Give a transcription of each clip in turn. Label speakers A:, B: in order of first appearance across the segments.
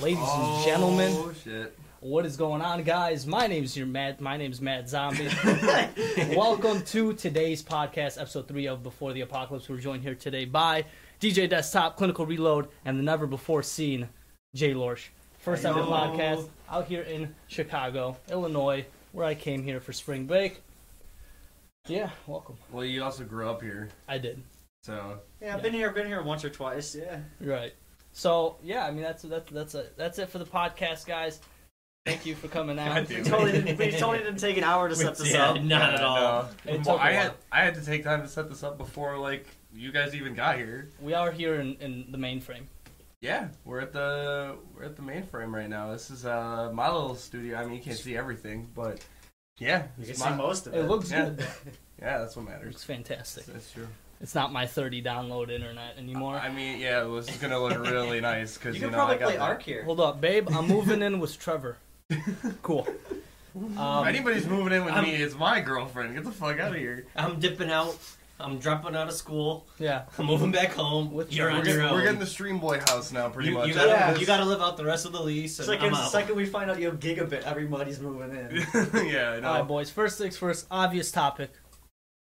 A: Ladies and gentlemen,
B: Oh shit.
A: what is going on, guys? My name's your Matt. My name's Matt Zombie. Welcome to today's podcast, episode three of Before the Apocalypse. We're joined here today by DJ Desktop, Clinical Reload, and the never before seen Jay Lorsch. First ever
B: Yo.
A: podcast out here in Chicago, Illinois, where I came here for spring break. Yeah, welcome.
B: Well, you also grew up here,
A: I did.
B: so
C: Yeah, I've been here. Been here once or twice. Yeah.
A: Right. So yeah, I mean that's that's that's it. That's it for the podcast, guys. Thank you for coming out.
B: God damn it.
C: Totally didn't, we totally didn't take an hour to set this
D: Yeah,
C: up.
D: not at
B: Yeah,
D: all.
B: no.
A: It
B: Well,
A: took a
B: I had
A: while.
B: I had to take time to set this up before like you guys even got here.
A: We are here in, in the mainframe.
B: Yeah, we're at the we're at the mainframe right now. This is uh my little studio. I mean, you can't see everything, but yeah,
C: You can
B: it's
C: see
B: my-
C: most of it.
A: It looks
B: Yeah.
A: good.
B: yeah, that's what
A: It
B: matters.
A: looks fantastic.
B: That's true.
A: It's not my 30 download internet anymore.
B: I mean, yeah, this is gonna look really nice
C: you
B: because
C: can
B: you, know
C: probably
B: I got
C: play
B: that.
C: Ark here.
A: Hold up, babe. I'm moving in with Trevor. Cool.
B: If
A: Um,
B: anybody's moving in with
D: I'm-
B: me, it's my girlfriend. Get the fuck out of here.
D: I'm dipping out. I'm dropping out of school.
A: yeah.
D: I'm moving back home.
A: With-
D: You're
B: We're,
D: on
B: get,
D: your own.
B: we're getting the Stream Boy house now, pretty
D: you,
B: much.
D: you
B: After
D: gotta,
C: Yeah.
B: this-
D: you gotta live out the rest of the lease.
C: It's
D: And
C: like
D: I'm
C: the
D: out.
C: second we find out you have gigabit, everybody's moving in.
B: yeah, I know.
A: All right, boys. First things first. Obvious topic.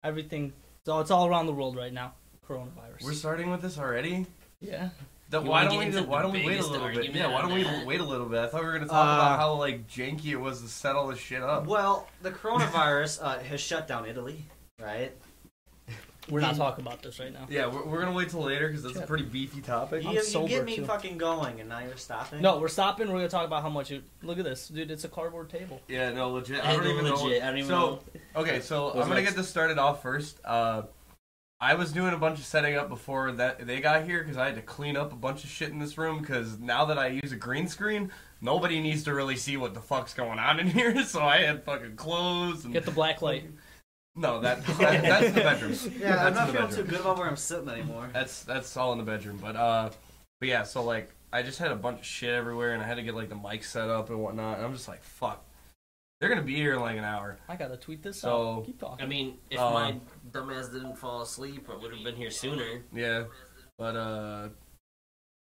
A: Everything. So it's all around the world right now. Coronavirus.
B: We're starting with this already.
A: yeah.
B: That,
D: You
B: why
D: wanna
B: don't
D: get
B: we?
D: into
B: Why
D: the
B: don't we wait a
D: biggest
B: little bit?
D: argument
B: Yeah, why
D: on
B: don't we
D: that?
B: wait a little bit? I thought we were gonna talk
C: Uh,
B: about how like janky it was to set all this shit up.
C: well, the coronavirus uh, has shut down Italy, right?
A: We're not talking about this right now.
B: Yeah, we're, we're gonna wait till later because that's
A: Yeah.
B: a pretty beefy topic.
C: You,
A: I'm
C: you
A: sober,
C: get me
A: too.
C: fucking going, and now you're stopping.
A: No, we're stopping. We're gonna talk about how much. It, look at this, dude. It's a cardboard table.
B: Yeah, no, legit.
D: Yeah,
B: I don't
D: no,
B: even
D: legit,
B: know.
D: I don't even
B: so,
D: know.
B: okay, so
D: What's
B: I'm gonna
D: next?
B: get this started off first. Uh, I was doing a bunch of setting up before that they got here because I had to clean up a bunch of shit in this room. Because now that I use a green screen, nobody needs to really see what the fuck's going on in here. So I had fucking clothes and
A: Get the black light.
B: No, that, that that's the bedroom.
C: Yeah, I'm
B: that's in
C: not
B: the
C: feeling
B: bedroom.
C: too good about where I'm sitting anymore.
B: That's that's all in the bedroom. But uh, but yeah. So like, I just had a bunch of shit everywhere, and I had to get like the mic set up and whatnot. And I'm just like, fuck, they're gonna be here in like an hour.
A: I gotta tweet this
B: So-
A: out. Keep
D: I
A: talking.
D: mean, if
B: Um,
D: my dumbass didn't fall asleep, I would have been here sooner.
B: Yeah. But uh,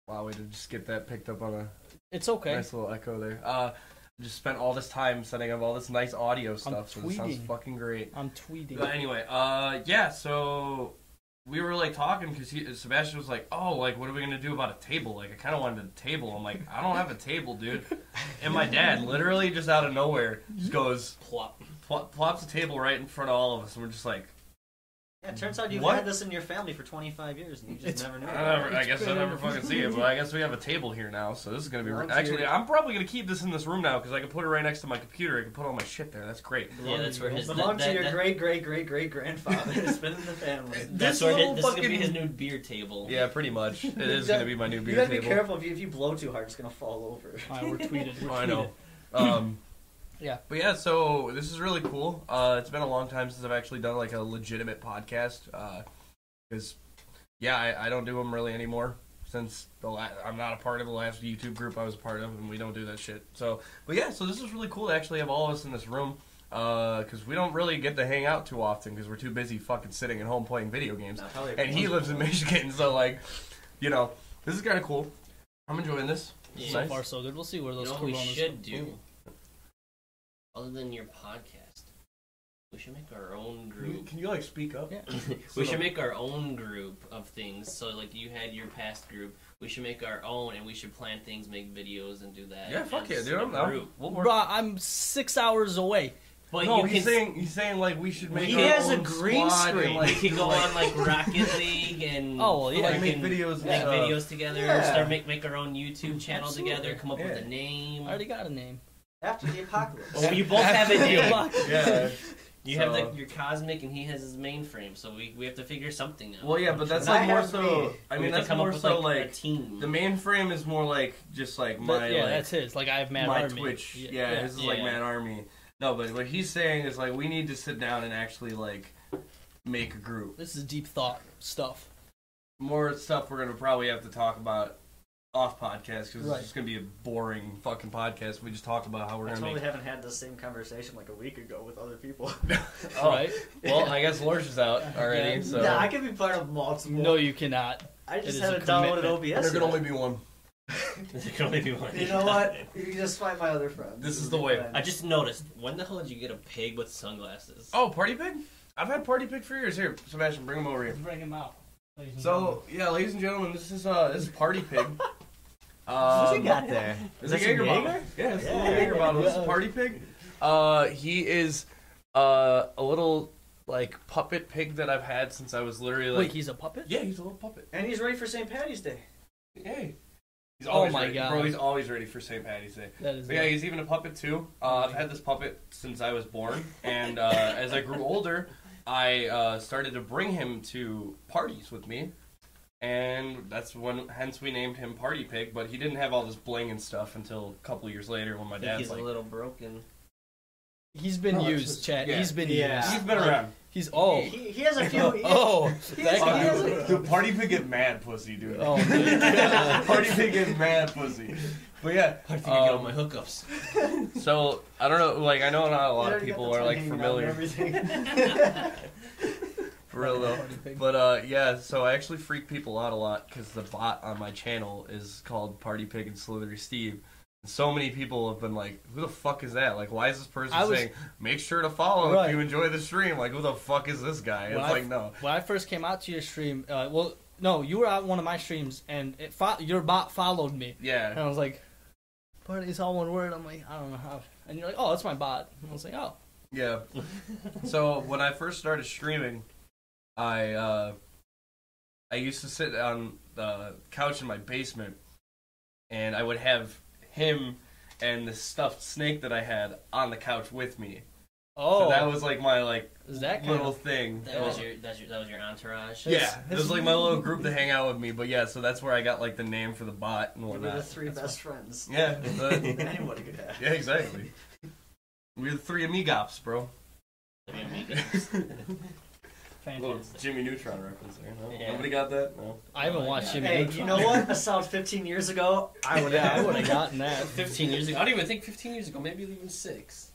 B: wow, we did just get that picked up on a
A: It's okay.
B: nice little echo there. Uh, just spent all this time setting up all this nice audio stuff, so this sounds
A: tweeting.
B: fucking great.
A: I'm tweeting.
B: But anyway, uh, yeah, so we were like talking because Sebastian was like, "Oh, like what are we gonna do about a table?" Like I kind of wanted a table. I'm like, I don't have a table, dude. And my dad, literally just out of nowhere, just goes
D: Plop.
B: pl- plops a table right in front of all of us, and we're just like,
C: Yeah, it turns out you've
B: What?
C: had this in your family for 25 years, and you just
A: It's-
C: never knew.
B: I,
C: it.
B: never, I
A: It's
B: guess I'll
A: been-
B: never fucking see it, but I guess we have a table here now, so this is gonna be.
C: Well,
B: Re-
C: it's
B: Actually,
C: here.
B: I'm probably gonna keep this in this room now because I can put it right next to my computer. I can put all my shit there. That's great.
D: Yeah, that's where his.
C: Belonged
D: that-
C: to your
D: that-
C: great great great great grandfather. it's been in the family.
D: That's
B: This
D: where
B: little
D: his, this is gonna be
B: fucking-
D: his new beer table.
B: Yeah, pretty much. It is gonna be my new
C: You
B: beer
C: gotta
B: table.
C: be careful if you, if you blow too hard, it's gonna fall over.
A: All right, we're tweeted. We're tweeted.
B: Oh, I know. Um,
A: Yeah.
B: But yeah, so this is really cool. Uh, it's been a long time since I've actually done like a legitimate podcast. Because, yeah, I, I don't do them really anymore since the la- I'm not a part of the last YouTube group I was a part of, and we don't do that shit. So, but yeah, so this is really cool to actually have all of us in this room. Because we don't really get to hang out too often because we're too busy fucking sitting at home playing video games.
C: Now, probably-
B: And he lives in Michigan, so like, you know, this is kind of cool. I'm enjoying this. This is
A: So
B: nice.
A: far, so good. We'll see where
D: You
A: those
D: know what we
A: coronas
D: should
A: go.
D: do, other than your podcast, we should make our own
B: Can you-
D: group.
B: Can you like speak up?
A: Yeah.
D: we
B: So-
D: should make our own group of things. So like you had your past group, we should make our own, and we should plan things, make videos, and do that.
B: Yeah, fuck
D: as
B: yeah, dude. I'm,
D: a
B: I'm,
D: group.
B: we'll work.
A: Bro, I'm six hours away.
D: But
B: no,
D: you
B: he's
D: can
B: saying he's saying like we should make.
D: He
B: our
C: has a
B: own
C: green
B: squad
C: screen.
B: And,
D: we
B: like,
D: can go on like Rocket League and
A: Oh, well, yeah.
B: Like, make
D: freaking
B: videos and
D: make
B: stuff.
D: videos together.
C: Yeah.
D: Start make make our own YouTube channel
A: Absolutely.
D: together. Come up with
B: Yeah.
D: a name.
A: I already got a name.
C: After the apocalypse.
D: Well, you both have a name.
B: yeah.
D: You have
B: So-
D: like your cosmic, and he has his mainframe. So we, we have to figure something out.
B: Well, yeah, but that's
C: That
B: like more
C: has to
B: so.
C: be-
B: I
D: We
B: mean,
D: have
B: that's
D: to come
B: more
D: up with,
B: so
D: like, a
B: like
D: team.
B: the mainframe is more like just like my
A: But, yeah,
B: like,
A: that's his. Like I have Mad
B: my
A: Army.
B: Twitch. Yeah, his is like
D: yeah.
B: Mad Army. No, but what he's saying is like we need to sit down and actually like make a group.
A: This is deep thought stuff.
B: More stuff we're gonna probably have to talk about off podcast because
A: Right.
B: it's just gonna be a boring fucking podcast. We just talk about how we're
C: I
B: gonna
C: totally
B: make
C: haven't had the same conversation like a week ago with other people.
B: Oh,
A: Right?
B: Well, I guess Lorch is out already,
A: Yeah.
B: so
C: Nah, I could be part of multiple.
A: No, you cannot.
C: I
A: it is
C: just
A: a
C: haven't downloaded
A: commitment.
B: there
C: OBS. yet.
B: can only be one.
D: There can only be one.
C: You know what? You can just find my other friend.
B: This is the way.
D: I just noticed. When the hell did you get a pig with sunglasses?
B: Oh, party pig? I've had party pig for years. Here, Sebastian, bring him over here.
A: Bring him out. ladies and gentlemen.
B: So yeah, ladies and gentlemen, this is uh this is party pig.
E: What's
B: Um,
E: he got there?
B: Is
E: that
B: a Jaeger
E: some
B: bottle.
E: Jaeger?
B: Yeah, it's a
E: Yeah.
B: little Jaeger bottle. This is Party Pig. Uh, he is uh, a little like puppet pig that I've had since I was literally like.
A: wait, he's a puppet?
B: yeah, he's a little puppet.
C: And he's ready for St. Patty's Day.
B: Hey. He's
A: Oh
B: always
A: my
B: ready.
A: God.
B: Bro, he's always ready for St. Patty's Day.
A: That is.
B: But yeah, he's even a puppet too. Uh, I've had this puppet since I was born, and uh, as I grew older, I uh, started to bring him to parties with me, and that's when, hence we named him Party Pig. But he didn't have all this bling and stuff until a couple years later when my
D: I think
B: dad's
D: he's
B: like,
D: a little broken.
A: he's been
B: No, it's
A: used,
B: Oh, just-
A: chat.
B: yeah.
A: He's been
C: Yeah.
A: used.
B: he's been around.
A: He's oh
C: He, he has a few. he-
A: oh
C: he
A: that
C: has- he has
A: guy.
C: a-
B: The party pig get mad pussy, dude.
A: Oh, man.
B: party pig get mad pussy. But yeah,
D: I think I get all
B: um,
D: my hookups.
B: so I don't know. Like I know not a lot
C: he
B: of
C: already got
B: people
C: the
B: are like
C: timing down and
B: familiar
C: everything.
B: for real though.
A: Party pig.
B: But uh, yeah, so I actually freak people out a lot because the bot on my channel is called Party Pig and Slithery Steve. And so many people have been like, "Who the fuck is that? Like, why is this person
A: I was-
B: saying make sure to follow
A: Right.
B: if you enjoy the stream? Like, who the fuck is this guy?" It's
A: Well, I-
B: like, no,
A: when I first came out to your stream, uh, well, no, you were on one of my streams, and it fo- your bot followed me, and
B: yeah,
A: I was like, "But it's all one word." I'm like, I don't know how. And you're like, "Oh, that's my bot." And I was like, "Oh,
B: yeah. so when I first started streaming, I uh, I used to sit on the couch in my basement, and I would have him and the stuffed snake that I had on the couch with me.
A: oh,
B: So that was like my like
A: is that kind
B: little
A: of
B: thing.
D: That was your that's your that was your entourage.
B: yeah, it was like my little group to hang out with me. But yeah, so that's where I got like the name for the bot and
C: We're the
B: whatnot.
C: three best friends.
B: Yeah, the-
C: that Anybody could have.
B: yeah, exactly. We're the three amigops, bro.
D: I mean, we could-
B: Little
A: fantastic?
B: Jimmy Neutron reference there. No?
D: Yeah.
B: Nobody got that? No.
A: I haven't
D: Oh,
A: watched
D: yeah.
A: Jimmy.
C: Hey,
A: Neutron.
C: you know what? A sound 15 years ago, I would
A: yeah, I
C: have.
A: would have gotten that.
D: 15 years ago. I don't even think 15 years ago. Maybe even six.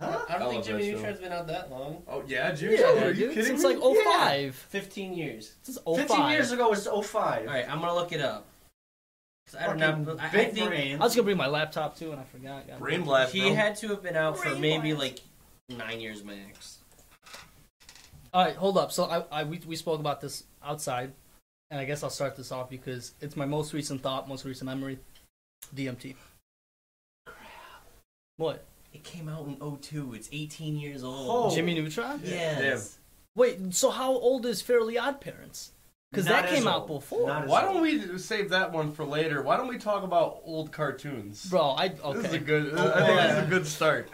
C: Huh?
D: I
B: I
D: don't think
B: love
D: Jimmy
B: that show.
D: Neutron's been out that long.
B: Oh yeah, Jimmy.
A: Yeah,
B: are you
A: dude,
B: kidding
A: since
B: me?
A: like 05.
D: 15 years.
A: Since
C: 15
A: 05.
C: years ago was 05.
D: All right, I'm gonna look it up. 'Cause I don't
C: Fucking
D: know. I, I
C: big
D: think
C: brain.
A: I was gonna bring my laptop too, and I forgot. God
B: Brain
A: damn.
B: blast,
D: he
B: bro.
D: had to have been out for
C: Brain
D: maybe like
C: blast.
D: nine years max.
A: All right, hold up. So I, I we, we spoke about this outside, and I guess I'll start this off because it's my most recent thought, most recent memory. DMT. What?
D: It came out in 02. It's 18 years old.
C: Oh.
A: Jimmy Neutron?
D: Yes.
A: Wait, so how old is Fairly Odd Parents? Because
C: Not
A: that
C: as
A: came out
C: old.
A: before.
C: Not as
B: Why
C: old.
B: don't we save that one for later? Why don't we talk about old cartoons?
A: Bro, I
B: This is a
A: okay.
B: good. I think this is a good start.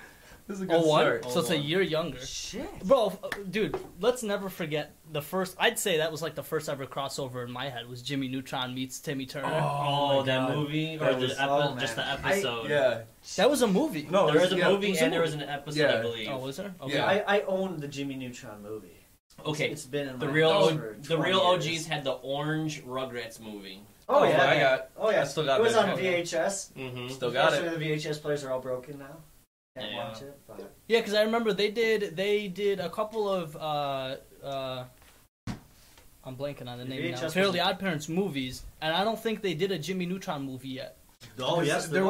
B: This is a good
A: Oh one,
B: start.
A: so it's a year younger.
D: Shit.
A: Bro, f- uh, dude, let's never forget the first. I'd say that was like the first ever crossover in my head was Jimmy Neutron meets Timmy Turner.
D: Oh, that
B: God.
D: movie or
C: That
D: the
C: was-
D: epi-
C: oh, man.
D: just the
C: I- Oh,
D: episode.
B: Yeah.
A: That was a movie.
B: No,
D: There was a
B: yeah.
D: movie
A: was a
D: and there was
A: movie.
D: an episode, I
B: Yeah.
D: believe.
A: Oh, was there? Okay.
B: Yeah.
C: I, I own the Jimmy Neutron movie.
D: okay,
C: It's been in
D: the
C: my
D: real
C: house
D: O-
C: for
D: the
C: 20
D: real OGs
C: years.
D: had the orange Rugrats movie.
C: Oh,
B: Oh,
C: yeah.
B: I got-
C: oh,
B: I
C: yeah.
B: still got
C: it was
B: that.
C: on VHS.
D: Mm-hmm.
B: Still got it.
C: Unfortunately, The VHS players are all broken now. Can't
D: Yeah.
C: watch it. But
B: Oh,
A: Yeah, because I remember they did they did a couple of uh uh I'm blanking on the name now.
C: VHS
A: Fairly
C: was-
A: Odd Parents movies, and I don't think they did a Jimmy Neutron movie yet.
B: there Oh,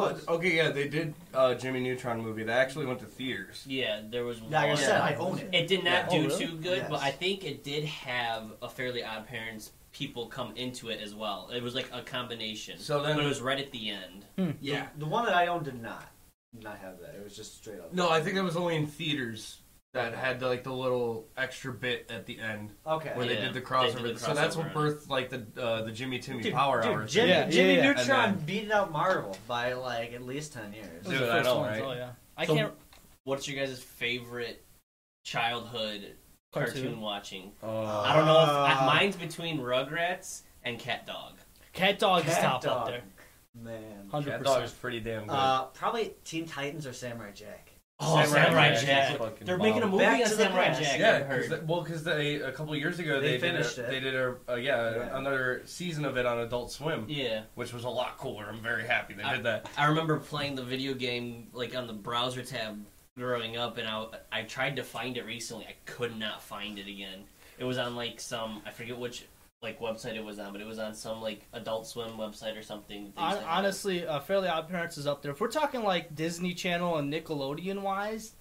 B: was. Okay, yeah, they did uh, Jimmy Neutron movie. They actually went to theaters.
D: Oh, Yeah, there was.
C: Like I
D: one.
C: said, I own it.
D: It did not
A: Yeah.
D: do
A: Oh, really?
D: too good, but
C: Yes.
D: I think it did have a Fairly Odd Parents people come into it as well. It was like a combination.
B: So then-
D: but it was right at the end.
B: Yeah.
C: The one that I owned did not. Did not have that. It was just straight up.
B: No, I think that was only in theaters that had like the little extra bit at the end
C: Okay.
B: where they
D: Yeah,
B: did the
D: they did
B: crossover.
D: the
B: So that's
D: crossover.
B: what birthed like the uh, the Jimmy Timmy Power
C: dude,
B: Hour. thing.
C: Jimmy,
A: Yeah,
C: Jimmy
A: yeah, yeah.
C: Neutron
B: And then-
C: beat out Marvel by like at least ten years.
A: Those are
B: Dude,
A: the
B: I
A: first
B: know,
A: ones,
B: right?
A: Oh yeah, I
D: So-
A: can't
D: What's your guys' favorite childhood cartoon,
A: cartoon.
D: watching?
B: Uh,
D: I don't know if I,
C: Uh,
D: mine's between Rugrats and Cat Dog.
A: Cat Dog is
C: Cat
A: top up
C: Dog.
A: there,
C: Man.
A: hundred
B: That dog was
A: percent.
B: pretty damn good.
C: Uh, probably Teen Titans or Samurai Jack.
D: Oh,
B: Samurai
D: Samurai,
B: Jack.
D: Jack!
B: Fucking
D: They're making a
B: bomb.
D: movie
C: Back
D: on
C: to the
D: Samurai
C: past.
D: Jack.
B: yeah,
D: I've
B: cause
D: heard.
B: they, well, because they a couple years ago
C: They
B: they, did
C: finished
B: a,
C: it.
B: they did a uh, yeah,
C: Yeah.
B: another season of it on Adult Swim,
D: yeah.
B: which was a lot cooler. I'm very happy they
D: I-
B: did that.
D: I remember playing the video game like on the browser tab growing up, and I I tried to find it recently. I could not find it again. It was on like some I forget which like website it was on, but it was on some like Adult Swim website or something. that they used
A: Hon-
D: to have.
A: honestly, uh, Fairly Odd Parents is up there. If we're talking like Disney Channel and Nickelodeon wise,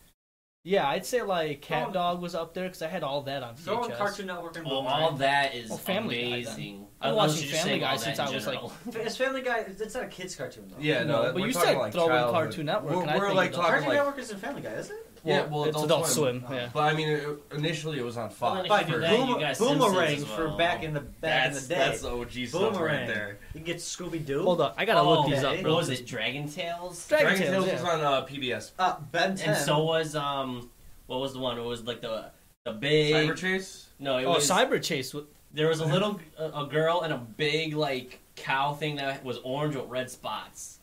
A: yeah, I'd say like Cat
E: Oh.
A: Dog was up there because I had all that on
E: Go on
A: VHS.
E: Cartoon Network and
D: well,
E: Boomerang.
D: Oh, all that is
A: Well, Family Guy, then.
D: amazing.
A: I've been
D: I was
A: watching
D: just
A: Family
D: saying
A: Guy
D: all that
A: since
D: in
A: I was,
D: general.
C: It's Family Guy. It's not a kids' cartoon though.
B: Yeah, no,
A: No, but
B: we're
A: you
B: talking,
A: said
B: like
A: throw in
B: childhood.
A: Cartoon Network,
B: We're,
A: and I
B: we're
A: think
B: like
A: Adult-
B: talking
C: Cartoon
B: like,
C: Network isn't Family Guy, is it?
B: yeah, well,
A: it's
B: Adult,
A: Adult
B: Swim. Uh-huh.
A: Swim. yeah.
B: But I mean, it, initially it was on
D: Well,
B: Fox.
D: then if you do
B: first.
D: that, you got Simpsons
C: Boomerang
D: as
C: for
D: well.
C: back in the back in the day.
B: That's OG stuff right
C: Boomerang.
B: there.
C: You can get Scooby Doo.
A: Hold on, I gotta look
D: Oh,
A: these up.
C: okay.
A: Bro.
D: What was it? Dragon Tales.
A: Dragon
B: Dragon
A: Tales,
B: Tales was
A: yeah.
B: on uh, PBS.
C: Uh, ben 10.
D: And so was um, what was the one? It was like the the big.
B: Cyber Chase.
D: no, it
A: Oh,
D: was
A: Cyber Chase. w-
D: there was a little a, a girl and a big like cow thing that was orange with red spots.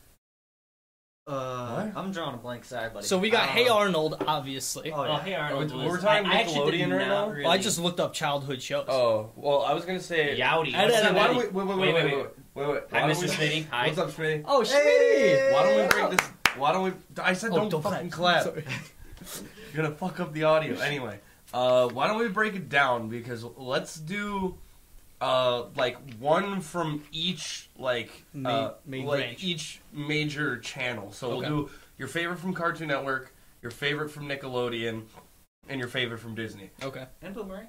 C: Uh,
B: What?
C: I'm drawing a blank. Sorry, buddy.
A: So we got
C: Uh,
A: Hey Arnold, obviously.
C: Oh,
D: Oh,
C: yeah.
D: hey Arnold.
B: Are we-
D: was-
B: we're talking
D: Oh, I, I actually did
B: Nickelodeon right
D: not
B: now?
D: Really,
A: Well, I just looked up childhood shows.
B: Oh, well, I was gonna say.
D: Yowdy.
A: I
D: What's
A: don't
D: up,
A: know.
B: Why
D: buddy?
B: don't we, wait, wait, wait,
D: Wait,
B: wait,
D: wait,
B: wait, wait, wait.
D: Hi,
B: Why don't
D: Mr.
B: we-
D: Smitty. Hi.
B: What's up, Smitty?
A: Oh,
C: Hey!
B: Why don't we bring this? Why don't we? I said
A: Oh,
B: don't, fucking clap.
A: Sorry.
B: You're gonna fuck up the audio. Anyway, uh, why don't we break it down? Because let's do, uh, like one from each, like,
A: Ma-
B: uh,
A: main
B: like
A: branch.
B: each major channel. So
A: Okay.
B: we'll do your favorite from Cartoon Network, your favorite from Nickelodeon, and your favorite from Disney.
A: Okay.
C: And Boomerang.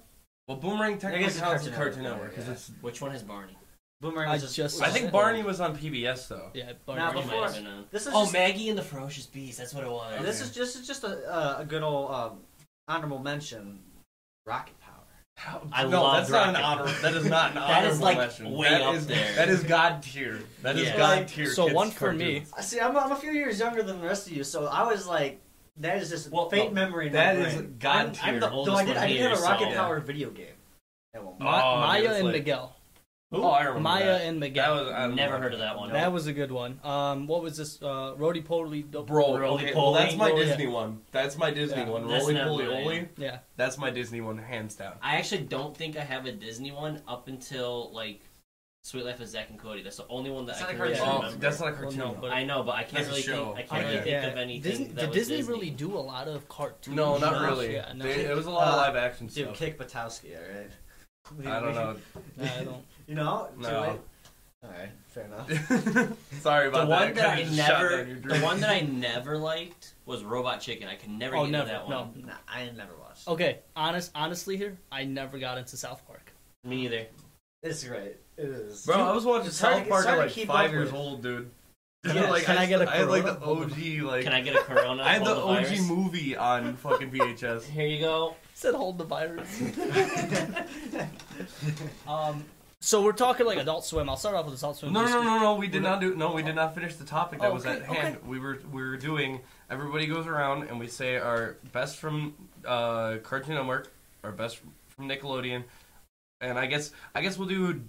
B: Well, Boomerang technically
C: it's
B: counts as
C: Cartoon
B: Cartoon
C: Network,
B: Network because
C: yeah.
B: it's.
D: Which one is Barney?
C: Boomerang
A: I
C: was just.
A: just-
B: I
C: was
B: think
C: just-
B: Barney was on PBS though.
A: Yeah.
C: Now,
A: Barney.
D: Barney might
C: before-
D: have been on.
C: This is
D: Oh,
C: just,
D: Maggie and the Ferocious Beast. That's what it was.
C: This is
B: Okay.
C: this is just a uh, a good old um, honorable mention. Rocket Power.
D: I
B: no,
D: love
B: that's not an
D: Rocket.
B: honor. That is not an honor.
D: That is, like, way up there.
B: That is god tier. That is
D: Yeah.
B: god tier.
A: So
B: kids'
A: one for me.
B: cartoons.
C: I Uh, see. I'm, I'm a few years younger than the rest of you, so I was like, that is just
D: Well,
C: faint
D: no,
C: memory. In
B: That
C: my
B: is
C: brain.
B: god
D: I'm-
B: tier.
D: I'm the
C: Though
D: oldest
C: I did.
D: one
C: I did
D: here,
C: have a
D: so-
C: Rocket Power video game. At one point.
A: Ma-
B: Oh,
A: Maya
B: that's
A: and
B: like-
A: Miguel.
B: Oh, I remember
A: Maya
B: that.
A: and
B: That
A: Miguel.
B: was I don't
D: Never
B: know.
D: heard of that one.
A: That was a good one. Um, what was this? Uh, Roly Poly.
B: Bro,
D: Roly
B: okay, well,
D: Poly.
B: that's my
A: Roly-
B: Disney one. That's my Disney
A: Yeah.
B: one.
D: That's
B: Roly
D: not
B: Poly
D: mine.
B: Oly.
A: Yeah.
B: That's my Disney one, hands down.
D: I actually don't think I have a Disney one up until like Sweet Life of Zack and Cody. That's the only one that
C: It's
D: I
C: not
D: can
C: a
D: really
C: cartoon.
B: Oh,
D: remember.
B: that's not a cartoon.
A: Well, no, but-
D: I know, but I can't
B: That's a
D: really
B: show.
D: think. I can't
B: Okay.
D: really think
A: Yeah.
D: of anything.
A: Disney,
D: that
A: did
D: was
A: Disney,
D: Disney
A: really do a lot of cartoons?
B: no, not
C: No,
B: really.
A: Yeah, no.
B: They- it was a lot of
C: Uh,
B: live action
C: Dude,
B: stuff.
C: kick Batowski, alright?
B: I don't know.
A: Nah, I don't.
C: You know?
B: No.
C: Alright, fair enough.
B: Sorry
D: The
B: about that.
D: one that I
B: kinda just shot
D: never,
B: down your
D: the
B: dream.
D: one that I never liked was Robot Chicken. I can never
A: Oh,
D: get
A: never,
D: into that
A: no.
D: one.
C: nah, I never watched.
A: Okay, honest, honestly here, I never got into South Park.
D: Me either.
C: It's great. It is.
B: Bro, I was watching
C: It's hard to
B: South
C: get-
B: Park
C: it's hard
B: at
C: to
B: like
C: keep
B: five
C: up
B: years
C: with.
B: old, dude.
A: Yeah,
B: like,
A: can I get a
B: st- I had like the
A: Corona?
B: OG, like
D: Can I get a Corona?
B: I had the
D: Hold
B: OG
D: virus?
B: movie on fucking VHS.
D: Here you go.
A: Said hold the virus. um, so we're talking like Adult Swim. I'll start off with Adult Swim.
B: No,
A: just-
B: no, no, no. We did not do. No, we did not finish the topic that
A: Oh,
B: was
A: okay,
B: at hand. We were we were doing. Everybody goes around and we say our best from uh, Cartoon Network, our best from Nickelodeon, and I guess I guess we'll do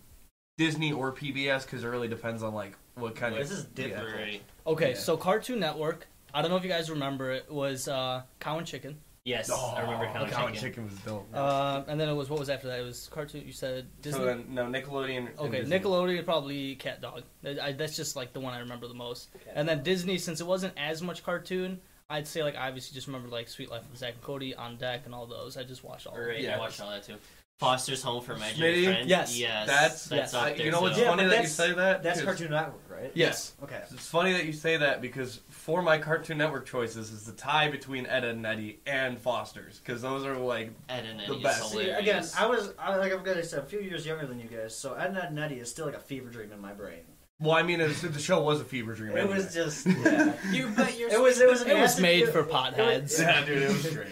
B: Disney or PBS because it really depends on like what kind
C: This
B: of.
C: is different.
D: Right.
A: Okay,
B: Yeah.
A: so Cartoon Network. I don't know if you guys remember it was uh, Cow and Chicken,
D: Yes,
B: Oh,
D: I remember Oh, Cow and
B: Cow
D: Chicken.
B: was dope.
A: uh, and then it was what was after that? It was cartoon. You said Disney.
B: So then, no Nickelodeon. and
A: okay,
B: Disney.
A: Nickelodeon probably Cat Dog. That- I, that's just like the one I remember the most. And then Disney, since it wasn't as much cartoon, I'd say like I obviously just remember like Sweet Life of Zack and Cody on Deck and all those. I just watched all. of
D: Right,
A: them.
B: Yeah.
D: I watched all that too. Foster's Home for Imaginary
B: Smitty?
D: Friends.
A: Yes.
D: yes,
B: That's,
A: Yes.
D: up
B: I-
D: there,
B: you know what's
D: too.
C: Yeah,
B: funny
C: but
B: that you
C: that's-
B: say that.
C: That's
B: 'Cause-
C: Cartoon Network, right?
B: Yes.
C: Okay.
B: It's funny that you say that because for my Cartoon Network choices is the tie between Ed and Eddie and Foster's because those are like
D: Ed and
B: The
D: Eddie
B: best.
D: is
C: See,
D: hilarious.
C: again, I was, I, like I'm gonna say, a few years younger than you guys, so Ed, Ed and Eddie is still like a fever dream in my brain.
B: well, I mean, it's, the show was a fever dream.
C: It
B: anyway.
C: was just, yeah.
D: you bet your
C: it was, it was, an
A: It was
C: acid-
A: made for
C: it-
A: potheads.
B: yeah, dude, it was great.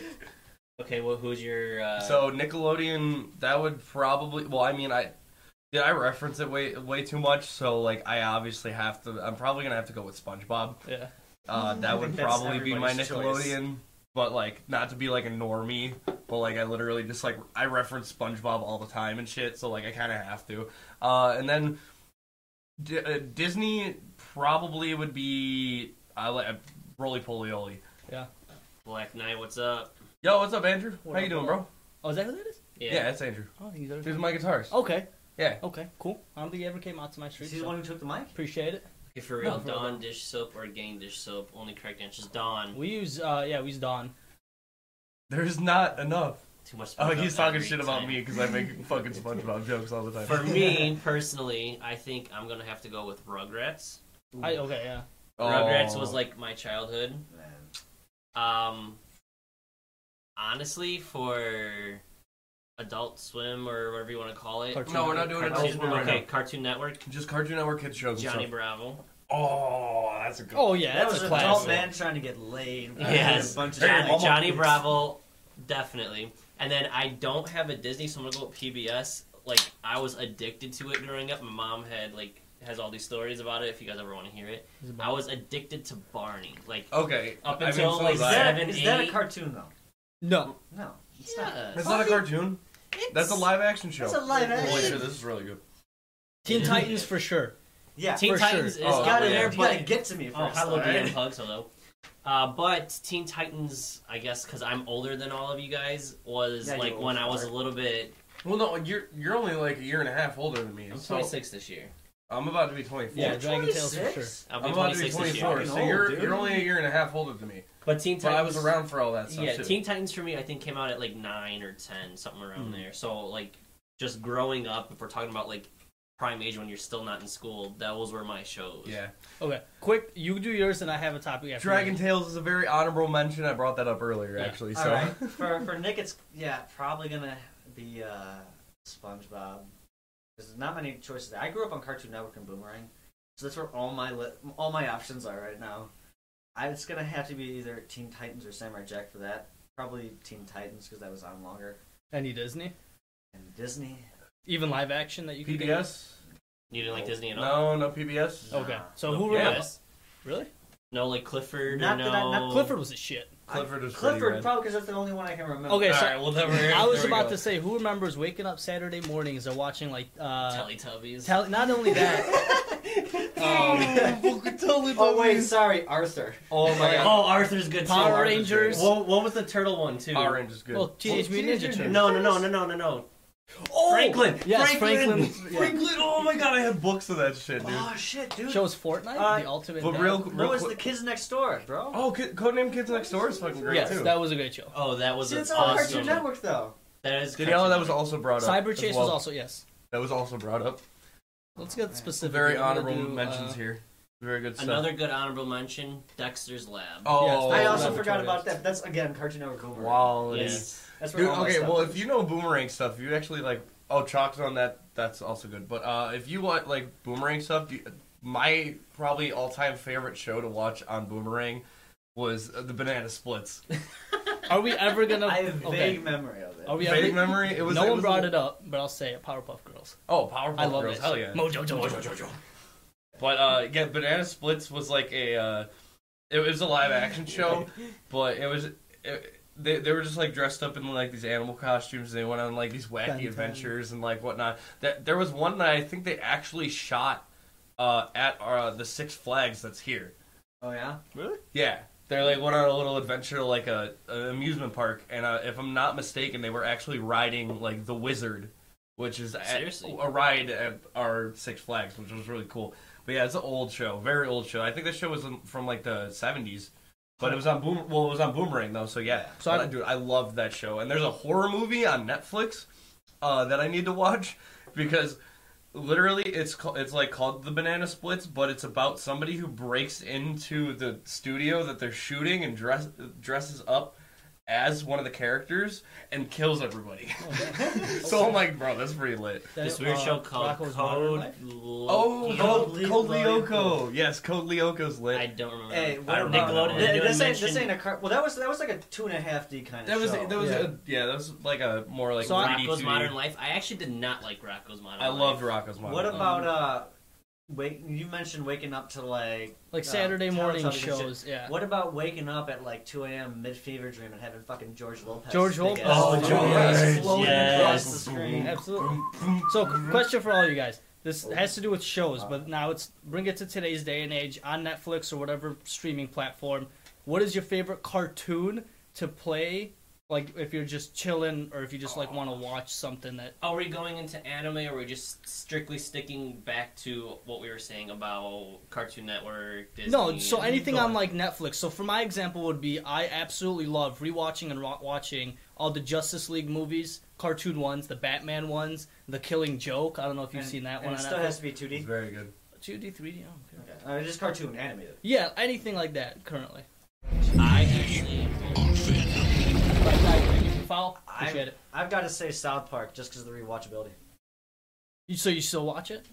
D: Okay, well, who's your uh,
B: so Nickelodeon, that would probably. Well, I mean, I yeah, I reference it way way too much, so like I obviously have to. I'm probably gonna have to go with SpongeBob.
A: Yeah.
B: Uh,
C: I
B: that would
C: think that's
B: probably be my
C: everybody's choice.
B: Nickelodeon, but like not to be like a normie, but like I literally just like I reference SpongeBob all the time and shit, so like I kind of have to. Uh, and then D- uh, Disney probably would be I like Roly Poly Oly.
D: Black Knight? What's up?
B: Yo, what's up, Andrew?
A: What
B: How you
A: up,
B: doing,
A: bro?
B: bro?
A: Oh, is that who that is?
B: Yeah, it's Andrew.
A: Oh, I think he's
B: Here's my guitars.
A: Okay.
B: Yeah.
A: Okay. Cool. I don't think he ever came out to my street.
C: He's the
A: so
C: one who took the mic.
A: Appreciate it.
D: Okay, for real,
A: No, for real.
D: Dawn dish soap or gang dish soap? Only correct answer is Dawn.
A: We use uh yeah we use Dawn.
B: There's not enough.
D: too much.
B: Oh,
D: SpongeBob
B: he's talking
D: every
B: shit about
D: time.
B: me because I make fucking SpongeBob jokes all the time.
D: For me personally, I think I'm gonna have to go with Rugrats.
A: I, okay, yeah.
B: Oh.
D: Rugrats was like my childhood.
C: Man.
D: Um, honestly, for Adult Swim or whatever you want to call it,
A: Cartoon
B: No, we're not doing
A: Network.
B: Adult
D: Cartoon,
B: Swim right
D: okay,
B: now.
D: Cartoon Network,
B: Just Cartoon Network kids shows. and
D: Johnny
B: stuff.
D: Bravo.
B: Oh, that's a good.
A: Oh yeah,
C: That
A: that's
C: was
A: a
C: an
A: classic.
C: adult man trying to get laid. with
D: Yes.
C: A bunch of
D: Johnny,
C: Johnny-
D: Johnny Bravo, definitely. And then I don't have a Disney, so I'm gonna go with PBS. Like I was addicted to it growing up. My mom had like has all these stories about it. If you guys ever want to hear it, I was addicted to Barney. Like
B: Okay.
D: Up
B: I mean,
D: until,
B: so
D: like,
B: was
C: Is
B: I.
C: that,
D: Seven,
C: is that a
D: eight.
C: cartoon though?
A: No,
C: No, it's not.
D: yeah,
B: It's not a cartoon. That's a live action show.
C: That's a live
B: Holy
C: action.
B: shit, this is really good.
A: Teen
D: Yeah.
A: Titans for sure.
C: Yeah.
D: Teen
A: for sure.
D: Titans is
B: Oh,
D: up
B: yeah.
C: gotta,
D: there,
C: you
D: but
C: gotta get to me first.
D: Oh, hello,
C: alright?
D: DM Hugs, hello. Uh, but Teen Titans, I guess, because I'm older than all of you guys, was
C: Yeah, you
D: like
C: old
D: when I was a
C: fart.
D: little bit.
B: Well, no, you're you're only like a year and a half older than me.
D: I'm
B: so
D: 26 this year.
B: I'm about to be 24.
A: Yeah, Dragon Tales for sure.
C: 26?
D: I'll be
B: I'm about to be
D: 26 this year.
B: 24. So
C: Fucking
B: you're
C: old, dude.
B: you're only a year and a half older than me.
D: But Teen
B: But
D: Titans,
B: I was around for all that stuff
D: Yeah,
B: too.
D: Teen Titans for me, I think came out at like nine or ten, something around
B: Mhm.
D: there. So like, just growing up, if we're talking about like prime age when you're still not in school, those were my shows.
B: yeah.
A: Okay, quick, you do yours, and I have a topic after.
B: Dragon
A: you.
B: Tales is a very honorable mention. I brought that up earlier,
A: Yeah.
B: actually. So
C: Alright. for for Nick, it's yeah probably gonna be uh, SpongeBob. 'Cause There's not many choices. I grew up on Cartoon Network and Boomerang, so that's where all my li- all my options are right now. I, it's gonna have to be either Teen Titans or Samurai Jack for that. Probably Teen Titans because that was on longer.
A: Any Disney,
C: And Disney.
A: even live action that you could get?
B: PBS?
D: You Oh, didn't like Disney at all.
B: No, no PBS.
A: Okay, so
D: No
A: who
B: Yeah.
A: remembers?
D: PBS?
A: Really?
D: No, like Clifford.
C: Not
D: or
C: that
D: no.
C: I- not
A: Clifford was a shit.
B: Clifford was pretty
C: Clifford
B: rad.
C: probably because that's the only one I can remember.
A: Okay, so
D: All right, well, then we're-
A: I was
B: There we
A: about
B: go.
A: to say, who remembers waking up Saturday mornings and watching like uh,
D: Teletubbies.
A: tele- not only that,
C: Oh wait, sorry, Arthur.
B: Oh my god.
D: oh, Arthur's good.
A: Power
D: too.
B: Arthur's
A: Rangers.
B: great.
D: What, what was the turtle one too?
B: Power Rangers Oh, is good.
A: well, Teenage Mutant Ninja Turtles.
D: No, no, no, no, no, no, no.
A: Oh,
D: Franklin.
A: Yes,
B: Franklin,
A: Franklin.
B: Franklin, oh my god, I had books of that shit, dude.
C: Oh shit, dude.
A: Shows Fortnite,
C: Uh,
A: the ultimate.
B: But
A: dad.
B: real,
C: What
B: real
C: was the
B: quick-
C: kids next door, bro?
B: Oh, Ki- Codename Kids Next Door is fucking great
A: yes,
B: too.
A: that was a great show.
D: Oh, that was
C: See,
D: an
C: it's all
D: awesome.
C: Cartoon Network though.
D: That is.
B: Daniela,
D: Cartoon
B: that was
D: Network.
B: also brought up.
A: Cyber
B: as
A: Chase
B: well.
A: was also yes.
B: that was also brought up.
A: Let's get specific.
B: Very
A: We're gonna
B: honorable
A: do,
B: mentions
A: uh,
B: here. Very good stuff.
D: Another good honorable mention: Dexter's Lab.
B: oh,
A: Yes,
C: I
A: Oh,
C: also
A: Laboratory
C: forgot about
A: Arts.
C: that. That's again Cartoon Network. Over.
B: quality.
D: yes.
C: That's where
B: Dude,
C: all my
B: okay,
C: stuff
B: well,
C: is.
B: if you know boomerang stuff, you actually like oh chalk on that. That's also good. But uh, if you want like boomerang stuff, do you, my probably all time favorite show to watch on boomerang was uh, the Banana Splits.
A: Are we ever gonna?
C: I have a
A: okay.
C: vague memory of it.
A: Are we
B: Vague
A: ever?
B: memory. It was
A: no
B: it
A: one
B: was
A: brought
B: a-
A: it up, but I'll say it. Powerpuff Girls.
B: Oh, Powerpuff
A: I love
B: Girls.
A: it.
B: Hell yeah.
A: Mojo Jojo.
B: But uh, yeah, Banana Splits was like a uh, it was a live action show, but it was it, they they were just like dressed up in like these animal costumes. And they went on like these wacky
A: Dun, dun.
B: adventures and like whatnot. That there was one that I think they actually shot uh, at uh, the Six Flags that's here.
C: Oh yeah.
B: Yeah. They like went on a little adventure to like a an amusement park, and uh, if I'm not mistaken, they were actually riding like the Wizard, which is at-
D: Seriously?
B: a ride at our Six Flags, which was really cool. But yeah, it's an old show, very old show. I think this show was in- from like the '70s, but it was on Boom. Well, it was on Boomerang though, so yeah.
A: So
B: So
A: I-
B: I, dude, I love that show, and there's a horror movie on Netflix uh, that I need to watch because literally it's called it's like called the banana splits but it's about somebody who breaks into the studio that they're shooting and dress dresses up as one of the characters and kills everybody so i'm like bro that's pretty lit
D: This weird
A: Uh,
D: show called
A: Rocko's Modern
D: Code.
A: Life?
B: oh
D: Lo-
B: code,
C: Leo-
B: code
C: Leo-
B: leoko yes code leoko's lit
D: I don't remember.
C: Hey,
D: that.
C: what
D: Uh,
C: about
D: Nickelodeon?
C: Th-
D: didn't
C: This, ain't
D: mention
C: this ain't a car. Well, that was that was like a two and a half D kind of
B: that was
C: show.
B: that was
A: Yeah.
B: a, yeah that was like a more like
A: So I-
B: 3D,
D: Rocco's
B: 2D.
D: Modern Life. I actually did not like Rocco's Modern
B: i
D: Life.
B: loved rocco's modern
C: what
B: Life.
C: about uh, wake? You mentioned waking up to like
A: Like
C: uh,
A: Saturday morning
C: Teletubbies and shit.
A: shows. Yeah.
C: What about waking up at like 2 a.m. mid fever dream and having fucking George Lopez?
A: George
C: big
A: Lopez.
C: ass
A: Oh,
C: floating
A: George.
C: across- floating
D: Yes.
C: across the screen.
A: Absolutely. So, qu- question for all you guys. This has to do with shows, but now it's bring it to today's day and age on Netflix or whatever streaming platform. What is your favorite cartoon to play Like if you're just chilling, or if you just like want to watch something that
D: Are we going into anime, or are we just strictly sticking back to what we were saying about Cartoon Network, Disney?
A: No, so
D: and-
A: anything
D: Go
A: on like Netflix. So for my example would be I absolutely love rewatching and ro- watching all the Justice League movies, cartoon ones, the Batman ones, the Killing Joke. I don't know if you've
C: And-
A: seen that
C: and
A: one.
C: It
A: on
C: still
A: Netflix.
C: has to be 2D.
B: very good.
A: 2D, 3D. I don't care.
C: Okay. Uh, just cartoon animated.
A: Yeah, anything like that currently.
D: I actually am going
A: But I, you can follow.
C: I-
A: Appreciate it.
C: I've got to say South Park just because of the rewatchability.
A: You, so you still watch it?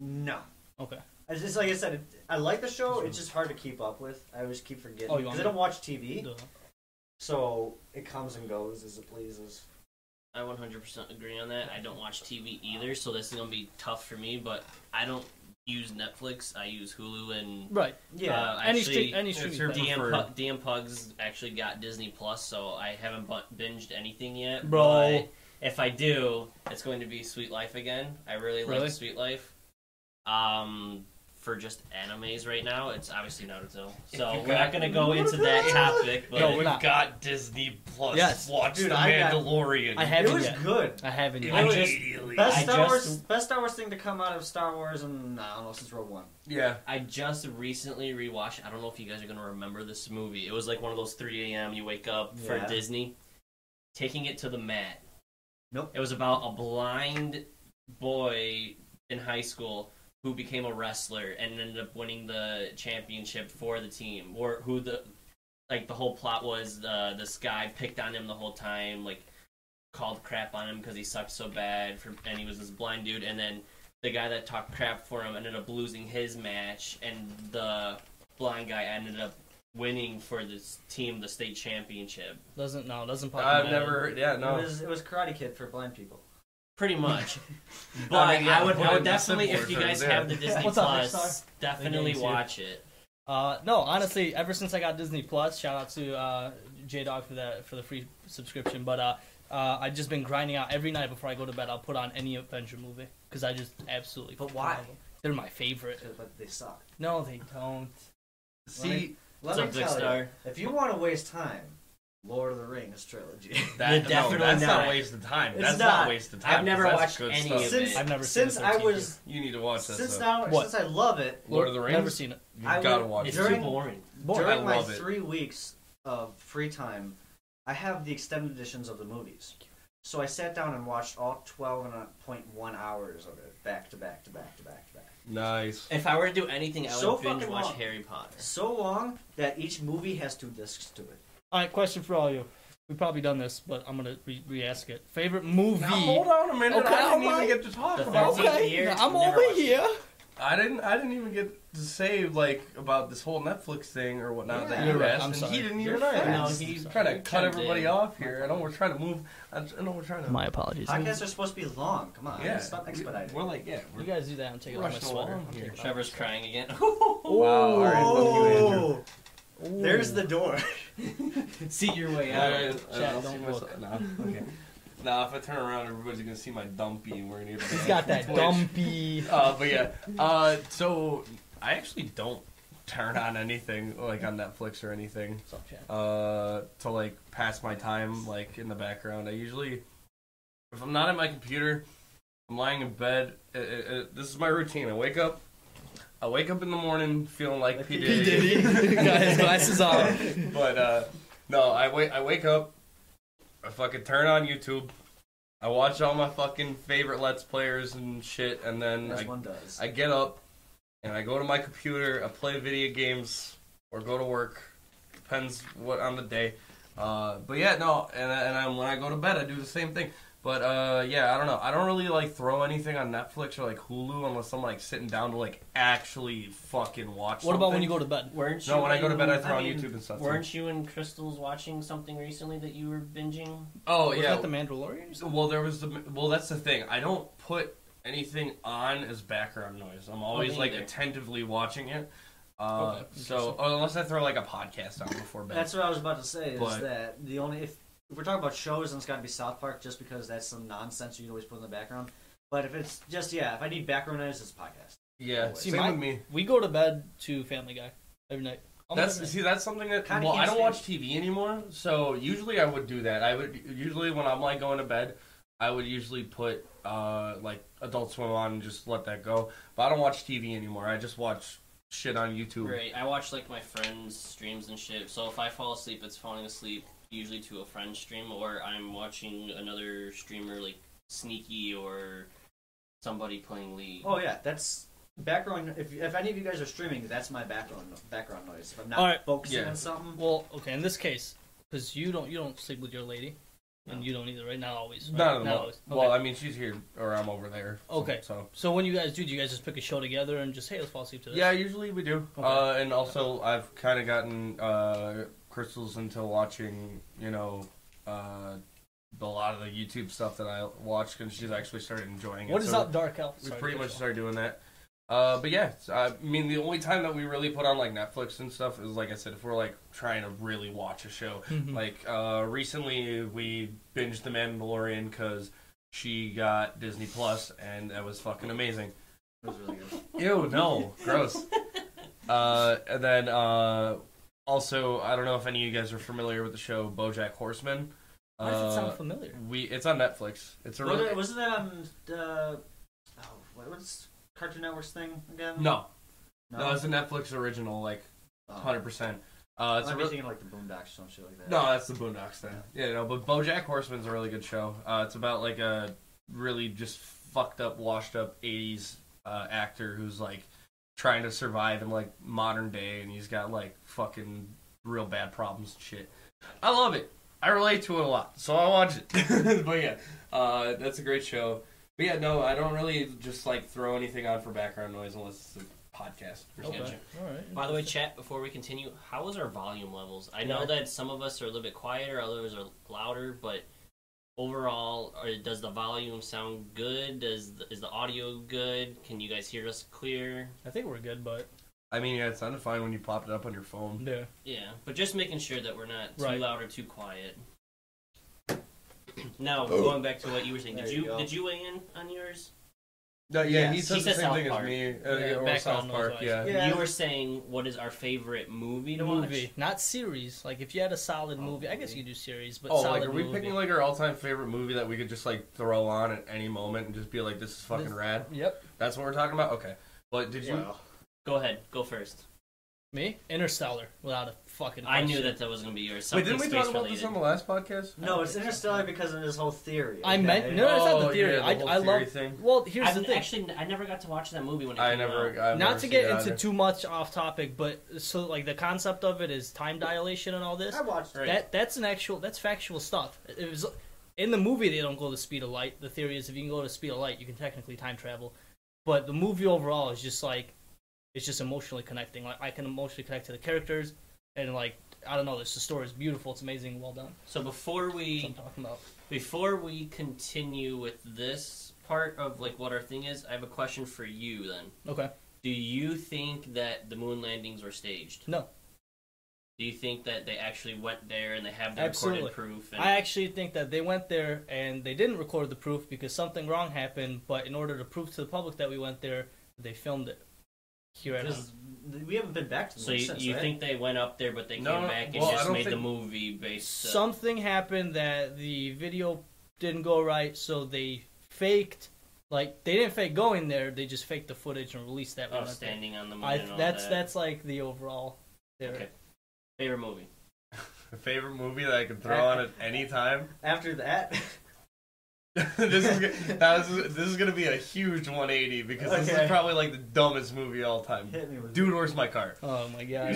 C: No.
A: Okay.
C: It's just like I said, it- I like the show. It's just hard to keep up with. I always keep forgetting
A: Oh, you
C: because
A: want
C: I don't watch TV,
A: Duh.
C: so it comes and goes as it pleases.
D: I 100% agree on that. I don't watch TV either, so this is gonna be tough for me. But I don't use Netflix. I use Hulu and
A: Right.
C: Yeah,
D: Uh,
A: any
D: actually,
A: stream, any
B: it's
A: streaming.
B: your
A: platform.
D: DM,
B: preferred.
D: Pug, DM Pugs actually got Disney Plus, so I haven't bu- binged anything yet.
A: Bro.
D: but if I do, it's going to be Sweet Life again. I really,
A: Really?
D: like Sweet Life. Um, for just animes right now, it's obviously Naruto. So
E: you
D: we're
E: got-
D: not going to go into that topic, but
A: No,
E: But
A: we're
E: we've
A: not.
E: got Disney Plus.
A: Yes.
E: Watch
C: Dude,
E: The
C: I got-
E: Mandalorian.
A: I
C: it
A: haven't
C: was
A: yet.
C: good.
A: I haven't yet.
D: I just-
E: Immediately.
C: Best
D: I
C: Star
D: just-
C: Wars, best Star Wars thing to come out of Star Wars, and I don't know since Rogue One.
B: Yeah,
D: I just recently rewatched. I don't know if you guys are gonna remember this movie. It was like one of those 3 a.m. You wake up for
C: Yeah.
D: Disney. Taking it to the mat.
C: Nope.
D: It was about a blind boy in high school who became a wrestler and ended up winning the championship for the team. Or who the like the whole plot was uh, this guy picked on him the whole time, like called crap on him because he sucked so bad, for, and he was this blind dude. And then the guy that talked crap for him ended up losing his match, and the blind guy ended up winning for this team the state championship.
A: Doesn't no. Doesn't pop. in
B: I've
A: my head.
B: never. Yeah,
C: It
B: no.
C: was it was Karate Kid for blind people.
D: Pretty much, but I,
B: mean, yeah,
D: would, I
B: put it
D: would
B: in the
D: definitely,
B: simpler
D: if you
B: terms,
D: guys
B: yeah.
D: have the Disney
A: What's up,
D: Plus,
A: Pixar?
D: definitely
A: Thank you.
D: watch it.
A: Uh, no, honestly, ever since I got Disney Plus, shout out to uh, J Dog for the for the free subscription. But uh, uh, I've just been grinding out every night before I go to bed. I'll put on any Avenger movie because I just absolutely.
C: But why?
A: love 'em. They're my favorite.
C: uh, But they suck.
A: No, they don't.
B: See,
C: Let
D: What's up,
C: me
D: Big
C: tell
D: Star?
C: you, if you want to waste time, Lord of the Rings trilogy.
B: that, no,
D: definitely
B: that's not
D: not.
B: wasted time.
C: It's
B: that's not.
C: not.
B: wasted time.
D: I've never
B: 'cause that's
D: watched
B: good
D: any
B: stuff.
D: of it.
C: since
A: Oh, I've never seen
C: since
A: it,
C: I
A: so it's
C: was
B: You need to watch that.
C: since
B: stuff.
C: now
A: What?
C: since I love it
B: Lord of the Rings.
A: Never seen it.
B: You've
C: I
B: got to
C: would-
B: watch
D: It's
B: it.
C: During-
D: too boring.
A: Boy,
B: I
C: during my
B: love it.
C: three weeks of free time, I have the extended editions of the movies. So I sat down and watched all 12.1 hours of it back to back to back to back to back.
B: Nice.
D: If I were to do anything, I would
C: So
D: binge
C: fucking
D: watch
C: long.
D: Harry Potter.
C: So long that each movie has two discs to it.
A: All right, question for all of you. We've probably done this, but I'm gonna re- re-ask it. Favorite movie?
B: Now, hold on a minute.
A: Okay,
B: I didn't
A: all right.
B: even get to talk
D: The
B: about.
D: thirteenth-
B: It.
A: okay,
D: years,
A: now I'm
D: never
A: over
D: watched it.
A: here.
B: I didn't. I didn't even get to say like about this whole Netflix thing or whatnot that
A: You're
B: you
A: right,
B: asked,
A: I'm
B: and
A: sorry.
B: he didn't
C: You're
B: even know.
C: fine.
D: No,
B: I'm
D: he's
B: trying to
D: you
B: cut
D: chimed
B: everybody
D: in.
B: off here. I know we're trying to move. I I know we're trying to.
A: My apologies.
C: Podcasts are supposed to be long. Come on,
B: yeah,
C: stop
B: we-
C: expediting.
B: We're like yeah.
A: You
B: We're
A: guys do that. I'm taking off my
B: Rushing
A: sweater.
B: along
A: I'm
B: here.
A: taking off-
D: Trevor's crying again.
B: Wow, all right, fuck you, Andrew.
C: Oh, there's the door.
D: See your way
B: Yeah,
D: out.
B: I- I
A: Chad,
B: don't
A: don't
B: see myself.
A: look.
B: Nah, okay. Nah, if I turn around, everybody's gonna see my dumpy, and we're gonna get.
A: He's got that
B: Twitch.
A: dumpy.
B: Uh, but yeah, uh, so I actually don't turn on anything like on Netflix or anything
A: What's up, Chad?
B: uh, to like pass my time like in the background. I usually, if I'm not at my computer, I'm lying in bed. uh uh uh, this is my routine. I wake up. I wake up in the morning feeling like P Diddy.
A: got his glasses on.
B: but uh, no, I wait. I wake up. I fucking turn on YouTube. I watch all my fucking favorite Let's Players and shit, and then
C: As
B: I,
C: one does.
B: I get up and I go to my computer. I play video games or go to work. Depends what on the day. Uh, but yeah, no, and I- and I, when I go to bed, I do the same thing. But uh, yeah, I don't know. I don't really like throw anything on Netflix or like Hulu unless I'm like sitting down to like actually fucking watch.
A: What about when
B: something.
A: you go to bed?
D: Weren't
B: No,
D: you
B: when I go to bed, I
D: in-
B: throw on
D: mean,
B: YouTube and stuff, too.
D: Weren't you and Crystals watching something recently that you were binging?
B: Oh
A: Was
B: yeah,
A: that the Mandalorian? or something?
B: Well, there was the well. That's the thing. I don't put anything on as background noise. I'm always
D: me
B: like
D: either.
B: attentively watching it. Uh,
A: Okay,
B: so oh, unless I throw like a podcast on before bed,
C: That's what I was about to say. Is
B: But-
C: that the only if, if we're talking about shows, then it's got to be South Park, just because that's some nonsense you can always put in the background. But if it's just yeah, if I need background noise, it's a podcast.
B: yeah.
A: See,
B: same
A: my-
B: with me.
A: We go to bed to Family Guy every night. I'm
B: That's
A: gonna-
B: see, that's something that
C: Kinda
B: well, I don't
C: instinct.
B: watch TV anymore, so usually I would do that. I would usually when I'm like going to bed, I would usually put uh like Adult Swim on and just let that go. But I don't watch TV anymore. I just watch shit on YouTube.
D: Right. I watch like my friends' streams and shit. So if I fall asleep, it's falling asleep usually to a friend's stream, or I'm watching another streamer like Sneaky or somebody playing League.
C: Oh yeah, that's background. If, if any of you guys are streaming, that's my background background noise. If I'm not
A: All right.
C: focusing
B: Yeah.
C: on something,
A: Well, okay, in this case, because you don't you don't sleep with your lady, and you don't either, right? Not always. Right?
B: None of them.
A: always. Okay.
B: Well, I mean, she's here or I'm over there.
A: Okay.
B: So
A: so when you guys do, do you guys just pick a show together and just hey, let's fall asleep to this?
B: yeah, usually we do.
A: Okay.
B: Uh, and also I've kind of gotten uh crystals into watching, you know, uh a lot of the YouTube stuff that I watch, and she's actually started enjoying it.
A: What is
B: so-
A: up, Dark Elf?
B: We
A: Sorry,
B: pretty
A: Dark
B: much
A: Elf.
B: started doing that. Uh, but yeah, it's- I mean, the only time that we really put on like Netflix and stuff is like I said, if we're like trying to really watch a show.
A: Mhm.
B: Like uh, recently, we binged The Mandalorian because she got Disney Plus, and that was fucking amazing.
C: it was really good.
B: Ew, no, gross. Uh, and then uh, also, I don't know if any of you guys are familiar with the show BoJack Horseman.
A: Why does it
B: Uh,
A: sound familiar?
B: we it's on Netflix. It's a really
C: Wasn't- Wasn't that on the oh what was Cartoon Network's thing again?
B: no,
C: no.
B: no, it's a Netflix original, like
C: oh.
B: hundred percent. Uh, it's
C: I'm
B: a re-
C: thinking like the Boondocks or some shit like that.
B: No, that's the Boondocks then. Yeah, no, but BoJack Horseman's a really good show. Uh, it's about like a really just fucked up, washed up '80s uh, actor who's like trying to survive in like modern day, and he's got like fucking real bad problems and shit. I love it. I relate to it a lot, so I watch it. but yeah, uh, that's a great show. But yeah, no, I don't really just like throw anything on for background noise unless it's a podcast. or
D: Okay.
B: something.
A: All right.
D: By the way, chat. Before we continue, how is our volume levels? I know
A: Yeah.
D: that some of us are a little bit quieter, others are louder, but overall, or does the volume sound good? Does the, is the audio good? Can you guys hear us clear?
A: I think we're good, but
B: I mean, yeah, it sounded fine when you popped it up on your phone.
A: yeah.
D: Yeah, but just making sure that we're not too
A: Right.
D: loud or too quiet. now
E: Oh.
D: going back to what you were saying, did
C: There
D: you,
C: you go.
D: did you weigh in on yours?
B: No, yeah, he
D: Yes.
B: says
D: He
B: the
D: says
B: same
D: South
B: thing
D: Park.
B: as me. Uh,
A: Yeah,
B: or
A: background
B: South
A: noise
B: Park,
A: wise.
B: yeah.
C: Yeah.
D: You were saying what is our favorite movie to
A: movie,
D: watch?
A: not series. Like if you had a solid movie, I guess you could do series, but
B: Oh,
A: solid
B: like, are we
A: movie.
B: picking like our all-time favorite movie that we could just like throw on at any moment and just be like, "This is fucking
A: This-
B: rad."
A: Yep,
B: That's what we're talking about. Okay, but did you?
C: Well,
D: Go ahead, go first.
A: me Interstellar without a fucking.
D: I knew
A: question.
D: that that was going to be yours.
B: Wait,
D: Something
B: didn't we
D: space
B: talk about
D: related.
B: this on the last podcast?
C: no, it's Interstellar because of this whole theory.
A: I
C: okay?
A: meant no, it's not the
B: Oh,
A: theory.
B: yeah, the
A: I,
B: whole
A: I
B: theory
A: love.
B: thing.
A: Well, here's
D: I've
A: the thing.
D: Actually, I never got to watch that movie when it
B: I
D: came
B: never.
D: out.
B: I've never
A: not to
B: seen
A: get
B: it
A: into
B: either.
A: too much off topic, but so like the concept of it is time dilation and all this.
C: I watched it.
D: Right.
A: That that's an actual that's factual stuff. It was in the movie they don't go the speed of light. The theory is if you can go to the speed of light, you can technically time travel. But the movie overall is just like it's just emotionally connecting. Like I can emotionally connect to the characters and like I don't know, this the story is beautiful, it's amazing, well done.
D: So before
A: That's what
D: we
A: I'm talking about.
D: Before we continue with this part of like what our thing is, I have a question for you then.
A: Okay.
D: Do you think that the moon landings were staged?
A: No.
D: Do you think that they actually went there and they have the
A: Absolutely.
D: recorded proof? And
A: I actually think that they went there and they didn't record the proof because something wrong happened, but in order to prove to the public that we went there, they filmed it. Here at home.
C: Because we haven't been back to the
D: so
C: moon
D: you,
C: since,
D: you
C: right?
D: think they went up there but they
B: No,
D: came
B: no,
D: back and
B: well, I
D: just
B: don't
D: made the
B: think-
D: movie based uh,
A: something happened that the video didn't go right, so they faked. Like they didn't fake going there; they just faked the footage and released that. one.
D: of Oh, standing on the moon
A: I,
D: and all
A: that's
D: that.
A: that's like the overall. There.
D: Okay. favorite movie.
B: favorite movie that I could throw on at any time.
C: After that,
B: this is go- that was, this is gonna be a huge 180 because this
C: Okay.
B: is probably like the dumbest movie of all time.
C: hit me with
B: Dude, where's my car?
A: Oh my god!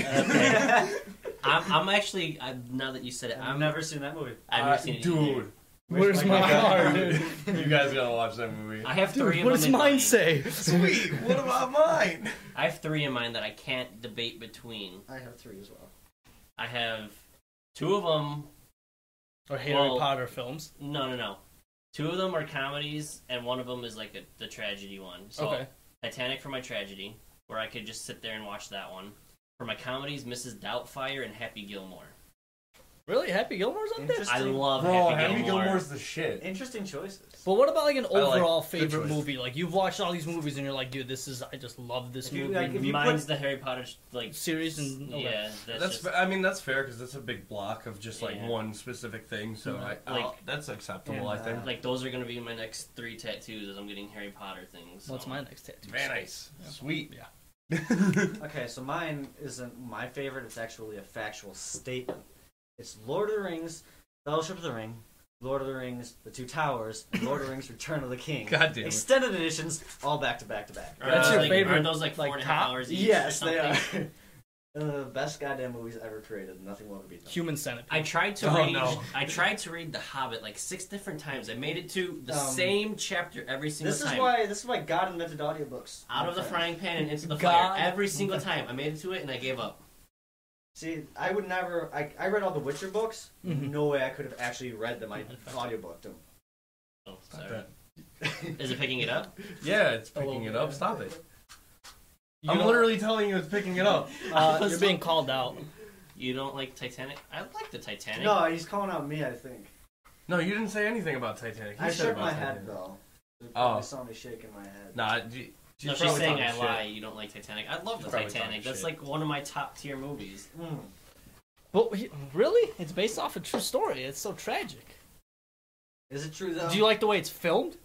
D: I'm, I'm actually i now that you said it,
C: I've
D: I'm
C: never seen that movie.
D: I've
B: Uh,
D: never seen it. either.
B: dude.
A: Where's
C: my
A: my
C: car?
A: car, dude?
B: You guys gotta watch that movie.
D: I have three.
A: Dude,
D: of
A: what
D: them
A: does
D: in
A: mine
D: mind.
A: say?
B: Sweet. What about mine?
D: I have three in mind that I can't debate between.
C: I have three as well.
D: I have two of them.
A: Or Harry
D: Well-
A: Potter films.
D: No, no, no. Two of them are comedies, and one of them is like a, the tragedy one. So
A: okay.
D: Titanic for my tragedy, where I could just sit there and watch that one. For my comedies, Mrs. Doubtfire and Happy Gilmore.
A: Really, Happy Gilmore's up there.
C: Interesting.
D: I love
E: Bro,
D: Happy,
E: Happy
D: Gilmore.
E: Gilmore's the shit.
C: Interesting choices.
A: But what about like an
B: I like
A: overall
B: the
A: favorite
B: choice.
A: movie? Like you've watched all these movies and you're like, dude, this is I just love this
C: If you,
A: movie.
C: like, if you
D: Mine's the Harry Potter like
A: series and okay.
D: yeah. That's,
B: That's,
D: just,
B: fa- I mean that's fair because that's a big block of just like
D: Yeah. Mm-hmm.
B: one specific thing. So I,
D: Like-
B: I'll- that's acceptable, I
C: Yeah.
B: think.
D: like those are gonna be my next three tattoos as I'm getting Harry Potter things.
A: What's
D: so.
A: my next tattoo?
B: Van Ice, sweet.
A: Yeah.
B: Yeah.
C: Okay, so mine isn't my favorite. It's actually a factual statement. It's Lord of the Rings, Fellowship of the Ring, Lord of the Rings, The Two Towers, and Lord of the Rings, Return of the King.
B: God damn it.
C: Extended editions, all back to back to back.
D: Or,
A: That's
D: uh,
A: your
D: like,
A: favorite,
D: Aren't those like four
A: like,
D: and a half
A: top-
D: hours each? or
C: Yes, they are.
D: something?
C: Uh, best goddamn movies ever created. Nothing will ever beat them.
A: Human Centipede.
D: I tried to
B: Oh,
D: read.
B: no.
D: I tried to read The Hobbit like six different times. I made it to the
C: Um,
D: same chapter every single
C: This is
D: time.
C: why this is why God invented audiobooks.
D: out of the
C: Okay.
D: frying pan and into the
A: God.
D: fire every single time. I made it to it and I gave up.
C: See, I would never. I, I read all the Witcher books.
A: Mhm.
C: No way I could have actually read them. I audiobooked them.
D: Oh,
B: Stop
D: sorry.
B: that.
D: Is it picking it up?
B: yeah, it's
A: A little
B: picking it
A: bit,
B: up.
A: yeah.
B: Stop it.
A: You
B: I'm
A: don't-
B: literally telling you it's picking it up.
A: uh, you're being called out.
D: You don't like Titanic? I like the Titanic.
C: No, he's calling out me. I think.
B: No, you didn't say anything about Titanic. You
C: I
B: said
C: shook
B: about
C: my head
B: Titanic.
C: though. You probably
B: Oh.
C: saw me shaking my head.
B: Nah, she, she's
D: No, she's
B: probably
D: saying
B: talking
D: I
B: shit.
D: lie. You don't like Titanic. I love
B: She's
D: the
B: probably
D: Titanic.
B: talking
D: That's
B: shit.
D: like one of my top tier movies.
C: Mm.
A: But he- really, it's based off a true story. It's so tragic.
C: Is it true though?
A: Do you like the way it's filmed?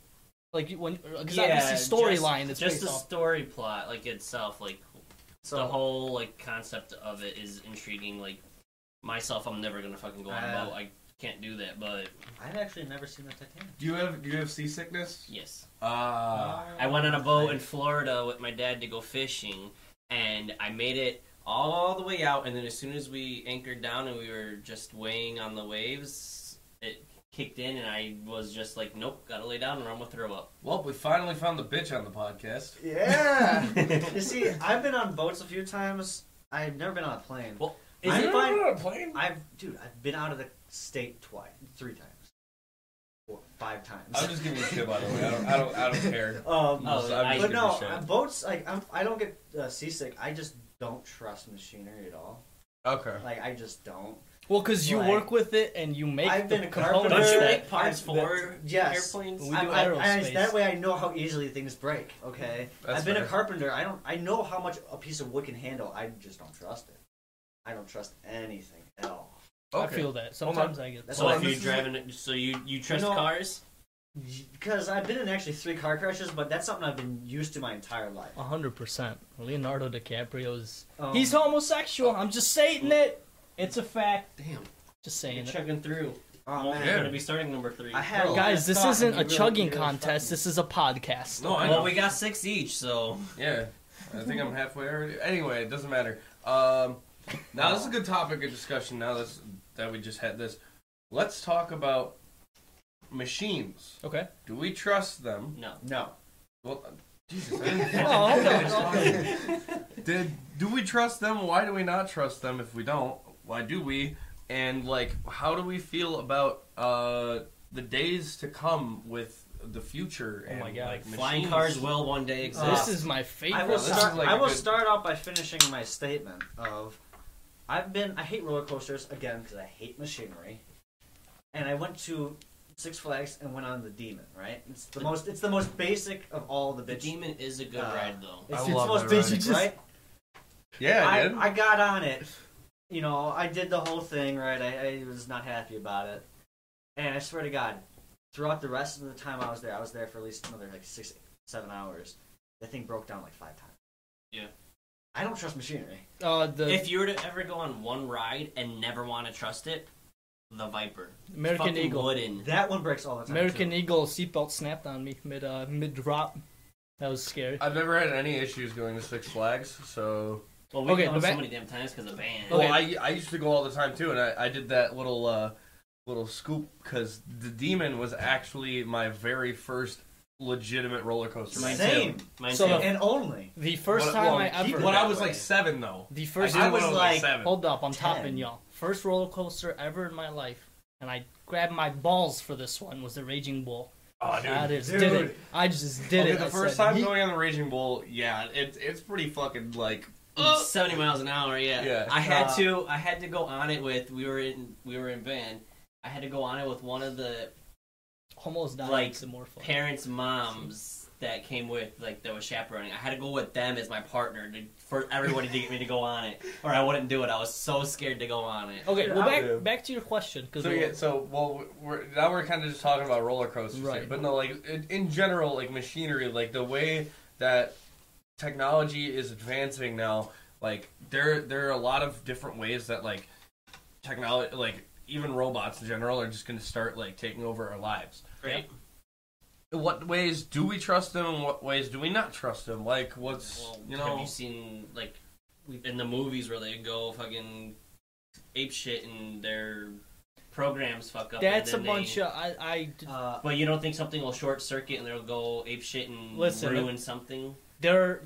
A: Like you- when because
D: Yeah,
A: obviously storyline is
D: just,
A: based
D: just the
A: off.
D: story plot, like itself, like
C: so,
D: the whole like concept of it is intriguing. Like myself, I'm never gonna fucking go on
C: Uh,
D: a boat. I can't do that. But
C: I've actually never seen the Titanic.
B: Do you have do you have seasickness?
D: yes,
B: Uh,
D: I went on a boat in Florida with my dad to go fishing, and I made it all the way out. And then as soon as we anchored down and we were just weighing on the waves, it kicked in, and I was just like, nope, gotta lay down, and I'm gonna throw up.
B: well, we finally found the bitch on the podcast.
C: Yeah. you see, I've been on boats a few times. I've never been on a plane.
D: Well,
C: I
B: Is it
C: find-
B: on a plane?
C: I've dude, I've been out of the state twice, three times, Four, five times.
B: I'm just giving a shit by the way. I don't, I don't, I don't care.
C: um,
D: Oh,
B: Just- I'm
D: I-
B: just
C: but
B: giving a
C: no,
B: shit.
C: uh, boats like I'm, I don't get uh, seasick. I just don't trust machinery at all.
B: Okay.
C: Like I just don't.
A: Well, because you
C: Like-
A: work with it and you make.
C: I've
A: the
C: been a
A: components
C: carpenter.
D: Don't you
A: that-
D: make parts
C: I-
D: for
C: that- yes.
D: airplanes?
A: We
C: I-
A: do
C: I- I-
A: aerospace.
C: that way, I know how easily things break. Okay,
B: That's
C: I've been a
B: fair.
C: carpenter. I don't. I know how much a piece of wood can handle. I just don't trust it. I don't trust anything at all.
A: I
B: Okay.
A: feel that
B: Hold on.
A: sometimes I get.
C: That's
A: That.
D: so
C: why
D: if
C: this
D: you're
C: is-
D: driving, it- so you you trust
C: No.
D: cars?
C: Because I've been in actually three car crashes, but that's something I've been used to my entire life.
A: hundred percent. Leonardo DiCaprio's.
C: Um,
A: He's homosexual. I'm just saying it. It's a fact.
D: Damn,
A: Just
D: you're
A: saying it.
D: chugging through.
C: Oh,
D: Well,
C: man.
D: We're
B: Yeah.
D: gonna be starting number three.
C: I had a lot
A: Guys,
C: of
A: this
C: thought,
A: isn't
C: and you
A: a
C: really-
A: chugging
C: you really
A: contest.
C: fucked me.
A: This is a podcast.
B: No, Oh, I know.
D: well, we got six each, so
B: Yeah, I think I'm halfway already. Anyway, it doesn't matter. Um, now this is a good topic of discussion. Now that's that we just had this, let's talk about machines.
A: Okay.
B: Do we trust them?
D: no.
C: No.
B: Well, Jesus, I didn't
A: Oh,
B: okay. Did do we trust them? Why do we not trust them? If we don't, why do we? And like, how do we feel about uh, the days to come with the future?
A: Oh
B: and,
A: my God.
B: like,
D: Flying
B: machines?
D: cars will one day
A: This
D: exist.
A: is my
C: Uh, I
A: favorite.
C: will,
B: this is
C: start,
B: like
C: I
B: a
C: will
B: good-
C: start out by finishing my statement of I've been, I hate roller coasters again because I hate machinery. And I went to Six Flags and went on the Demon, right? It's the most, it's the most basic of all the
D: the
C: bitch.
D: demon is a good
C: Uh,
D: ride, though.
C: It's,
B: I
C: it's the
B: love
C: most
B: that ride.
C: basic,
A: Just-
C: right?
B: Yeah, I, did.
C: I, I got on it. You know, I did the whole thing, right? I, I was not happy about it. And I swear to God, throughout the rest of the time I was there, I was there for at least another like six, seven hours. That thing broke down like five times.
D: Yeah.
C: I don't trust machinery.
A: Uh, the
D: If you were to ever go on one ride and never want to trust it, the Viper.
A: American
D: Fucking
A: Eagle.
D: Wooden.
C: That one breaks all the time.
A: American
C: too.
A: Eagle seatbelt snapped on me mid uh, mid drop. That was scary.
B: I've never had any issues going to Six Flags, so.
D: Well, we've
A: Okay,
D: gone
A: the
D: so
A: ba- Oh,
D: many damn times because of band.
A: Okay.
B: Well, I, I used to go all the time too, and I, I did that little uh, little scoop because the demon was actually my very first legitimate roller coaster.
D: Mine
B: ride.
C: Same.
D: too. Mine
A: So-
D: too.
C: And only.
A: The first
B: When-
A: time
B: well,
A: I ever.
C: keep-
B: When I was
C: that way.
B: like seven, though,
A: The first.
B: I,
C: I
B: did when
C: was
B: I was
C: like-
B: seven.
A: Hold up, I'm
C: Ten.
A: topping y'all. First roller coaster ever in my life, and I grabbed my balls for this one was the Raging Bull.
B: Oh,
A: I
B: dude.
A: just did it.
C: Dude.
A: I just did
B: okay,
A: it.
B: the
A: I
B: first
A: said,
B: time
A: "Yeet."
B: going on the Raging Bull, yeah, it's it's pretty fucking like
A: Oh.
D: 70 miles an hour. Yeah.
B: Yeah.
D: I had
C: Uh,
D: to. I had to go on it with. We were in. We were in band. I had to go on it with one of the
A: Almost died.
D: Like,
A: some more fun.
D: parents' moms that came with, like that was chaperoning. I had to go with them as my partner to, for everybody to get me to go on it, or I wouldn't do it. I was so scared to go on it.
A: Okay, well
B: Yeah.
A: back
B: Yeah.
A: back to your question because
B: So yeah, so well, we're, now we're kind of just talking about roller coasters, here,
A: Right.
B: But no, like in, in general, like machinery, like the way that technology is advancing now, like there there are a lot of different ways that like technology, like even robots in general, are just going to start like taking over our lives.
D: Right.
B: In what ways do we trust them? and What ways do we not trust them? Like what's
D: Well,
B: you
D: have
B: know?
D: you seen like in the movies where they go fucking ape shit and their programs fuck up? and
A: that's a
D: then they-
A: bunch of I, I
C: Uh,
D: But you don't think something will short circuit and they'll go ape shit and
A: Listen,
D: ruin something?
A: there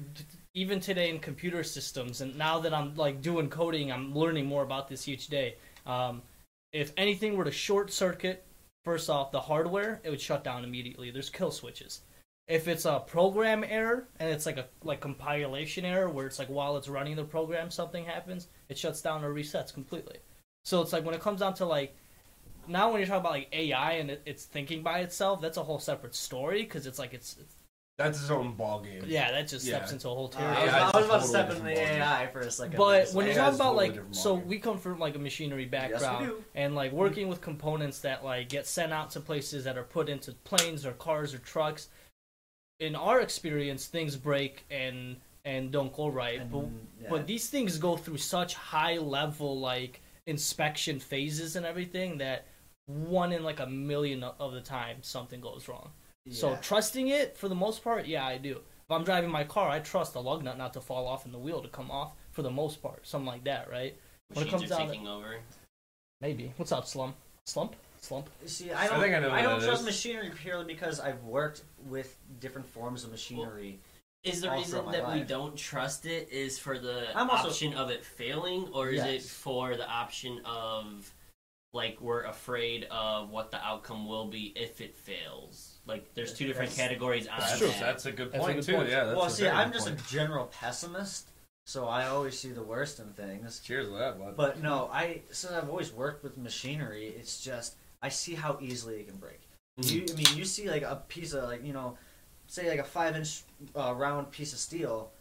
A: even today in computer systems and now that i'm like doing coding i'm learning more about this each day um, if anything were to short circuit first off the hardware it would shut down immediately there's kill switches if it's a program error and it's like a like compilation error where it's like while it's running the program something happens it shuts down or resets completely so it's like when it comes down to like now when you're talking about like ai and it, it's thinking by itself that's a whole separate story because it's like it's
B: That's his own ball game.
A: yeah that just steps
B: Yeah.
A: into a whole
C: uh,
A: territory
C: I, was,
B: AI
C: I
B: is
C: was
B: a
C: about to
B: totally
C: step in
B: different
C: the
B: ballgame.
C: AI for a second.
A: But
C: It's
A: when you're
C: like-
B: Yeah,
A: talking
B: it's
A: about
B: totally
A: like,
B: different
A: so
B: ballgame.
A: we come from like a machinery
C: we
A: background,
C: do.
A: and like working with components that like get sent out to places that are put into planes or cars or trucks. In our experience, things break and and don't go right. but
C: And, yeah.
A: but these things go through such high level like inspection phases and everything that one in like a million of the time something goes wrong. So
C: Yeah.
A: trusting it for the most part, yeah, I do. If I'm driving my car, I trust the lug nut not to fall off and the wheel to come off for the most part, something like that, right? When it
D: Machines
A: comes
D: are
A: down to-
D: taking over.
A: Maybe. What's up, slump? Slump? Slump?
C: See, I
B: I
C: don't, I
B: think I know what
C: don't
B: that
C: trust
B: is.
C: machinery purely because I've worked with different forms of machinery.
D: Is the
C: all
D: reason
C: throughout my
D: that we
C: life.
D: don't trust it is for the
C: I'm also-
D: option of it failing, or is it
C: Yes.
D: for the option of like we're afraid of what the outcome will be if it fails? Like there's two different
C: That's-
D: categories on
B: That's,
A: true.
D: that.
B: that's a good
A: That's a
B: point
A: good
B: too.
A: point.
B: Yeah. That's
C: well,
B: a
C: see,
B: very
C: I'm
B: good
C: just
B: point.
C: a general pessimist, so I always see the worst in things.
B: Cheers to that one.
C: But no, I since I've always worked with machinery, it's just I see how easily it can break.
B: Hmm.
C: You, I mean, you see like a piece of like you know, say like a five inch uh, round piece of steel,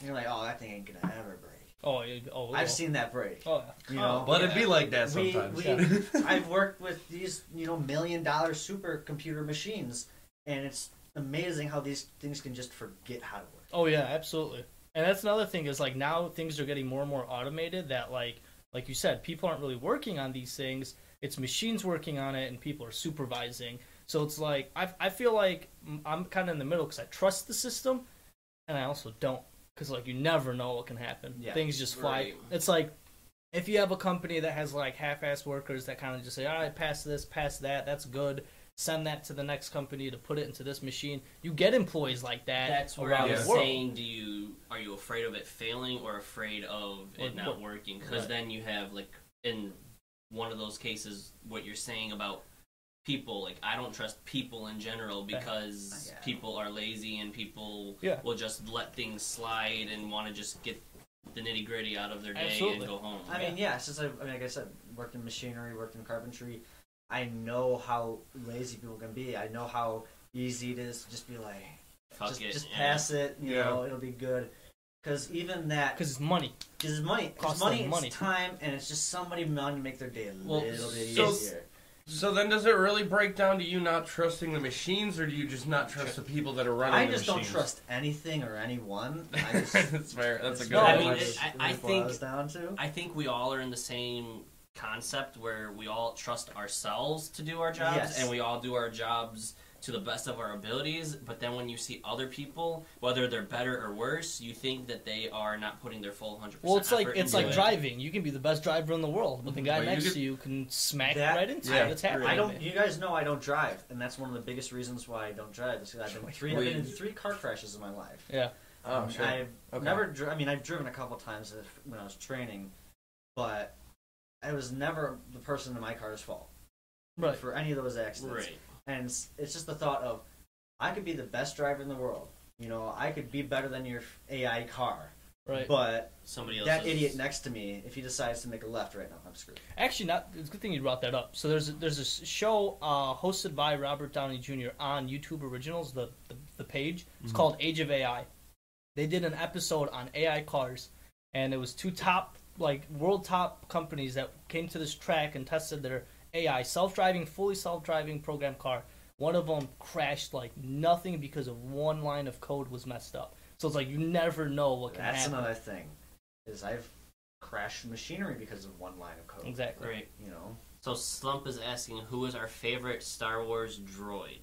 C: and you're like, oh, that thing ain't gonna ever break.
A: Oh, yeah, oh, it will.
C: I've seen that break.
A: Oh, yeah.
C: You know,
B: But it'd be like that
C: We-
B: sometimes.
C: we- I've worked with these, you know, million dollar supercomputer machines, and it's amazing how these things can just forget how to work.
A: Oh yeah, absolutely. And that's another thing is like now things are getting more and more automated that like like you said, people aren't really working on these things. It's machines working on it and people are supervising. So it's like I I feel like m- I'm kind of in the middle cuz I trust the system and I also don't cuz like you never know what can happen.
C: Yeah,
A: things just fly.
D: right.
A: It's like if you have a company that has like half-ass workers that kind of just say, "All right, pass this, pass that. That's good." Send that to the next company to put it into this machine. You get employees like that.
D: That's where I
A: around
D: was
A: the world.
D: saying, do you are you afraid of it failing or afraid of
A: Like,
D: it not
A: what-
D: working? Because
A: right.
D: then you have like in one of those cases, what you're saying about people, like I don't trust people in general because
C: Yeah.
D: people are lazy and people
A: Yeah.
D: will just let things slide and want to just get the nitty gritty out of their day
A: Absolutely.
D: and go home.
C: I mean, yeah, since I, I mean, like I said, worked in machinery, worked in carpentry, I know how lazy people can be. I know how easy it is to just be like,
D: Fuck
C: just,
D: it.
C: just
D: yeah.
C: pass it. You
B: Yeah.
C: know, it'll be good. Because even that,
A: because it's money.
C: because money,
A: costs
C: cause money,
A: them
C: it's
A: money.
C: time, and it's just somebody money to make their day a
D: Well,
C: little bit
D: so-
C: easier.
B: so then, does it really break down to you not trusting the machines, or do you just not trust the people that are running?
C: I
B: the
C: just don't
B: machines?
C: trust anything or anyone. I just,
B: that's fair. That's a
C: it's
B: good.
D: No,
C: what
D: I
B: one.
C: it-
D: mean, it- I-
C: what
D: I
C: it
D: think-
C: boils down to.
D: I think we all are in the same concept where we all trust ourselves to do our jobs
C: Yes.
D: and we all do our jobs to the best of our abilities but then when you see other people whether they're better or worse you think that they are not putting their full 100%
A: Well, it's like
D: effort
A: it's
D: into
A: like
D: it.
A: driving. You can be the best driver in the world, but the guy
B: But you
A: next
B: could-
A: to you can smack
C: That-
A: right into
B: yeah,
A: it. It's happening.
C: I don't. You guys know I don't drive, and that's one of the biggest reasons why I don't drive. Is because I've been three. I've been in
B: Wait.
C: three car crashes in my life.
A: Yeah.
B: Oh shit.
C: I've
B: Okay.
C: never. Dri- I mean, I've driven a couple times if- when I was training, but I was never the person in my car's fault
A: Right.
C: for any of those accidents.
D: right
C: And it's, it's just the thought of I could be the best driver in the world. You know, I could be better than your AI car.
A: Right.
C: But
D: Somebody else.
C: that
D: is-
C: idiot next to me, if he decides to make a left right now, I'm screwed.
A: Actually, not. It's a good thing you brought that up. So there's a, there's a show uh, hosted by Robert Downey Jr. on YouTube Originals, the the, the page. It's called Age of AI. They did an episode on AI cars, and it was two top like world top companies that came to this track and tested their AI self driving, fully self driving program car. One of them crashed like nothing because of one line of code was messed up. So it's like you never know what can
C: That's
A: happen.
C: another thing, is I've crashed machinery because of one line of code.
A: Exactly.
D: Right.
C: You know.
D: So Slump is asking who is our favorite Star Wars droid.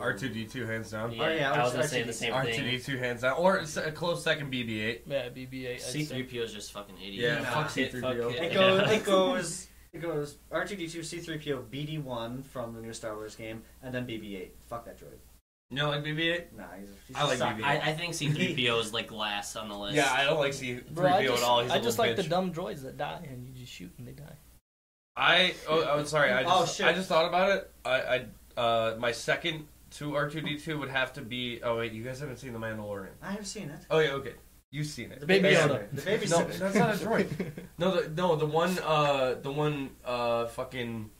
B: R two D two hands down.
C: Oh, yeah,
D: I was gonna
C: R2D2.
D: say the same
B: R two D
D: thing.
B: two hands down, or it's a close second BB eight.
A: Yeah, BB-8. I'd
D: C
A: say.
D: three PO is just fucking idiot.
B: Yeah,
C: Nah.
B: fuck
D: Fuck it,
B: C3PO.
D: fuck
C: It
D: Yeah.
C: goes. It goes. It goes. R two D two, C three PO, BD one from the new Star Wars game, and then BB eight. Fuck that droid.
B: You know, like BB eight.
C: Nah, he's. a- he's
B: I
C: a
B: like
C: sock.
B: BB-8.
D: I, I think C three PO is like last on the list.
B: Yeah, I don't like C
A: Bro,
B: three
A: I
B: PO
A: just,
B: at all. He's a
A: I just
B: little
A: like the
B: bitch.
A: dumb droids that die and you just shoot and they die.
B: I oh I'm sorry. I just,
C: Oh, shit.
B: I just thought about it. I, I uh my second to R two D two would have to be. Oh wait, you guys haven't seen The Mandalorian.
C: I have seen it.
B: Oh yeah, okay, you've seen it.
C: The
A: Baby
C: baby
A: Yoda.
C: sitter. The baby
B: No,
C: sitter.
B: that's not a droid. No, the, no, the one uh the one uh fucking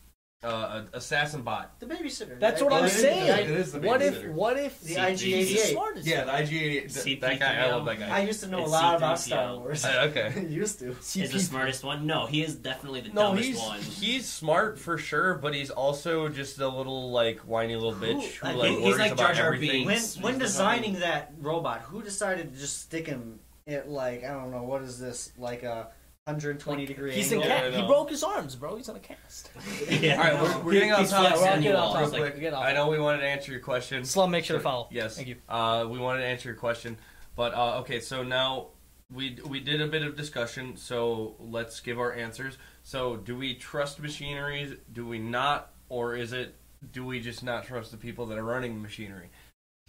B: uh assassin bot.
C: The babysitter.
A: That's
C: The
A: what I'm
C: IG-
A: saying.
B: It is the
A: What if
B: babysitter.
A: what if
C: The
A: CG is
C: IG-88?
A: smart as
B: Yeah, the
A: yeah,
B: IG88. That guy, I love that
C: I
B: guy.
C: used to know
D: It's
C: a lot about
D: C3PO.
C: Star Wars.
B: Uh, okay.
C: used to.
D: is the smartest one. No, he is definitely the
B: No,
D: dumbest
B: he's
D: one.
B: he's smart for sure, but he's also just a little like whiny little bitch who
C: Who-
B: like
C: He's
B: worries
D: like Jar
B: about
D: Jar
B: everything.
D: Binks.
C: When
D: He's
C: when
D: the
C: designing that robot, who decided to just stick him at like I don't know what is this like a 120 degree
A: He's in
C: angle?
B: Yeah, I
A: ca- he
B: know.
A: broke his arms, bro. He's on a cast.
D: Yeah.
B: All right, we're, we're getting off
D: He's
B: topic.
D: flexing
A: We're getting off
D: walls,
B: Real
A: topic.
B: quick,
A: Get off
B: I know we wanted to answer your question.
A: Slum, make sure to follow.
B: Yes.
A: Thank you.
B: Uh, we wanted to answer your question, but uh, okay. So now we we did a bit of discussion. So let's give our answers. So do we trust machineries? Do we not? Or is it do we just not trust the people that are running the machinery?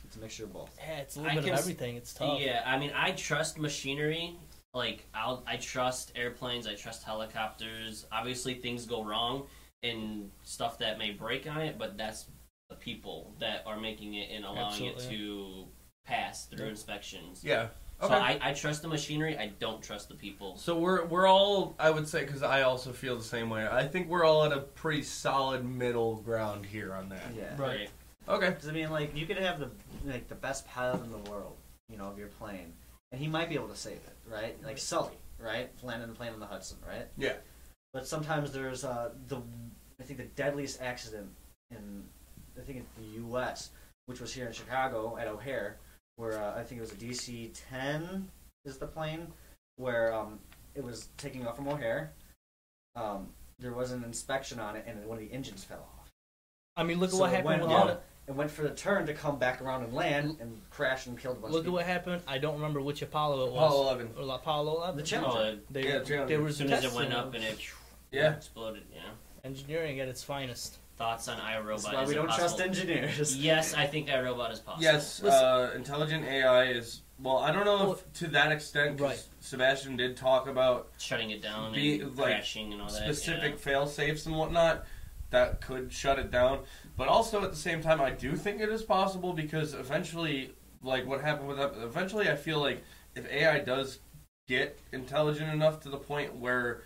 C: It's a mixture of both.
A: Yeah, it's a
D: I
A: little bit
D: can
A: of
D: s-
A: everything. It's tough.
D: Yeah, I mean, I trust machinery. Like, I'll, I trust airplanes. I trust helicopters. Obviously, things go wrong and stuff that may break on it, but that's the people that are making it and allowing it
A: Absolutely.
D: to pass through inspections.
B: Yeah.
D: So I, I trust the machinery. I don't trust the people.
B: So we're we're all I would say because I also feel the same way. I think we're all at a pretty solid middle ground here on that.
C: Yeah.
A: Right.
B: Okay.
C: Because I mean, like you could have the like the best pilot in the world, you know, of your plane, and he might be able to save it, right? Like Sully, right, landing the plane on the Hudson, right?
B: Yeah.
C: But sometimes there's uh, the I think the deadliest accident in I think it's the U.S., which was here in Chicago at O'Hare, where uh, I think it was a DC-10 is the plane where um, it was taking off from O'Hare. Um, there was an inspection on it, and one of the engines fell off.
A: I mean, look at
C: So
A: what
C: it
A: happened
C: went
A: with
C: on
A: all.
C: and went for the turn to come back around and land and crash and killed a bunch
A: Look
C: of
A: at
C: people.
A: what happened. I don't remember which Apollo it was.
B: Apollo 11.
A: Or Apollo 11.
C: The
D: Oh,
C: Challenger.
A: They,
B: Yeah, Challenger.
A: there
D: as
A: was
D: soon as it
A: tests
D: went
A: and
D: up and it
B: Yeah.
D: exploded, you know.
A: engineering at its finest.
D: Thoughts on iRobot?
C: That's why
D: is
C: we don't
D: impossible.
C: trust engineers.
D: Yes, I think iRobot is possible.
B: Yes, uh, intelligent AI is well. I don't know if to that extent. 'cause
A: Right.
B: Sebastian did talk about
D: shutting it down
B: Be-
D: and
B: like,
D: crashing and all that.
B: specific
D: yeah.
B: fail safes and whatnot that could shut it down. But also at the same time, I do think it is possible because eventually, like what happened with that, eventually, I feel like if AI does get intelligent enough to the point where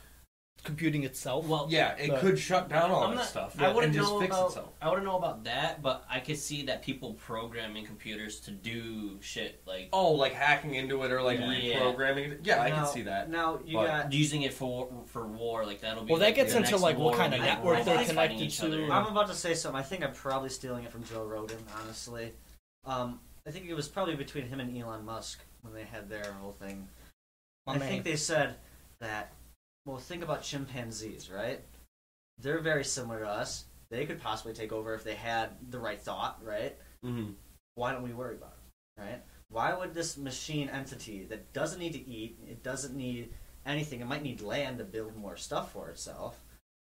A: Computing itself.
D: Well,
B: yeah, it
A: But-
B: could shut down all
D: I'm
B: that
D: not-
B: stuff
D: I
B: and
D: wouldn't
B: just
D: know
B: fix
D: about.
B: itself.
D: I wouldn't know about that, but I could see that people programming computers to do shit like
B: Oh, like hacking into it or like
D: Yeah.
B: reprogramming it. Yeah, I
C: Now-
B: can see that.
C: Now you
B: But-
C: got.
D: using it for for war. Like that'll be.
A: Well, that
D: like,
A: gets
D: the
A: into,
D: next
A: like, what
D: war
A: kind of
D: when
C: network they're
D: robots fighting
A: connected
D: each
A: to.
D: other.
C: I'm about to say something. I think I'm probably stealing it from Joe Rogan. Honestly, um, I think it was probably between him and Elon Musk when they had their whole thing.
A: My
C: I
A: man.
C: think they said that. Well, think about chimpanzees, right? They're very similar to us. They could possibly take over if they had the right thought, right?
B: Mm-hmm.
C: why don't we worry about it, right? Why would this machine entity that doesn't need to eat, it doesn't need anything, it might need land to build more stuff for itself,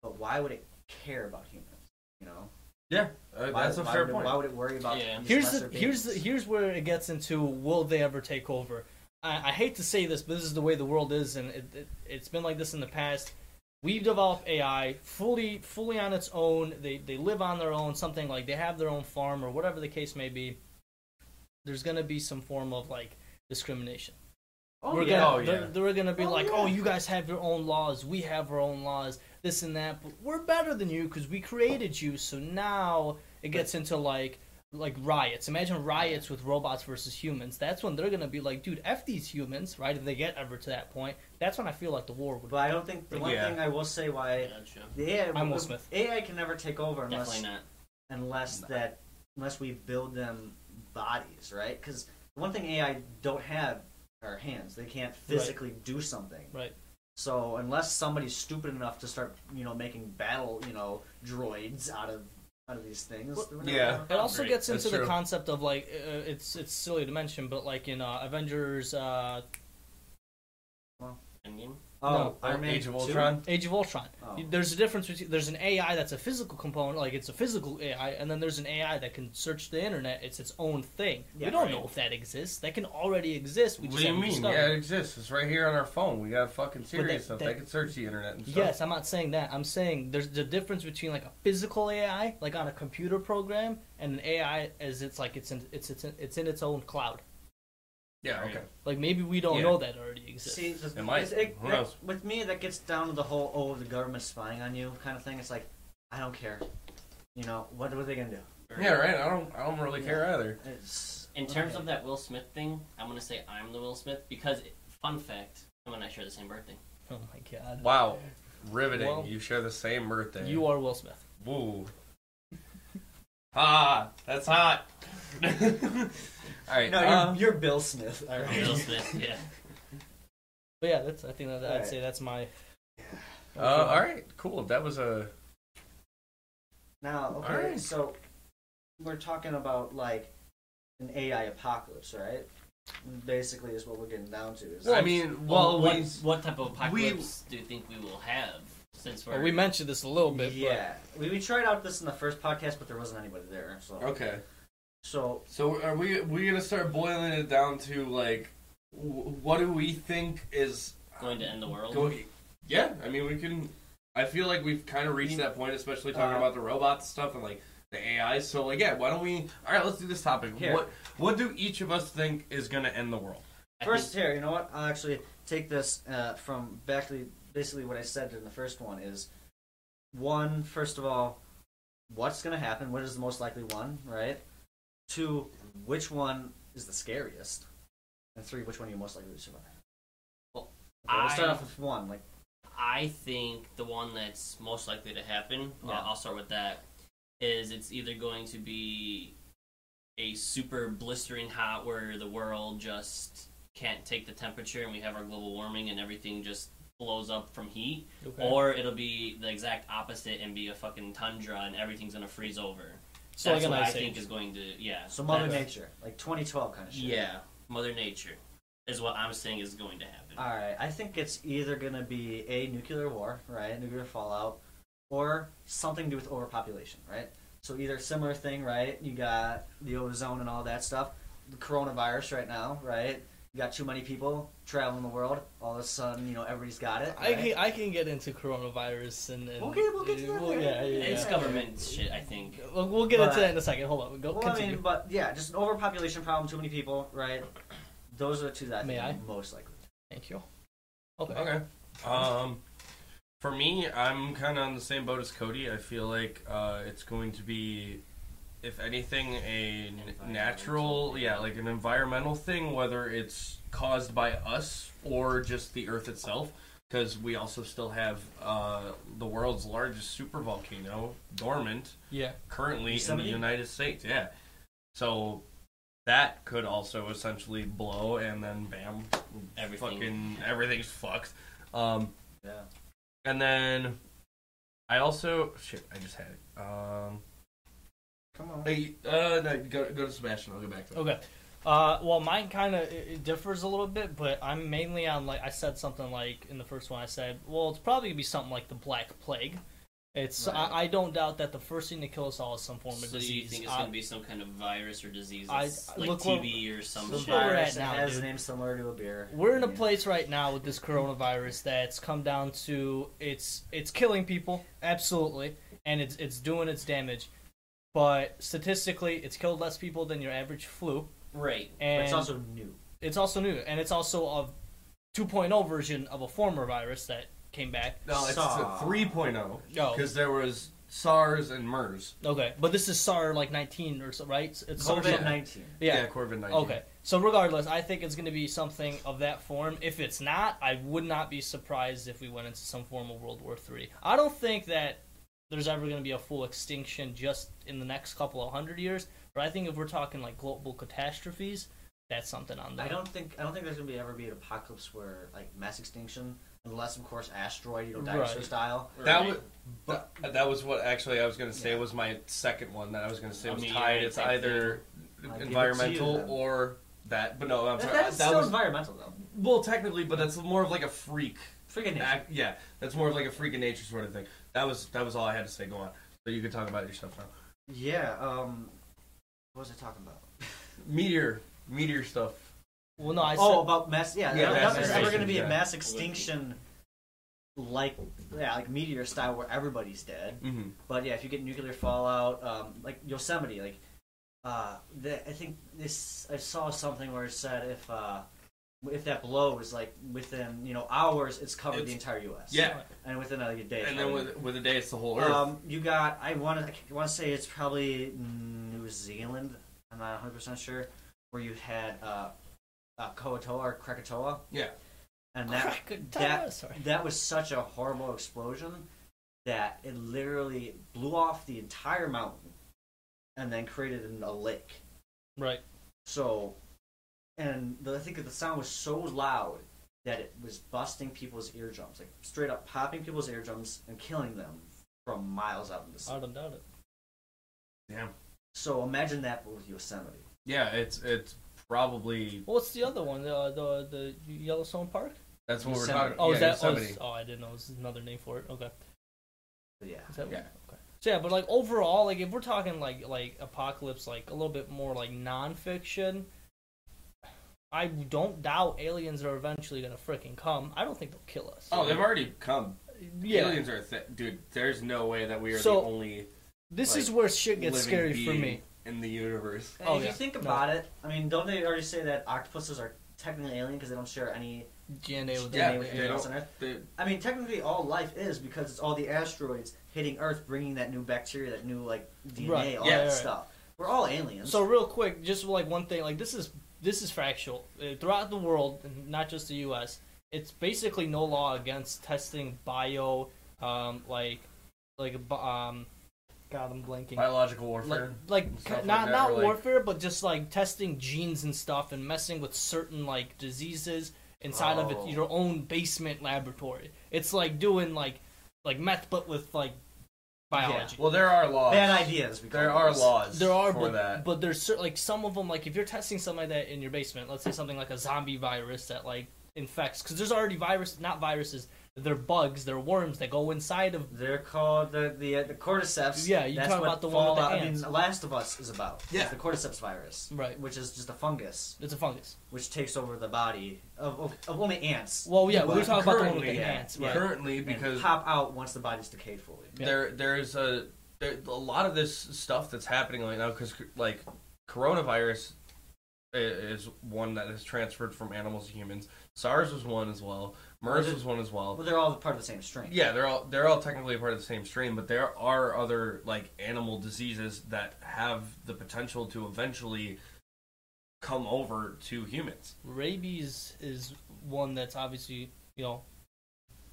C: but why would it care about humans? You know,
B: Yeah, uh,
C: why,
B: that's a
C: why
B: fair
C: would it-
B: point.
C: Why would it worry about?
D: Yeah.
C: these
A: here's
C: lesser
A: the, here's the,
C: beings?
A: here's where it gets into will they ever take over I, I hate to say this but this is the way the world is and it, it, it's been like this in the past we've developed ai fully fully on its own they, they live on their own something like they have their own farm or whatever the case may be there's going to be some form of like discrimination
C: Oh,
A: we're
C: yeah.
A: gonna
B: Oh, yeah.
A: they're, they're gonna be
C: Oh,
A: like,
C: yeah.
A: oh, you guys have your own laws, we have our own laws, this and that. But we're better than you because we created you. So now it gets into like like riots. Imagine riots with robots versus humans. That's when they're gonna be like, dude, f these humans, right? If they get ever to that point, that's when I feel like the war would.
C: But I don't think the one
B: Yeah.
C: thing I will say why
D: Yeah, true.
C: the AI
A: I'm Will Smith.
C: AI can never take over unless
D: Definitely not.
C: unless
D: No.
C: that unless we build them bodies, right? Because one thing AI don't have are hands. They can't physically do something.
A: Right.
C: So unless somebody's stupid enough to start, you know, making battle, you know, droids out of out of these things,
A: Well,
C: we're never
B: yeah.
C: gonna-
A: It also
D: Great.
A: gets
B: That's
A: into the
B: true.
A: concept of like uh, it's it's silly to mention, but like in uh, Avengers uh,
D: Endgame?
C: Oh,
A: No.
C: Iron Man
B: Age of
C: 2?
B: Ultron.
A: Age of Ultron.
C: Oh.
A: There's a difference between there's an AI that's a physical component, like it's a physical AI, and then there's an AI that can search the internet. It's its own thing.
C: Yeah,
A: we don't
D: right.
A: know if that exists. That can already exist. We
B: What do
A: just
B: you
A: haven't
B: mean?
A: discovered
B: Yeah,
A: it.
B: it exists. It's right here on our phone. We got fucking serious
A: that-
B: stuff.
A: that-
B: they can search the internet and stuff.
A: Yes, I'm not saying that. I'm saying there's the difference between like a physical AI, like on a computer program, and an AI as it's like it's in it's it's in, it's in its own cloud.
B: Yeah. Okay.
A: Like maybe we don't
B: Yeah.
A: know that already exists.
C: See, the,
B: It might.
C: it's- it-
B: Who
C: that-
B: knows?
C: with me, that gets down to the whole "oh, the government's spying on you" kind of thing. It's like, I don't care. You know, what are they gonna do?
B: Yeah. Right. I don't. I don't really care either.
C: It's,
D: In terms of
C: okay.
D: that Will Smith thing, I'm gonna say I'm the Will Smith because, fun fact, I'm and I share the same birthday.
A: Oh my god.
B: Wow. Riveting.
A: Well,
B: you share the same birthday.
A: You are Will Smith.
B: Woo. ah, that's hot. All right.
C: no, you're,
A: Um,
B: uh,
C: you're Bill Smith. All right.
D: Will Smith, yeah.
A: But yeah, that's I think that, I'd
C: Alright.
A: say that's my
B: uh, all right. Cool. That was a.
C: Now, okay,
B: Alright.
C: so we're talking about like an AI apocalypse, right? Basically, is what we're getting down to. Is
B: I mean, well,
D: what,
B: we,
D: what type of apocalypse do you think we will have? Since we're
A: Well, we mentioned this a little bit, but
C: yeah, we, we tried out this in the first podcast, but there wasn't anybody there. So,
B: okay.
C: so
B: So are we we gonna start boiling it down to like w- what do we think is
D: going to end the world.
B: go- Yeah, I mean we can. I feel like we've kind of reached that point, especially talking
C: Uh,
B: about the robot stuff and like the AI. So like, yeah, why don't we? All right, let's do this topic.
C: Here.
B: What what do each of us think is gonna end the world?
D: I
C: First,
D: think-
C: here, you know what? I'll actually take this uh, from basically, basically what I said in the first one is one, first of all, what's going to happen? What is the most likely one, right? Two, which one is the scariest? And three, which one are you most likely to survive?
D: Well,
C: okay, we'll start
D: I-
C: off with one. Like,
D: I think the one that's most likely to happen, uh,
C: Yeah.
D: I'll start with that, is it's either going to be a super blistering hot where the world just can't take the temperature and we have our global warming and everything just blows up from heat,
A: Okay.
D: or it'll be the exact opposite and be a fucking tundra and everything's gonna freeze over.
A: So like
D: that's
A: an
D: what I
A: ice
D: think
A: age.
D: is going to yeah.
C: so Mother
D: that's-
C: Nature, like 2012 kind of shit.
D: Yeah, Mother Nature is what I'm saying is going to happen.
C: All right, I think it's either going to be a nuclear war, right, nuclear fallout, or something to do with overpopulation, right? So either similar thing, right? You got the ozone and all that stuff, the coronavirus right now, right? You got too many people traveling the world. All of a sudden, you know, everybody's got it.
A: I
C: right?
A: can I can get into coronavirus and, and
C: Okay, we'll get to that
A: Well, yeah,
C: later.
A: yeah,
D: It's
A: yeah.
D: government shit, I think.
A: We'll, we'll get into
C: But-
A: that in a second. Hold on, we'll go
C: Well, I
A: continue.
C: mean, but yeah, just an overpopulation problem, too many people, right? Those are the two that I think
A: May
C: are
A: I?
C: most likely.
A: Thank you. Okay.
B: Okay. Um, for me, I'm kind of on the same boat as Cody. I feel like uh, it's going to be, if anything, a n- natural, yeah, like an environmental thing, whether it's caused by us or just the Earth itself. Because we also still have uh, the world's largest supervolcano dormant
A: Yeah.
B: currently in the
C: Yosemite?
B: United States. Yeah, so that could also essentially blow, and then bam,
D: Everything.
B: fucking everything's fucked. Um,
C: Yeah.
B: and then I also shit, I just had it. Um,
C: Come on.
B: hey, uh, no, go go to Sebastian. I'll go back to it.
A: Okay. Uh, well, mine kind of it differs a little bit, but I'm mainly on like I said something like in the first one I said, well, it's probably gonna be something like the Black Plague. It's
C: Right.
A: I, I don't doubt that the first thing to kill us all is some form of
D: So do
A: disease.
D: you think it's
A: I-
D: going to be some kind of virus or disease,
A: I-
D: that's
A: I-
D: like
A: look what-
D: TB or some
A: look
D: shit?
A: what we're at
C: virus
A: now,
C: has
A: dude.
C: a name similar to a beer.
A: We're in a
C: Yeah.
A: place right now with this coronavirus that's come down to it's it's killing people absolutely, and it's it's doing its damage, but statistically, it's killed less people than your average flu,
D: Right.
C: But
A: and
C: it's also new.
A: it's also new, and it's also a 2.0 version of a former virus that came back.
B: No, it's
C: Saw.
B: a 3.0.
A: Oh.
B: Because there was SARS and MERS.
A: Okay, but this is SAR like 19 or so, right? It's SAR
C: COVID nineteen.
A: Yeah.
B: COVID 19.
A: Okay. So regardless, I think it's going to be something of that form. If it's not, I would not be surprised if we went into some form of World War Three. I don't think that there's ever going to be a full extinction just in the next couple of hundred years. But I think if we're talking like global catastrophes, that's something on there.
C: I don't think I don't think there's gonna be ever be an apocalypse where like mass extinction, unless of course asteroid, you know, dinosaur
A: Right.
C: style.
B: That
D: Right.
B: was that, that was what actually I was going to say was my second one that I was going to say
D: A
B: was
D: meteor
B: tied. It's
D: type
B: either
C: I'll give it to you
B: environmental
C: then.
B: or that, but no, I'm
C: That-
B: sorry.
C: That's
B: that
C: still
B: was
C: environmental though.
B: well, technically, but that's more of like a freak.
C: Freaking nature.
B: Act, yeah, that's more of like a freak of nature sort of thing. That was that was all I had to say. Go on, so you can talk about your stuff now.
C: Yeah. Um, what was I talking about?
B: Meteor, meteor stuff.
A: Well, no, I
C: oh,
A: said
C: about mass. Yeah,
B: Yeah,
C: I don't
B: mass
C: know if there's ever
B: extinction,
C: gonna be
B: yeah.
C: a mass extinction, like yeah, like meteor style where everybody's dead.
B: Mm-hmm.
C: But yeah, if you get nuclear fallout, um, like Yosemite, like uh, the, I think this I saw something where it said if uh, if that blows like within you know hours, it's covered the
B: It's-
C: entire U.S.
B: Yeah,
C: and within a day. it's
B: and then
C: covered.
B: with with the day, it's the whole earth.
C: um, you got I want to want to say it's probably New Zealand. I'm not 100 percent sure where you had uh, uh, Koatoa or Krakatoa.
B: Yeah.
C: and
A: Oh,
C: that
A: Krakatoa,
C: that
A: sorry.
C: that was such a horrible explosion that it literally blew off the entire mountain and then created an, a lake.
A: right.
C: So, and the, I think that the sound was so loud that it was busting people's eardrums, like straight up popping people's eardrums and killing them from miles out in the sea.
A: I don't doubt it.
B: Damn.
C: So imagine that with Yosemite.
B: Yeah, it's it's probably
A: Well, what's the other one? The uh, the, the Yellowstone Park?
B: that's what we're
C: Yosemite.
B: talking.
A: Oh,
B: yeah,
A: is that? Oh,
B: Yosemite.
A: it's- oh, I didn't know. It was another name for it. Okay.
C: But yeah.
A: Is that
B: Yeah.
A: Okay. So yeah, but like overall, like if we're talking like like apocalypse, like a little bit more like nonfiction, I don't doubt aliens are eventually gonna freaking come. I don't think they'll kill us.
B: Oh, they've already come.
A: yeah.
B: Aliens are a thi- dude. There's no way that we are
A: So,
B: the only
A: This is
B: like,
A: where shit gets
B: living
A: scary for
B: being
A: me.
B: in the universe.
C: And
A: Oh,
C: if
A: yeah.
C: you think
A: No.
C: about it, I mean, don't they already say that octopuses are technically alien because they don't share any
A: DNA with
B: Yeah,
C: DNA with
B: they
C: anything else
B: don't-
C: on Earth?
B: They-
C: I mean, technically, all life is because it's all the asteroids hitting Earth, bringing that new bacteria, that new like DNA,
A: Right.
C: all
A: Yeah,
C: that
A: right, right.
C: stuff. We're all aliens.
A: So real quick, just like one thing, like this is this is factual Uh, throughout the world, and not just the U.S. It's basically no law against testing bio, um, like like bi- um, God, I'm blanking.
B: biological
A: like,
B: warfare.
A: like
B: stuff like
A: not
B: that,
A: not
B: or, like-
A: warfare, but just like testing genes and stuff and messing with certain like diseases inside of
C: Oh.
A: it, your own basement laboratory. It's like doing like like meth, but with like biology.
B: well, there are laws.
C: bad ideas. we call
B: There are
C: those.
B: laws.
A: There are,
B: for
A: but,
B: that.
A: but there's cer- like some of them. Like if you're testing something like that in your basement, let's say something like a zombie virus that like infects, because there's already virus, not viruses. They're bugs. They're worms that go inside of.
C: They're called the the, uh, the cordyceps.
A: Yeah, you
C: That's
A: talk
C: what
A: about the one with the
C: Fallout- I mean,
A: hands.
C: The Last of Us is about. is
B: Yeah.
C: the cordyceps virus.
A: Right.
C: Which is just a fungus
A: It's a fungus.
C: which takes over the body of of, of only ants.
A: Well, yeah, we
B: But
A: were talking about the one with the
B: currently-
A: ants.
C: yeah.
A: Right.
B: Currently,
C: and
B: because
C: pop out once the body's decayed fully.
A: Yeah.
B: there there's a there, a lot of this stuff that's happening right now because like coronavirus i- is one that is transferred from animals to humans. SARS was one as well. MERS was one as well.
C: Well, they're all part of the same strain.
B: Yeah, they're all they're all technically a part of the same strain, but there are other like animal diseases that have the potential to eventually come over to humans.
A: Rabies is one that's obviously you know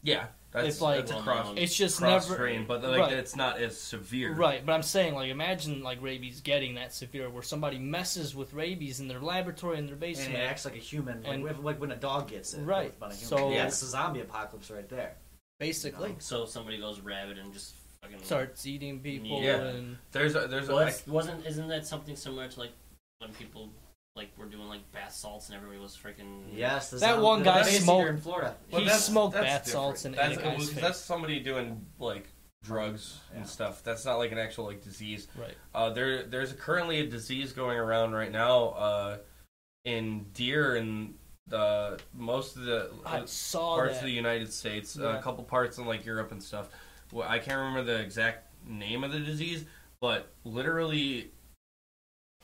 B: Yeah, that's
A: It's like-
B: that's a cross,
A: it's just
B: cross
A: never
B: strain, but like
A: right.
B: it's not as severe.
A: Right, but I'm saying like imagine like rabies getting that severe where somebody messes with rabies in their laboratory in their
C: And
A: basement.
C: it acts like a human, like,
A: And-
C: with- like when a dog gets it.
A: Right.
C: but a human.
A: So-
C: yeah, it's a zombie apocalypse right there.
A: basically
D: So somebody goes rabid and just fucking
A: starts eating people
B: Yeah.
A: and
B: There's a, there's a,
D: Well, that's- wasn't isn't that something similar to like when people like were doing like bath salts and everybody was freaking
C: Yes, the
A: That
C: zombie-
A: one
C: the
A: guy
C: basic here
A: smoked-
C: in Florida.
A: Well, He that's- smoked bath salts and
B: that's,
A: ate a guy's
B: well,
A: face.
B: that's somebody doing like drugs
C: Yeah.
B: and stuff. That's not like an actual like disease.
A: right.
B: Uh, there there's currently a disease going around right now uh, in deer and the most of the
A: I saw
B: Uh, parts
A: that.
B: of the United States,
A: Yeah.
B: a couple parts in like Europe and stuff. Well, I can't remember the exact name of the disease, but literally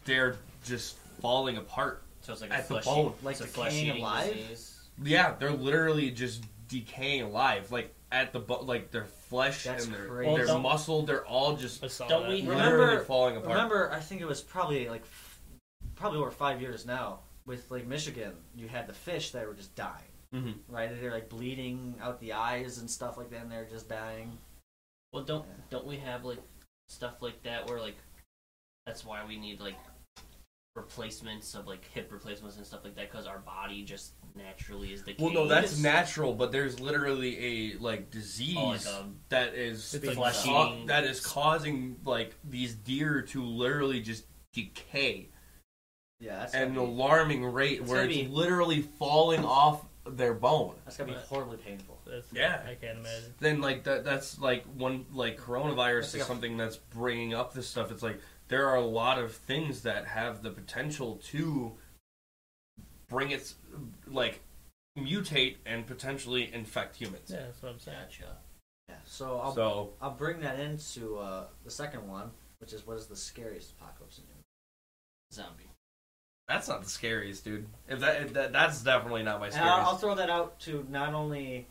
B: they're just falling apart
D: So it's like a
B: At the
D: flesh
B: bone,
D: eat-
C: like
D: it's a
C: decaying
D: flesh eating
C: alive?
D: disease.
B: Yeah, they're literally just decaying alive, like at the bu- like their flesh
C: That's
B: and their,
C: crazy.
B: their
A: Well,
B: muscle. They're all just
A: I saw
D: Don't
A: that.
D: we-
B: literally falling apart.
C: Remember, I think it was probably like f- probably over five years now. With like Michigan, you had the fish that were just dying,
B: Mhm.
C: right? They're like bleeding out the eyes and stuff like that, and they're just dying.
D: Well, don't don't we have like stuff like that where like that's why we need like replacements of like hip replacements and stuff like that because our body just naturally is decaying.
B: Well, no, that's
D: It's-
B: natural, but there's literally a like disease
D: Oh, like, um,
B: that is
A: It's like
B: ca-
D: flushing.
B: that is causing like these deer to literally just decay
C: Yeah, that's
B: at an
C: gotta be,
B: alarming rate,
D: It's
B: where
D: gotta
B: it's
D: be-
B: literally falling off their bone.
C: that's gotta be horribly painful.
A: That's-
B: Yeah.
A: I can't imagine.
B: Then like that that's like one like coronavirus
C: That's
B: is
C: like a-
B: something that's bringing up this stuff. It's like there are a lot of things that have the potential to bring its like mutate and potentially infect humans.
A: Yeah, that's what I'm saying.
D: Gotcha.
C: Yeah, so I'll
B: So
C: I'll bring that into uh, the second one, which is what is the scariest apocalypse in your
D: Zombie.
B: That's not the scariest, dude. If that, if that that's definitely not my
C: And I'll,
B: scariest.
C: I'll throw that out to not only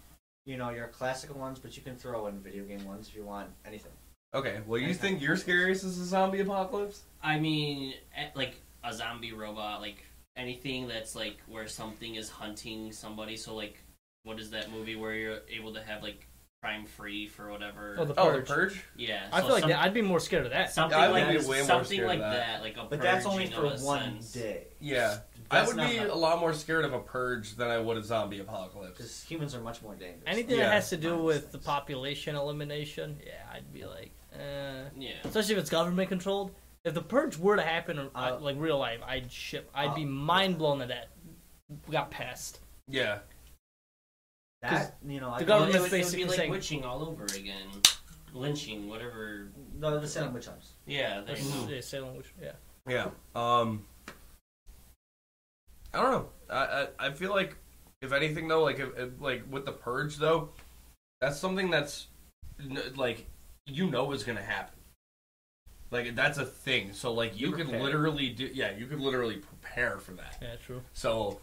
C: you know your classical ones, but you can throw in video game ones if you want anything.
B: Okay, well, you think your scariest is the zombie apocalypse?
D: I mean, eh, like a zombie robot, like anything that's like where something is hunting somebody. So like, what is that movie where you're able to have like crime free for whatever?
A: Oh, the
B: Oh, the
A: purge.
B: purge.
D: yeah.
A: I
D: so
A: feel like
D: some-
A: that, I'd be more scared of that.
D: Something
B: I would
D: like
B: be way more
D: something
B: scared of
D: like
B: that.
D: that. like a
C: But that's only
D: purging
C: for
D: of a
C: one
D: sense.
C: day.
B: Yeah, I
C: That's
B: would
C: not
B: be a
C: how-
B: lot more scared of a purge than I would a zombie apocalypse.
C: Because humans are much more dangerous.
A: Anything
B: Yeah.
A: that has to do
C: Minus
A: with the
C: things.
A: population elimination, yeah, I'd be like, eh.
D: Yeah.
A: especially if it's government controlled. If the purge were to happen, uh,
C: I'll-
A: like real life, I'd ship. I'd be
C: I'll-
A: mind blown that that got passed.
B: Yeah,
C: that you know, I
A: the
C: don't-
A: government-
D: it would, it would
A: basically
D: be like
A: saying-
D: witching all over again, lynching, whatever.
C: No, the Salem witch hunts.
D: Yeah, there you
A: That's-
D: go.
A: yeah, Salem witch- yeah.
B: yeah. Um, I don't know. I I, I feel like if anything though, like if, if, like with the purge though, that's something that's n- like you know is gonna happen. Like that's a thing. So like you
C: You're
B: could
C: prepared.
B: literally do. Yeah, you could literally prepare for that.
A: yeah, true.
B: So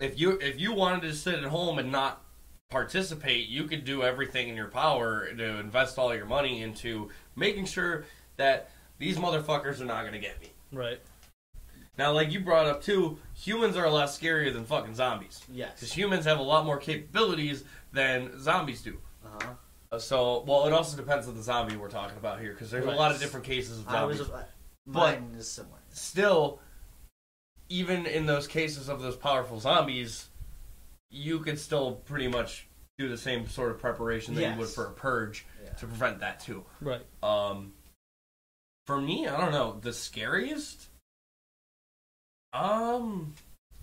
B: if you if you wanted to sit at home and not participate, you could do everything in your power to invest all your money into making sure that these motherfuckers are not going to get me.
A: Right.
B: Now, like you brought up too, humans are a lot scarier than fucking zombies because
C: Yes.
B: humans have a lot more capabilities than zombies do.
C: Uh-huh.
B: Uh, So, well, it also depends on the zombie we're talking about here because there's a lot of different cases of
C: I
B: zombies
C: was. Uh, mine is similar.
B: still, even in those cases of those powerful zombies, you could still pretty much do the same sort of preparation that you would
C: Yes.
B: for a purge
C: Yeah.
B: to prevent that too.
A: Right.
B: Um, for me, I don't know the scariest. Um,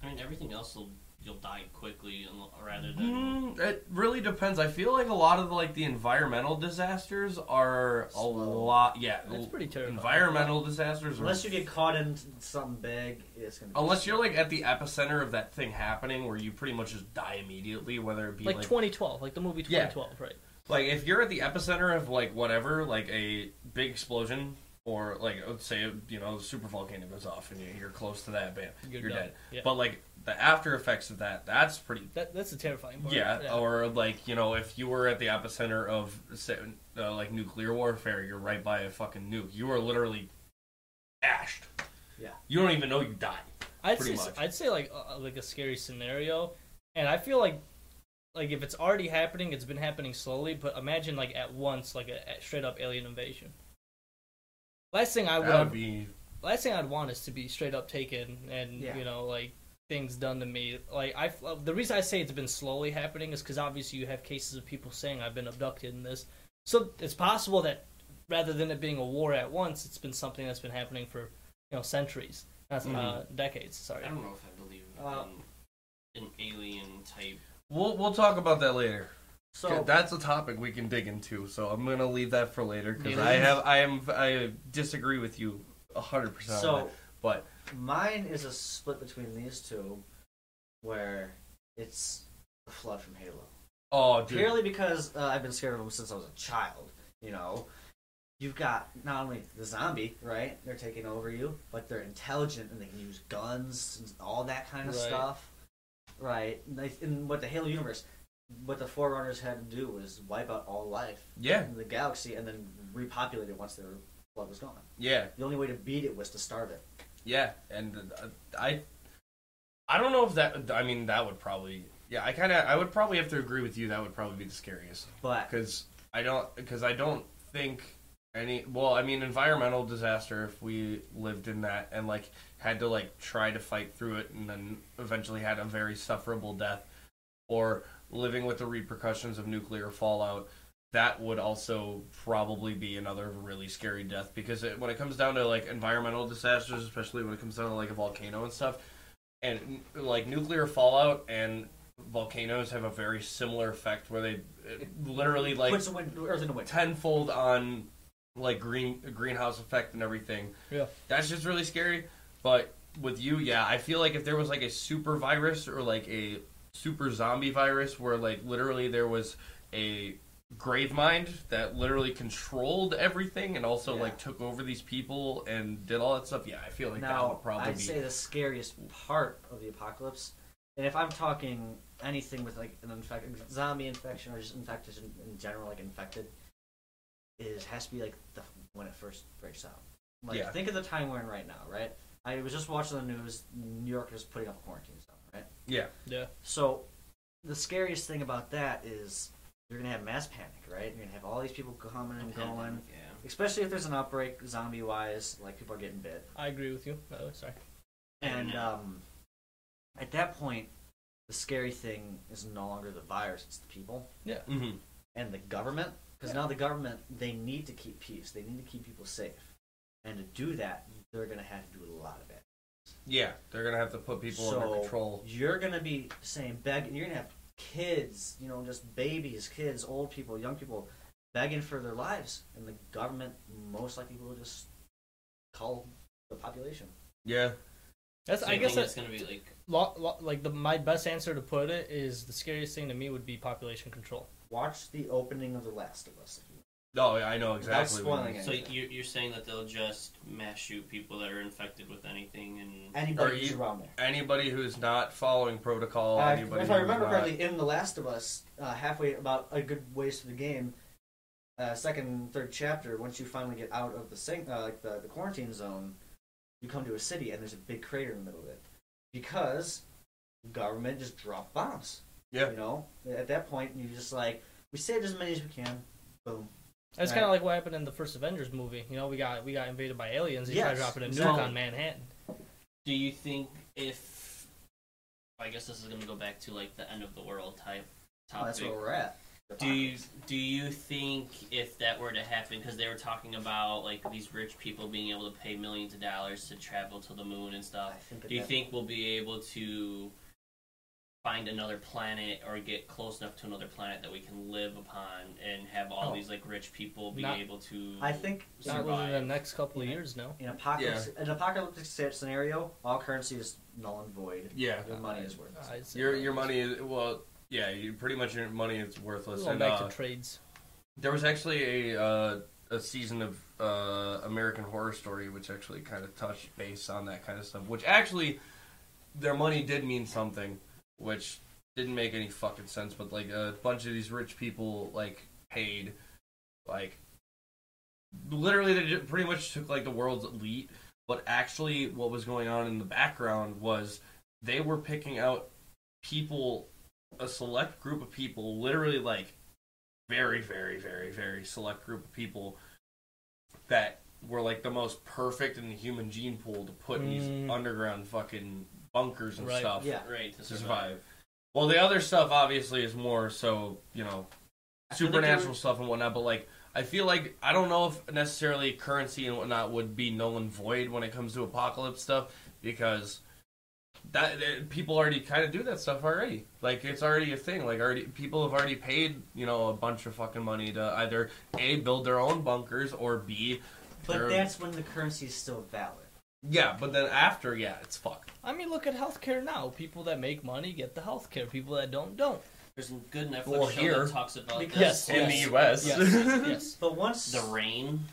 D: I mean, everything else will you'll die quickly unl- rather
A: Mm-hmm.
D: than.
B: mm, it really depends. I feel like a lot of like the environmental disasters are
C: Slow.
B: a lot. Yeah,
A: That's pretty terrifying.
B: Environmental disasters, are
C: Unless you get caught in something big, it's gonna. Be
B: Unless you're like at the epicenter of that thing happening, where you pretty much just die immediately, whether it be
A: Like,
B: like like,
A: 2012, like the movie
B: Yeah.
A: 2012. Right.
B: if you're at the epicenter of like whatever, like a big explosion or like let's say you know super volcano goes off and you- you're close to that, bam,
A: You're
B: you're,
A: done.
B: dead.
A: Yeah.
B: But like the after effects of that, that's pretty.
A: That, that's a terrifying part.
B: Yeah, or like you know, if you were at the epicenter of say, uh, like nuclear warfare, you're right by a fucking nuke. You are literally ashed.
C: Yeah.
B: you don't even know you died.
A: I'd say
B: pretty much.
A: I'd say like uh, like a scary scenario, and I feel like like if it's already happening, it's been happening slowly. But imagine like at once, like a, a straight up alien invasion. Last thing I would,
B: That would be
A: last thing I'd want is to be straight up taken, and
C: Yeah.
A: you know like things done to me. Like I, uh, the reason I say it's been slowly happening is because obviously you have cases of people saying I've been abducted in this, so it's possible that rather than it being a war at once, it's been something that's been happening for you know centuries. That's uh, decades. Sorry.
D: I don't know if I believe
C: Uh,
D: in an alien type.
B: We'll we'll talk about that later.
C: so.
B: That's a topic we can dig into. So I'm gonna leave that for later because
A: Yeah.
B: I have I am I disagree with you hundred percent. on
C: so
B: that. but
C: mine is a split between these two, where it's the flood from Halo.
B: oh dude,
C: purely because uh, I've been scared of them since I was a child. You know, you've got not only the zombie, right? They're taking over you, but they're intelligent and they can use guns and all that kind of
A: Right.
C: stuff. right? Like, In what the Halo universe, what the Forerunners had to do was wipe out all life
B: Yeah.
C: in the galaxy and then repopulate it once their blood was gone.
B: Yeah.
C: The only way to beat it was to starve it.
B: Yeah, and uh, I, I don't know if that. I mean, that would probably. Yeah, I kind of. I would probably have to agree with you. That would probably be the scariest
C: But
B: because I don't. Because I don't think any. Well, I mean, environmental disaster. If we lived in that and like had to like try to fight through it, and then eventually had a very sufferable death, or living with the repercussions of nuclear fallout. That would also probably be another really scary death because it, when it comes down to like environmental disasters, especially when it comes down to like a volcano and stuff, and like nuclear fallout and volcanoes have a very similar effect where they it literally like
C: puts the wind, Earth in a wind.
B: tenfold on like green greenhouse effect and everything.
A: Yeah.
B: that's just really scary. But with you, yeah, I feel like if there was like a super virus or like a super zombie virus where like literally there was a grave mind that literally controlled everything and also
C: Yeah.
B: like took over these people and did all that stuff. Yeah, I feel like that
C: now,
B: would probably
C: I'd
B: be
C: say the scariest part of the apocalypse, and if I'm talking anything with like an infect, zombie infection or just infected in, in general, like infected, is has to be like the, when it first breaks out. Like
B: Yeah.
C: think of the time we're in right now, right? I was just watching the news. New York is putting up a quarantine zone, right?
B: yeah,
C: So the scariest thing about that is you're gonna have mass panic, right? You're gonna have all these people coming and going,
D: Yeah.
C: especially if there's an outbreak zombie wise, like people are getting bit.
A: I agree with you. By the way, sorry.
C: And
D: Yeah.
C: um, at that point, the scary thing is no longer the virus; it's the people
B: hmm
C: and the government. Because now the government, they need to keep peace. They need to keep people safe. And to do that, they're going to have to do a lot of it.
B: yeah. They're gonna have to put people
C: so
B: under control.
C: you're going to be saying begging. You're going to have kids, you know, just babies, kids, old people, young people, begging for their lives, and the government most likely will just call the population.
B: Yeah,
A: That's.
D: So
A: I
D: you
A: guess
D: think
A: that's
D: it's gonna be like
A: lo, lo, like the my best answer to put it is the scariest thing to me would be population control.
C: Watch the opening of The Last of Us.
B: no, Oh, I know exactly. what you
C: spoiling
B: mean.
C: it.
D: so you're, you're saying that they'll just mass shoot people that are infected with anything and
B: Or
C: Anybody who's
B: you-
C: around there.
B: Anybody who's not following protocol,
C: Uh,
B: anybody
C: if I
B: who's
C: remember
B: not-
C: correctly, in The Last of Us, uh, halfway about a good ways through the game, uh, second, third chapter, once you finally get out of the sing- uh, like the, the quarantine zone, you come to a city and there's a big crater in the middle of it because government just dropped bombs.
B: Yeah.
C: You know, at that point, you just like we saved as many as we can. Boom.
A: That's
C: Right.
A: kind of like what happened in the first Avengers movie. You know, we got we got invaded by aliens. They tried
C: Yes,
A: dropping a nuke
C: exactly.
A: on Manhattan.
D: do you think if I guess this is gonna go back to like the end of the world type
C: Oh, that's
D: topic.
C: where we're at.
D: do you do you think if that were to happen because they were talking about like these rich people being able to pay millions of dollars to travel to the moon and
C: Uh, I
D: stuff?
C: think at
D: Do you
C: that-
D: think we'll be able to find another planet or get close enough to another planet that we can live upon and have all
C: Oh.
D: these like rich people be
A: Not-
D: able to?
C: I think
A: Not really in the
D: survive?
A: next couple of
C: Yeah.
A: years, no.
C: in apocalypse, an apocalyptic sce- scenario, all currency is null and void.
B: Yeah,
C: Your money is worth.
A: Uh, it's-
B: your your money is well, yeah, you, pretty much your money is worthless.
A: We're going
B: And
A: back
B: uh,
A: to trades.
B: there was actually a uh, a season of uh, American Horror Story, which actually kind of touched base on that kind of stuff. Which actually, their money did mean something, which didn't make any fucking sense. But like a bunch of these rich people like paid, like literally they ju- pretty much took like the world's elite. But actually, what was going on in the background was they were picking out people, a select group of people, literally like very, very, very, very select group of people that were like the most perfect in the human gene pool to put in these
A: Mm.
B: underground fucking bunkers and
A: Right.
B: stuff
C: Yeah.
D: right to
B: to
D: survive.
B: survive. Well, the other stuff obviously is more so, you know,
C: I feel like they
B: supernatural
C: were-
B: stuff and whatnot. But like, I feel like I don't know if necessarily currency and whatnot would be null and void when it comes to apocalypse stuff because that, that- people already kind of do that stuff already. Like, it's already a thing. Like, already people have already paid you know a bunch of fucking money to either a build their own bunkers or b.
C: But
B: their-
C: that's when the currency is still valid.
B: yeah, but then after, yeah, it's fucked.
A: I mean, look at healthcare now. People that make money get the healthcare. People that don't, don't.
D: There's a good Netflix
B: Well,
D: show
B: here-
D: that talks about
C: Because-
A: Yes,
D: this.
A: In
B: the US.
A: Yes, yes,
C: But once,
D: the rain.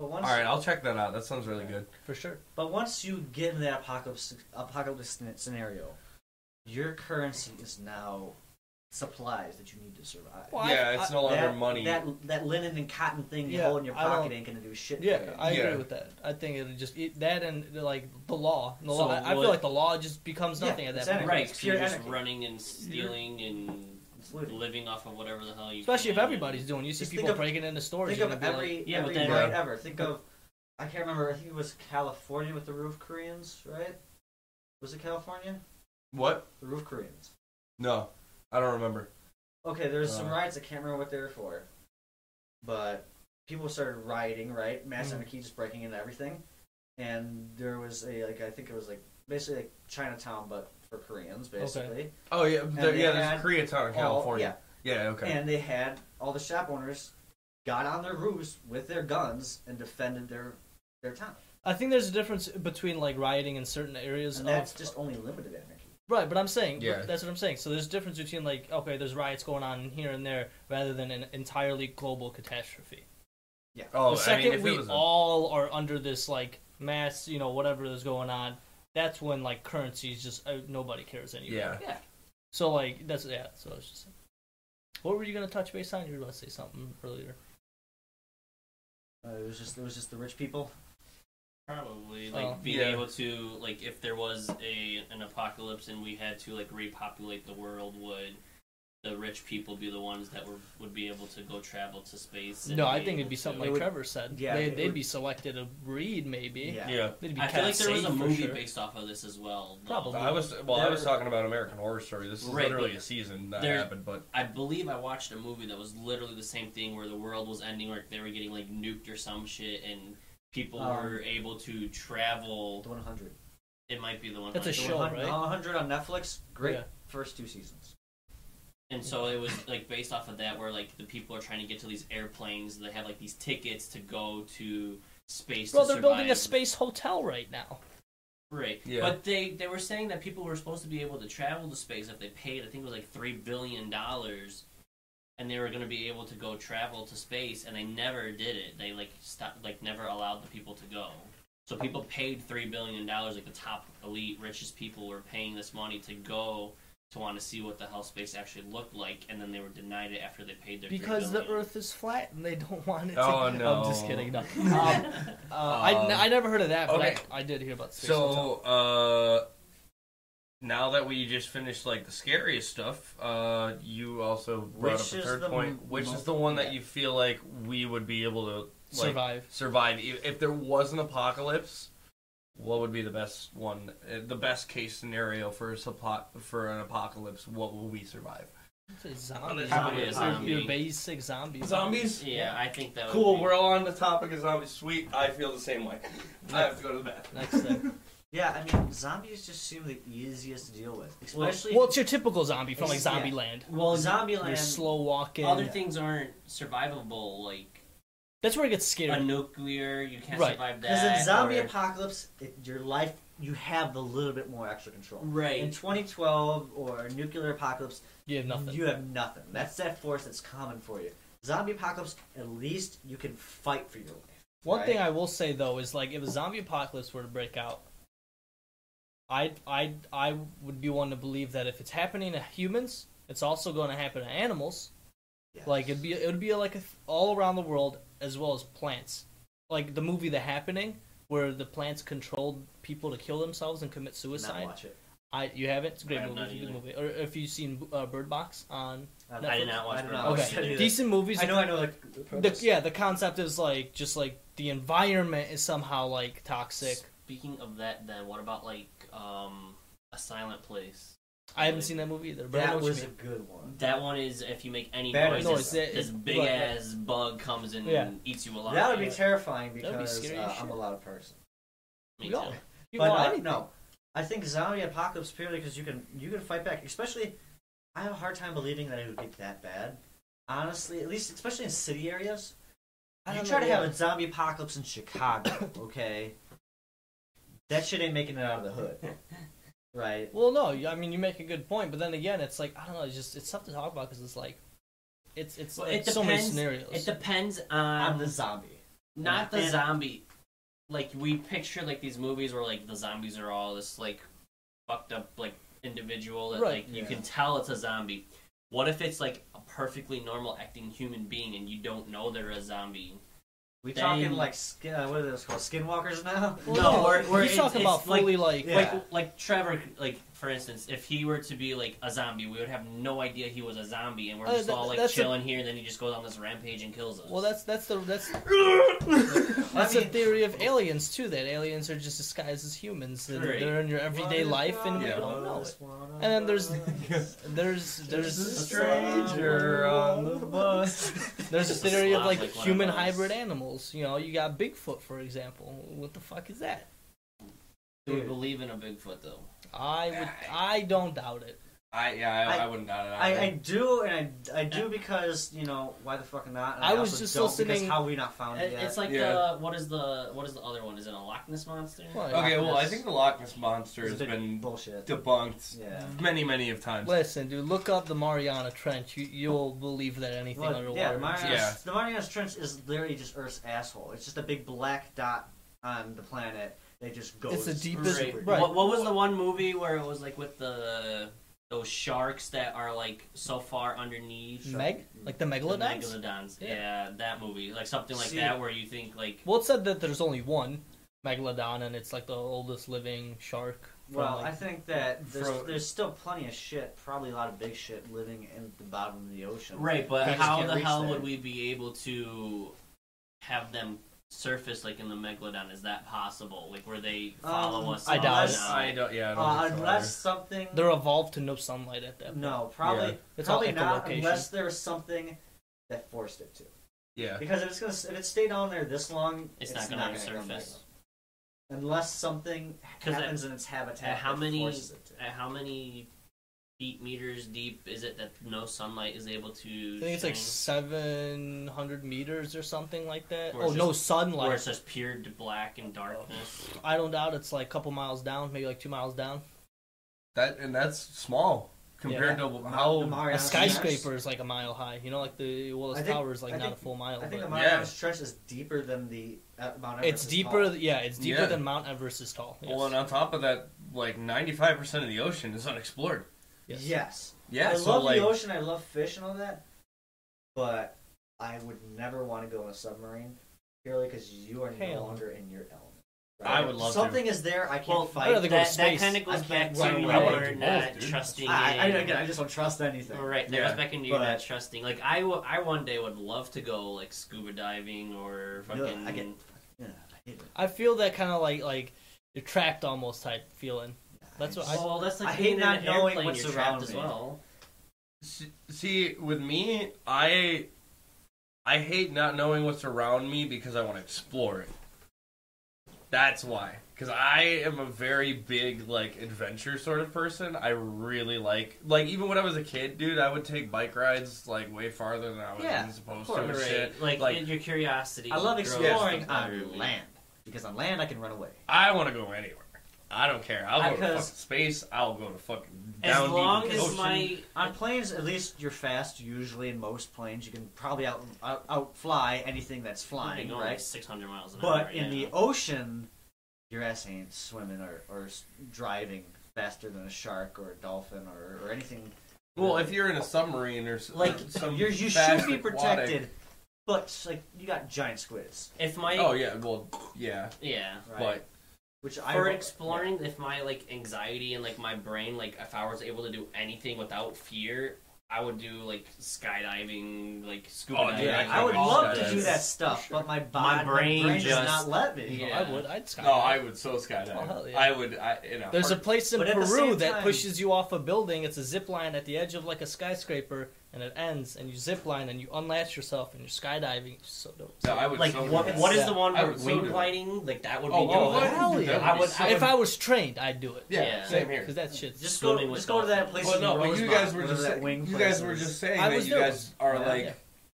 C: but once,
B: All right, I'll check that out. That sounds really good.
A: for sure.
C: but once you get in that apocalypse apocalypse scen- scenario, your currency is now supplies that you need to survive.
A: Well, I-
B: yeah, it's no longer
C: Uh, that,
B: money.
C: That that linen and cotton thing you
A: Yeah,
C: hold in your
A: I don't-
C: pocket ain't gonna do shit. for
A: Yeah,
C: you.
A: I
B: Yeah.
A: agree with that. I think it just it, that and like the law. The
D: So
A: law I, I feel
D: what-
A: like the law just becomes
C: Yeah,
A: nothing at
C: it's
A: that point.
C: anarchy.
D: Right,
C: It's
D: 'cause you're
C: pure
D: just
C: anarchy.
D: running and stealing and
C: It's looting.
D: living off of whatever the hell you.
A: Especially if
D: can.
A: everybody's doing. You see
C: Just think
A: people
C: of-
A: breaking into stores.
C: Think
A: you're
C: of
A: gonna be like-
C: every
D: Yeah, but
C: every
D: then-
C: night
B: Yeah.
C: ever. Think of I can't remember. I think it was California with the roof Koreans, right? Was it California?
B: what?
C: The roof Koreans.
B: No, I don't remember.
C: Okay, there's some
B: Uh.
C: riots. I can't remember what they were for, but people started rioting, right? Mass
A: Mhm.
C: anarchy, just breaking into everything, and there was a like I think it was like basically like Chinatown, but for Koreans, basically.
B: Oh yeah, there,
C: they
B: yeah. There's
C: had
B: Koreatown in
C: All-
B: California. yeah. okay.
C: And they had all the shop owners got on their roofs with their guns and defended their their town.
A: I think there's a difference between like rioting in certain areas
C: And
A: of
C: that's just only limited anarchy.
A: right, but I'm saying
B: Yeah.
A: that's what I'm saying. So there's a difference between like okay, there's riots going on here and there, rather than an entirely global catastrophe.
B: oh,
A: the second
B: I mean, if
A: we
B: it was a-
A: all are under this like mass, you know, whatever is going on, that's when like currencies just uh, nobody cares anymore.
B: yeah.
A: So like that's yeah. So it's just what were you gonna touch base on? You were going to say something earlier.
C: Uh, it was just it was just the rich people.
D: Probably like
A: Oh.
D: being
B: Yeah.
D: able to like if there was a an apocalypse and we had to like repopulate the world, would the rich people be the ones that were would be able to go travel to space? and
A: No, I
D: be
A: think
D: able
A: it'd be something
D: to-
A: like
C: It would-
A: Trevor said.
C: yeah,
A: they,
C: it
A: they'd
C: would-
A: be selected a breed maybe.
C: Yeah.
B: Yeah.
A: They'd be
D: I feel like there was
A: cast safe
D: a
A: for
D: movie
A: sure.
D: based off of this as well. though.
A: Probably.
B: I was well. I
C: There-
B: was talking about American Horror Story. This is
D: Right,
B: literally
D: but
B: a season that
D: there-
B: happened, but
D: I believe I watched a movie that was literally the same thing where the world was ending, like they were getting like nuked or some shit, and people
C: Um,
D: were able to travel.
C: The 100.
D: It might be the one.
A: That's a
C: The
A: show,
C: 100,
A: right?
C: the 100 on Netflix. Great
A: Yeah.
C: first two seasons.
D: And so it was like based off of that, where like the people are trying to get to these airplanes, they have like these tickets to go to space.
A: Well,
D: to
A: they're building a
D: survive.
A: space hotel right now.
D: Right.
B: Yeah.
D: But they they were saying that people were supposed to be able to travel to space if they paid. I think it was like three billion dollars, and they were going to be able to go travel to space, and they never did it. They like stopped, like never allowed the people to go. So people paid three billion dollars. Like the top elite, richest people were paying this money to go to want to see what the hell space actually looked like, and then they were denied it after they paid their. $3
A: Because the
D: billion.
A: Earth is flat and they don't want it to.
B: Oh,
A: I'm just
B: no.
A: kidding. No. Um, uh, I,
B: Um,
A: I never heard of that, but
B: okay.
A: I, I did hear about space hotel.
B: So, uh, now that we just finished like the scariest stuff, uh, you also brought
C: Which
B: up a
C: is
B: third
C: the
B: point,
C: m-
B: which is
C: most-
B: the one
C: yeah.
B: that you feel like we would be able to like,
A: Survive.
B: Survive if if there was an apocalypse. What would be the best one? uh, The best case scenario for a suppo- for an apocalypse? What will we survive?
A: It's zombies.
B: Probably
D: a
A: They're-
D: zombie.
A: They're basic zombies.
D: Yeah, I think that.
B: Cool.
D: Would be...
B: We're all on the topic of zombies. Sweet. I feel the same way. I have to go to the bathroom.
A: Next thing.
C: Yeah, I mean, zombies just seem the easiest to deal with, especially
A: Well, it's your typical zombie from like
C: It's- yeah.
A: Zombie Land.
C: well, zombie
A: You're
C: land.
A: slow walking.
D: Other things aren't survivable, like
A: That's where it gets
D: a
A: scary.
D: nuclear. You can't
A: Right.
D: survive that.
C: Because in zombie
D: or-
C: apocalypse, it, your life you have a little bit more extra control.
D: Right.
C: In 2012 or nuclear apocalypse,
A: You have nothing.
C: you have nothing. That's that force that's common for you. Zombie apocalypse, at least you can fight for your life.
A: One
C: right?
A: thing I will say though is like if a zombie apocalypse were to break out, I I I would be one to believe that if it's happening to humans, it's also going to happen to animals.
C: Yeah.
A: Like it'd be it would be like a, th- all around the world as well as plants. Like the movie The Happening, where the plants controlled people to kill themselves and commit
C: Not
A: suicide.
C: watch it.
A: I you haven't? It's a great
D: I have
A: movie.
D: not
A: It's a good
D: either.
A: movie. Or if you've seen uh, Bird Box on
C: don't-
D: I did not watch
C: Oh, I did
D: Bird
C: not
D: Box
C: watch
A: Okay.
C: it either.
A: decent movies.
C: I know, I know. Like, the
A: The,
C: premise.
A: yeah, the concept is like just like the environment is somehow like toxic.
D: Speaking of that, then what about like um, a silent place?
A: I haven't seen that movie either. But I know
C: that
A: what you
C: was a
A: mean.
C: good one.
D: That one is if you make any
C: Bad
D: noise,
A: noise,
D: this,
A: that-
D: this big
A: right, right.
D: ass bug comes in
A: Yeah.
D: and eats you alive.
C: That would be
A: yeah.
C: terrifying
A: That would be
C: because
A: scary
C: uh,
A: as
C: I'm a
A: shit.
C: loud person.
D: Me
A: We
D: too.
A: all- You
C: but
A: want
C: uh,
A: anything.
C: no, I think zombie apocalypse purely because you can you can fight back. Especially, I have a hard time believing that it would get that bad. Honestly, at least especially in city areas.
A: I
C: you
A: don't
C: try
A: know,
C: to have
A: yeah.
C: a zombie apocalypse in Chicago, okay? that shit ain't making it out of the hood, right?
A: Well, no. you- I mean, you make a good point, but then again, it's like I don't know. It's just it's tough to talk about because it's like it's it's
D: Well,
A: like,
D: it
A: so many
D: depends-
A: scenarios.
D: It depends
C: I'm
A: Um,
D: on
C: the zombie.
D: not the
C: And-
D: zombie. Like we picture like these movies where like the zombies are all this like fucked up like individual that
A: Right.
D: like you
C: Yeah.
D: can tell it's a zombie. What if it's like a perfectly normal acting human being and you don't know they're a zombie?
C: We
D: Dang.
C: talking like skin, uh, what are those called? Skinwalkers now?
D: Well, No, we're- we're-
A: he's
D: it's-
A: talking
D: it's
A: about fully like,
C: Yeah.
D: Like like Trevor like for instance, if he were to be like a zombie, we would have no idea he was a zombie and we're
A: Uh,
D: just
A: th-
D: all like
A: that's a-
D: chilling here and then he just goes on this rampage and kills us.
A: Well, that's that's the that's that's the
C: I mean-
A: theory of aliens too. That aliens are just disguised as humans. They're,
D: Right.
A: they're in your everyday life, and we
B: Yeah.
A: don't know it. And then there's there's
B: There's a
A: there's
B: stranger on the bus.
A: there's a
D: Just a
A: theory of
D: slot,
A: like
D: like one of
A: human
D: those.
A: hybrid animals. You know, you got Bigfoot for example. What the fuck is that?
D: Do we believe in a Bigfoot though?
A: I would I don't doubt it.
B: I yeah, I, I,
C: I-
B: wouldn't doubt it.
C: I,
B: either.
C: I do, and I, I do because you know why the fuck not? And
A: I was
C: also
A: just
C: don't because
A: listening-
C: How we not found it
D: It-
C: yet?
D: It's like
B: Yeah.
D: the what is the what is the other one? Is it a Loch Ness monster?
A: Well,
B: okay, well, I
C: Ness.
B: think the Loch Ness monster
C: It's
B: has
C: a big
B: been
C: bullshit.
B: debunked
C: Yeah.
B: many, many of times.
A: Listen, dude, look up the Mariana Trench. You you'll believe that anything
C: Well,
A: underwater.
C: yeah, the
A: is-
C: Marianas,
B: Yeah.
C: the Marianas Trench is literally just Earth's asshole. It's just a big black dot on the planet that just goes.
A: It's the deepest-
C: super
A: right.
D: What, what was the one movie where it was like with the those sharks that are like so far underneath
A: Meg, like the
D: the
A: megalodons.
D: megalodons?
A: Yeah.
D: Yeah. that movie, like something like
C: See-
D: that, where you think like
A: Well, it said that there's only one megalodon, and it's like the oldest living shark. from,
C: Well,
A: like-
C: I think that there's,
B: From-
C: there's still plenty of shit, probably a lot of big shit living in the bottom of the ocean.
D: right, but
C: You just
D: how
C: can't
D: the
C: reach
D: hell
C: there.
D: would we be able to have them surface like in the megalodon? Is that possible? Like where they follow
C: Um,
D: us?
A: I
D: all
A: doubt it.
D: now?
B: I don't. Yeah, I don't
C: Uh,
B: think so
C: unless something.
A: they're evolved to no sunlight at that.
C: no, probably
B: Yeah.
A: It's all
C: probably not
A: echolocation.
C: unless there's something that forced it to.
B: either. Yeah,
C: Because if it's gonna if it stayed on there this long,
D: It's
C: it's,
D: not gonna
C: gonna, come back
D: resurface.
C: up. Unless something
D: 'Cause
C: happens in its habitat.
D: at how
C: that
D: many-
C: forces it to.
D: At how many feet meters deep is it that no sunlight is able to?
A: I think it's like
D: shine?
A: 700 meters or something like that.
D: Where
A: oh,
D: it's
A: no
D: where
A: sunlight.
D: it's just pure d- black and darkness.
A: I don't doubt it's like a couple miles down, maybe like two miles down.
B: that and that's small compared
A: Yeah.
B: to
C: The
B: how.
A: A
C: Mariana
A: skyscraper
C: Trench-
A: is like a mile high. You know, like the Willis
C: I think-
A: Tower is like
C: I
A: not
C: think-
A: a full mile.
C: I think the
A: but
C: Mariana
B: Yeah.
C: Trench is deeper than the uh, Mount Everest.
A: it's
C: is
A: deeper.
C: tall.
A: Yeah, it's deeper
B: Yeah.
A: than Mount Everest is tall. Yes.
B: Well, and on top of that, like ninety-five percent of the ocean is unexplored.
A: Yes.
C: Yes.
B: Yeah,
C: I
B: so
C: love
B: like,
C: the ocean. I love fish and all that, but I would never want to go in a submarine purely because you are
A: Hell.
C: no longer in your element.
B: I would love to.
C: something is there. I can't
D: Well,
A: I'd rather go
C: fight.
A: to
D: that
A: space.
D: kind of goes
C: I
D: back
C: can't
D: to
C: run
D: your
C: away.
B: Wolf,
D: not
B: dude.
D: trusting.
C: I, I,
D: in-
C: again, I just don't trust anything.
D: right, that
B: Yeah.
D: goes back into your not
C: But-
D: trusting. Like I, w- I one day would love to go like scuba diving or
C: Ugh,
D: fucking.
C: I get- Yeah, I hate it.
A: I feel that kind of like like you're trapped almost type feeling. That's what I-
D: well, that's like
C: I hate
D: being in
C: not
D: an
C: knowing
D: airplane,
C: what's
D: you're trapped
C: around
D: as
C: me.
D: well.
B: S- See, with me, I I hate not knowing what's around me because I want to explore it. That's why. Because I am a very big like adventure sort of person. I really like like even when I was a kid, dude, I would take bike rides like way farther than I was
C: Yeah,
B: even supposed to
C: of
B: and
C: course.
B: shit.
D: Like,
B: like
D: in your curiosity.
C: Oh, I love
D: grows
C: exploring
D: the better
C: on
D: we-
C: land because on land I can run away.
B: I want to go anywhere. I don't care. I'll go to fucking
C: Because-
B: space. I'll go to fucking
D: As
B: down
D: long
B: deep in
D: as
B: the ocean.
D: my
C: On planes, at least you're fast. Usually, in most planes, you can probably out, out outfly anything that's
D: flying
C: flying,
D: going like
C: right?
D: 600 miles an hour.
C: But in
D: yeah.
C: the ocean, your ass ain't swimming or, or s- driving faster than a shark or a dolphin or, or anything.
B: well, if you're in a submarine or s-
C: Like,
B: some
C: You're, you
B: fast
C: should be
B: aquatic-
C: protected, but like you got giant squids,
D: if my
B: Oh yeah, well yeah,
D: yeah.
C: right?
B: but
C: Which I
D: for
C: will-
D: exploring if my like anxiety and like my brain like if i was able to do anything without fear i would do like skydiving like scuba
B: Oh,
D: diving
B: dude,
C: Yeah,
B: I
C: I, would
B: can't
C: love
B: do
C: to do
B: that.
C: that stuff, but my
D: My
C: body, my
D: brain
C: brain,
D: just-
C: does not let me.
A: You know,
D: Yeah.
A: I would. I'd skydive.
B: no, I would so skydive.
A: Oh, hell yeah.
B: I would. I, in a
A: There's a
B: heart-
A: place in
C: But at the
A: Peru
C: same
A: that
C: time-
A: pushes you off a building. It's a zip line at the edge of like a skyscraper, and it ends, and you zip line, and you unlatch yourself, and you're skydiving. It's so dope.
B: No, I would.
D: like
B: so
D: what,
B: do that.
D: what is
A: Yeah.
D: the one
B: I
D: where
B: would so do
D: wing
B: that.
D: lighting like that would be
B: Oh,
D: dope.
B: oh, I would
A: Hell
B: do
A: yeah.
B: that.
D: I would- I
A: if I was trained, I'd do it.
B: Yeah,
D: Yeah.
B: same here.
A: Because that shit's
C: Just
D: Swimming
C: go,
D: with
C: just go to that
D: dolphins.
C: place.
B: Well,
C: in
B: no, but you
C: Rosemont,
B: guys were
C: whatever
B: just
C: that wing
B: you
C: place
B: guys were
C: is.
B: just saying
A: I
B: that
A: was
B: you
A: there
B: guys are
A: Yeah.
B: like
A: Yeah.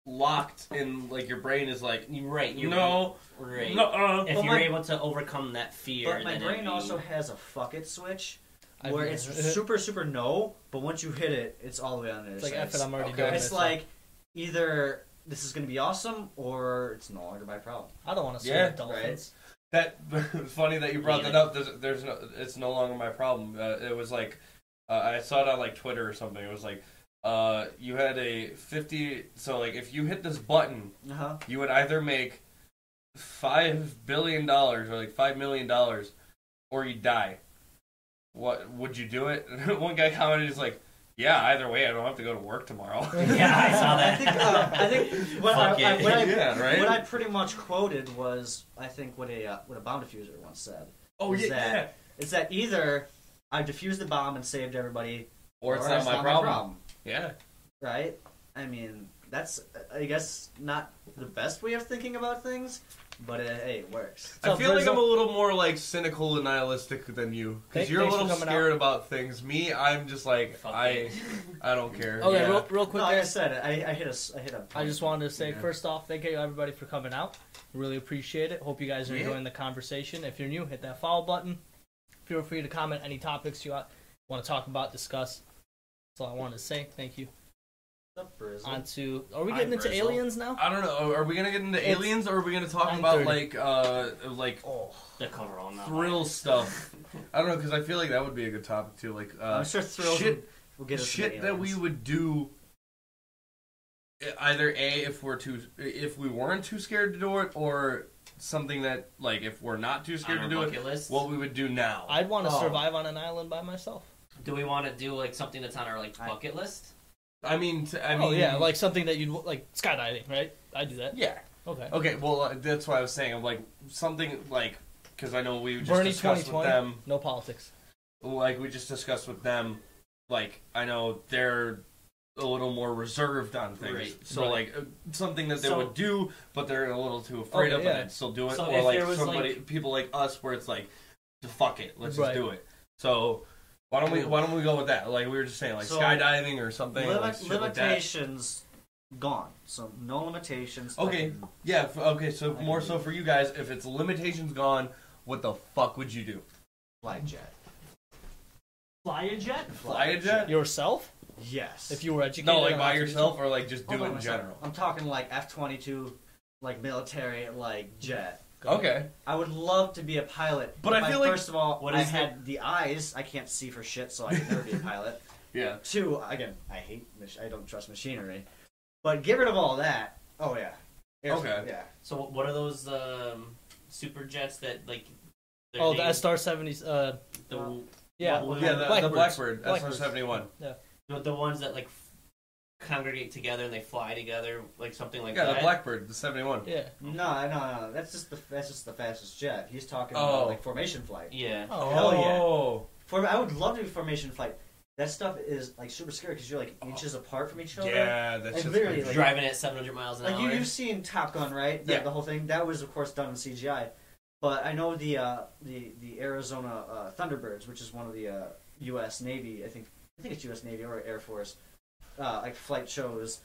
B: locked in, like your brain is like
D: You're right you're
B: no,
D: right
B: no, uh,
D: if
C: But
D: you're
C: my-
D: able to overcome that fear
C: But my
D: then it'd
C: brain
D: be-
C: also has a fuck it switch
A: I've
C: where
A: never-
C: it's super super no, but once you hit it, it's all the way on the other
A: It's like
C: side.
A: F it, I'm already
B: Okay.
A: doing
C: It's
A: this.
C: like either this is gonna be awesome or it's no longer my problem.
A: I don't want to swim
B: Yeah,
A: with dolphins.
B: that. Funny that you brought
D: Yeah.
B: that up. There's, there's no, it's no longer my problem. Uh, it was like Uh, I saw it on like Twitter or something. It was like, uh, you had a fifty. So like, if you hit this button,
C: Uh-huh.
B: you would either make five billion dollars or like five million dollars, or you die. What would you do it? One guy commented, "He's like, yeah, either way, I don't have to go to work tomorrow."
D: Yeah, I saw
C: I
D: that.
C: think, uh, I think what, I,
D: Fuck
C: I,
D: it.
C: what, I,
B: Yeah, right?
C: what I pretty much quoted was I think what a uh, what a bomb diffuser once said.
B: oh
C: Is
B: yeah,
C: that-
B: yeah.
C: It's that either I defused the bomb and saved everybody,
B: Or it's not, my, problem. Yeah,
C: Right? I mean, that's I guess not the best way of thinking about things, but uh, hey, it works.
A: So,
B: I feel like
A: Brizzo-
B: I'm a little more like cynical and nihilistic than you because
A: Thank-
B: you're a
A: thanks for
B: little
A: coming
B: scared about things. Me, I'm just like
D: Fuck
B: I,
D: it.
B: I don't care.
A: Okay,
B: Yeah.
A: real, real quick,
C: No, like I
A: guys.
C: said, I, I hit a s- I hit a.
A: I just wanted to say,
B: Yeah.
A: first off, thank you everybody for coming out. Really appreciate it. Hope you guys are
B: Yeah.
A: enjoying the conversation. If you're new, hit that follow button. Feel free to comment any topics you want to talk about, discuss. That's all I wanted to say. Thank you.
C: What's up, Brizzle?
A: On to, are we
D: Hi,
A: getting into
D: Brizzle.
A: aliens now?
B: I don't know. Are we gonna get into
A: It's
B: aliens or are we gonna talk
A: 9:30.
B: about like uh like
C: Oh,
D: The cover all night.
B: thrill stuff? I don't know because I feel like that would be a good topic too. Like uh,
C: I'm sure thrills
B: shit
C: will get us some
B: shit that we
C: aliens.
B: would do uh, either a if we're too if we weren't too scared to do it or something that like if we're not too
D: On
B: scared
D: our
B: to do
D: bucket
B: it
D: list.
B: what we would do now
A: I'd want to
C: Oh.
A: survive on an island by myself.
D: do we want to do like something that's on our like
C: I-
D: bucket list?
B: i mean t- i mean
A: oh yeah, like something that you'd like skydiving, right? I do that.
B: yeah
A: Okay.
B: okay well uh, that's what i was saying i'm like something like because i know we just
A: Bernie
B: discussed with
A: 2020.
B: them
A: No politics.
B: like we just discussed with them, like I know they're a little more reserved on things.
D: Right,
B: so
A: right.
B: like uh, something that they
D: So-
B: would do, but they're a little too afraid
A: Oh,
B: of,
A: yeah.
B: and they'd still do it.
D: So
B: or
D: if
B: like
D: there was,
B: somebody,
D: like-
B: people like us, where it's like, fuck it, let's just
A: Right.
B: do it. So why don't we why don't we go with that? Like we were just saying, like
C: So,
B: skydiving or something.
C: Limi-
B: like, shit like that.
C: limitations gone. So no limitations.
B: Okay.
C: fucking-
B: Yeah. f- Okay. So
C: I
B: more
C: agree.
B: so for you guys, if it's limitations gone, what the fuck would you do?
C: Fly jet.
A: Fly a jet?
B: Fly a jet?
A: Yourself?
C: Yes.
A: If you were educated.
B: No, like
A: on
B: by
A: how to do
B: yourself or like just
C: Oh,
B: do
C: by
B: it in
C: myself.
B: general.
C: I'm talking like F twenty two, like military, like jet.
A: something.
B: Okay.
C: I would love to be a pilot,
B: But I feel like-
C: first of all,
D: What
C: I
D: is the-
C: had the eyes. I can't see for shit, so I could never be a pilot.
B: Yeah.
C: Two, again, I hate. Mach- I don't trust machinery. But get rid of all that. Oh yeah. Air-
B: Okay.
C: Yeah.
D: So what are those um, super jets that like? they're
A: Oh, the
D: named-
A: Star 70s. Uh,
D: the,
A: yeah.
D: Well,
B: Yeah, the, the Blackbird,
A: Blackbirds. Blackbirds.
B: SR-71.
D: the the ones that like congregate together and they fly together, like something like
B: yeah,
D: that.
B: the Blackbird, the 71.
A: Yeah.
C: No, no, no. That's just the that's just the fastest jet. He's talking
B: Oh.
C: about like formation flight.
D: Yeah.
A: Oh,
C: Hell yeah.
B: Oh,
C: For I would love to do formation flight. That stuff is like super scary because you're like inches apart from each other.
B: yeah, that's
C: Like,
B: just
C: literally,
B: crazy.
C: Like-
D: driving at 700 miles an
C: Like you,
D: hour.
C: you've seen Top Gun, right? The,
B: Yeah.
C: The whole thing that was, of course, done in CGI. But I know the uh, the the Arizona uh, Thunderbirds, which is one of the uh, U.S. Navy, I think I think it's U.S. Navy or Air Force, uh, like flight shows,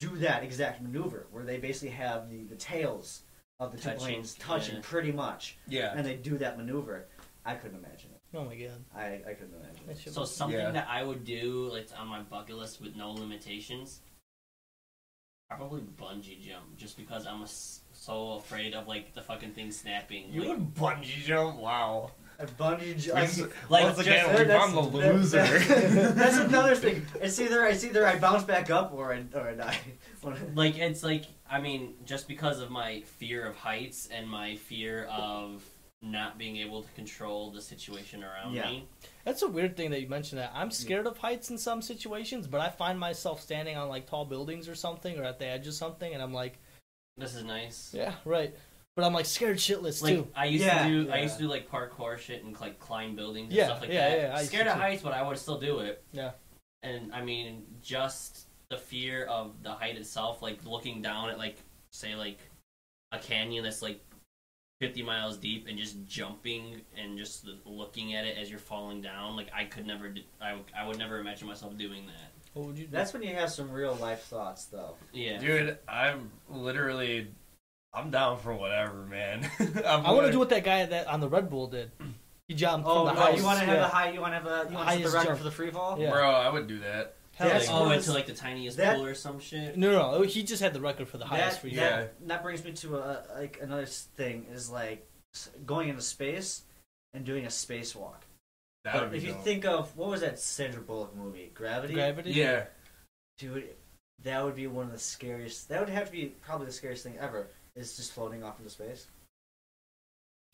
C: do that exact maneuver where they basically have the, the tails of the two
D: Touching,
C: planes touching
D: yeah.
C: pretty much,
B: yeah.
C: and they do that maneuver. I couldn't imagine it.
A: Oh my god.
C: I, I couldn't imagine
A: That
C: it.
A: shit
D: So
A: was-
D: something
B: Yeah.
D: that I would do, like on my bucket list with no limitations, probably bungee jump, just because I'm s- so afraid of like the fucking thing snapping.
B: You
D: like,
B: would bungee jump? Wow.
C: A bungee j-
B: Like, Once
D: like,
B: once
D: just-
B: again, we
C: that's-
B: found the
C: that-
B: loser.
C: that- that's another thing. It's either it's either I bounce back up or I or I die. One-
D: like it's like I mean, just because of my fear of heights and my fear of not being able to control the situation around
C: Yeah.
D: me.
A: That's a weird thing that you mentioned that. I'm scared of heights in some situations, but I find myself standing on like tall buildings or something or at the edge of something and I'm like,
D: This is nice.
A: yeah, right. But I'm like scared shitless
D: Like
A: too.
D: I used
C: Yeah.
D: to do, I
C: Yeah.
D: used to do like parkour shit and like climb buildings and
A: Yeah,
D: stuff like
A: yeah,
D: that.
A: yeah, I used
D: Scared
A: to
D: of
A: too.
D: heights, but I would still do it.
A: Yeah.
D: And I mean, just the fear of the height itself, like looking down at like say like a canyon that's like 50 miles deep and just jumping and just looking at it as you're falling down. Like I could never, do, I would- I would never imagine myself doing that.
A: What would you do?
C: That's when you have some real life thoughts, though.
D: Yeah.
B: Dude, I'm literally, I'm down for whatever, man. I'm
A: I want to
B: literally-
A: do what that guy that on the Red Bull did. He jumped
C: Oh,
A: from
C: no,
A: the house.
C: you want to have
A: yeah.
C: the high, you want to have the, you want to set the
A: Highest
C: record
A: jump.
C: for the free fall.
A: Yeah.
B: Bro, I would do that.
A: Hell
C: That's
A: yeah.
D: oh,
C: what
D: into
C: was-
D: like the tiniest
C: that-
D: pool or some shit.
A: No, no, no, he just had the record for the highest
C: That,
A: for you.
B: yeah.
C: that that brings me to a like another s- thing is like s- going into space and doing a spacewalk.
B: That would
C: But
B: be
C: if you
B: dope.
C: think of what was that Sandra Bullock movie, Gravity?
A: Gravity.
B: yeah,
C: Dude, that would be one of the scariest. That would have to be probably the scariest thing ever. Is just floating off into space.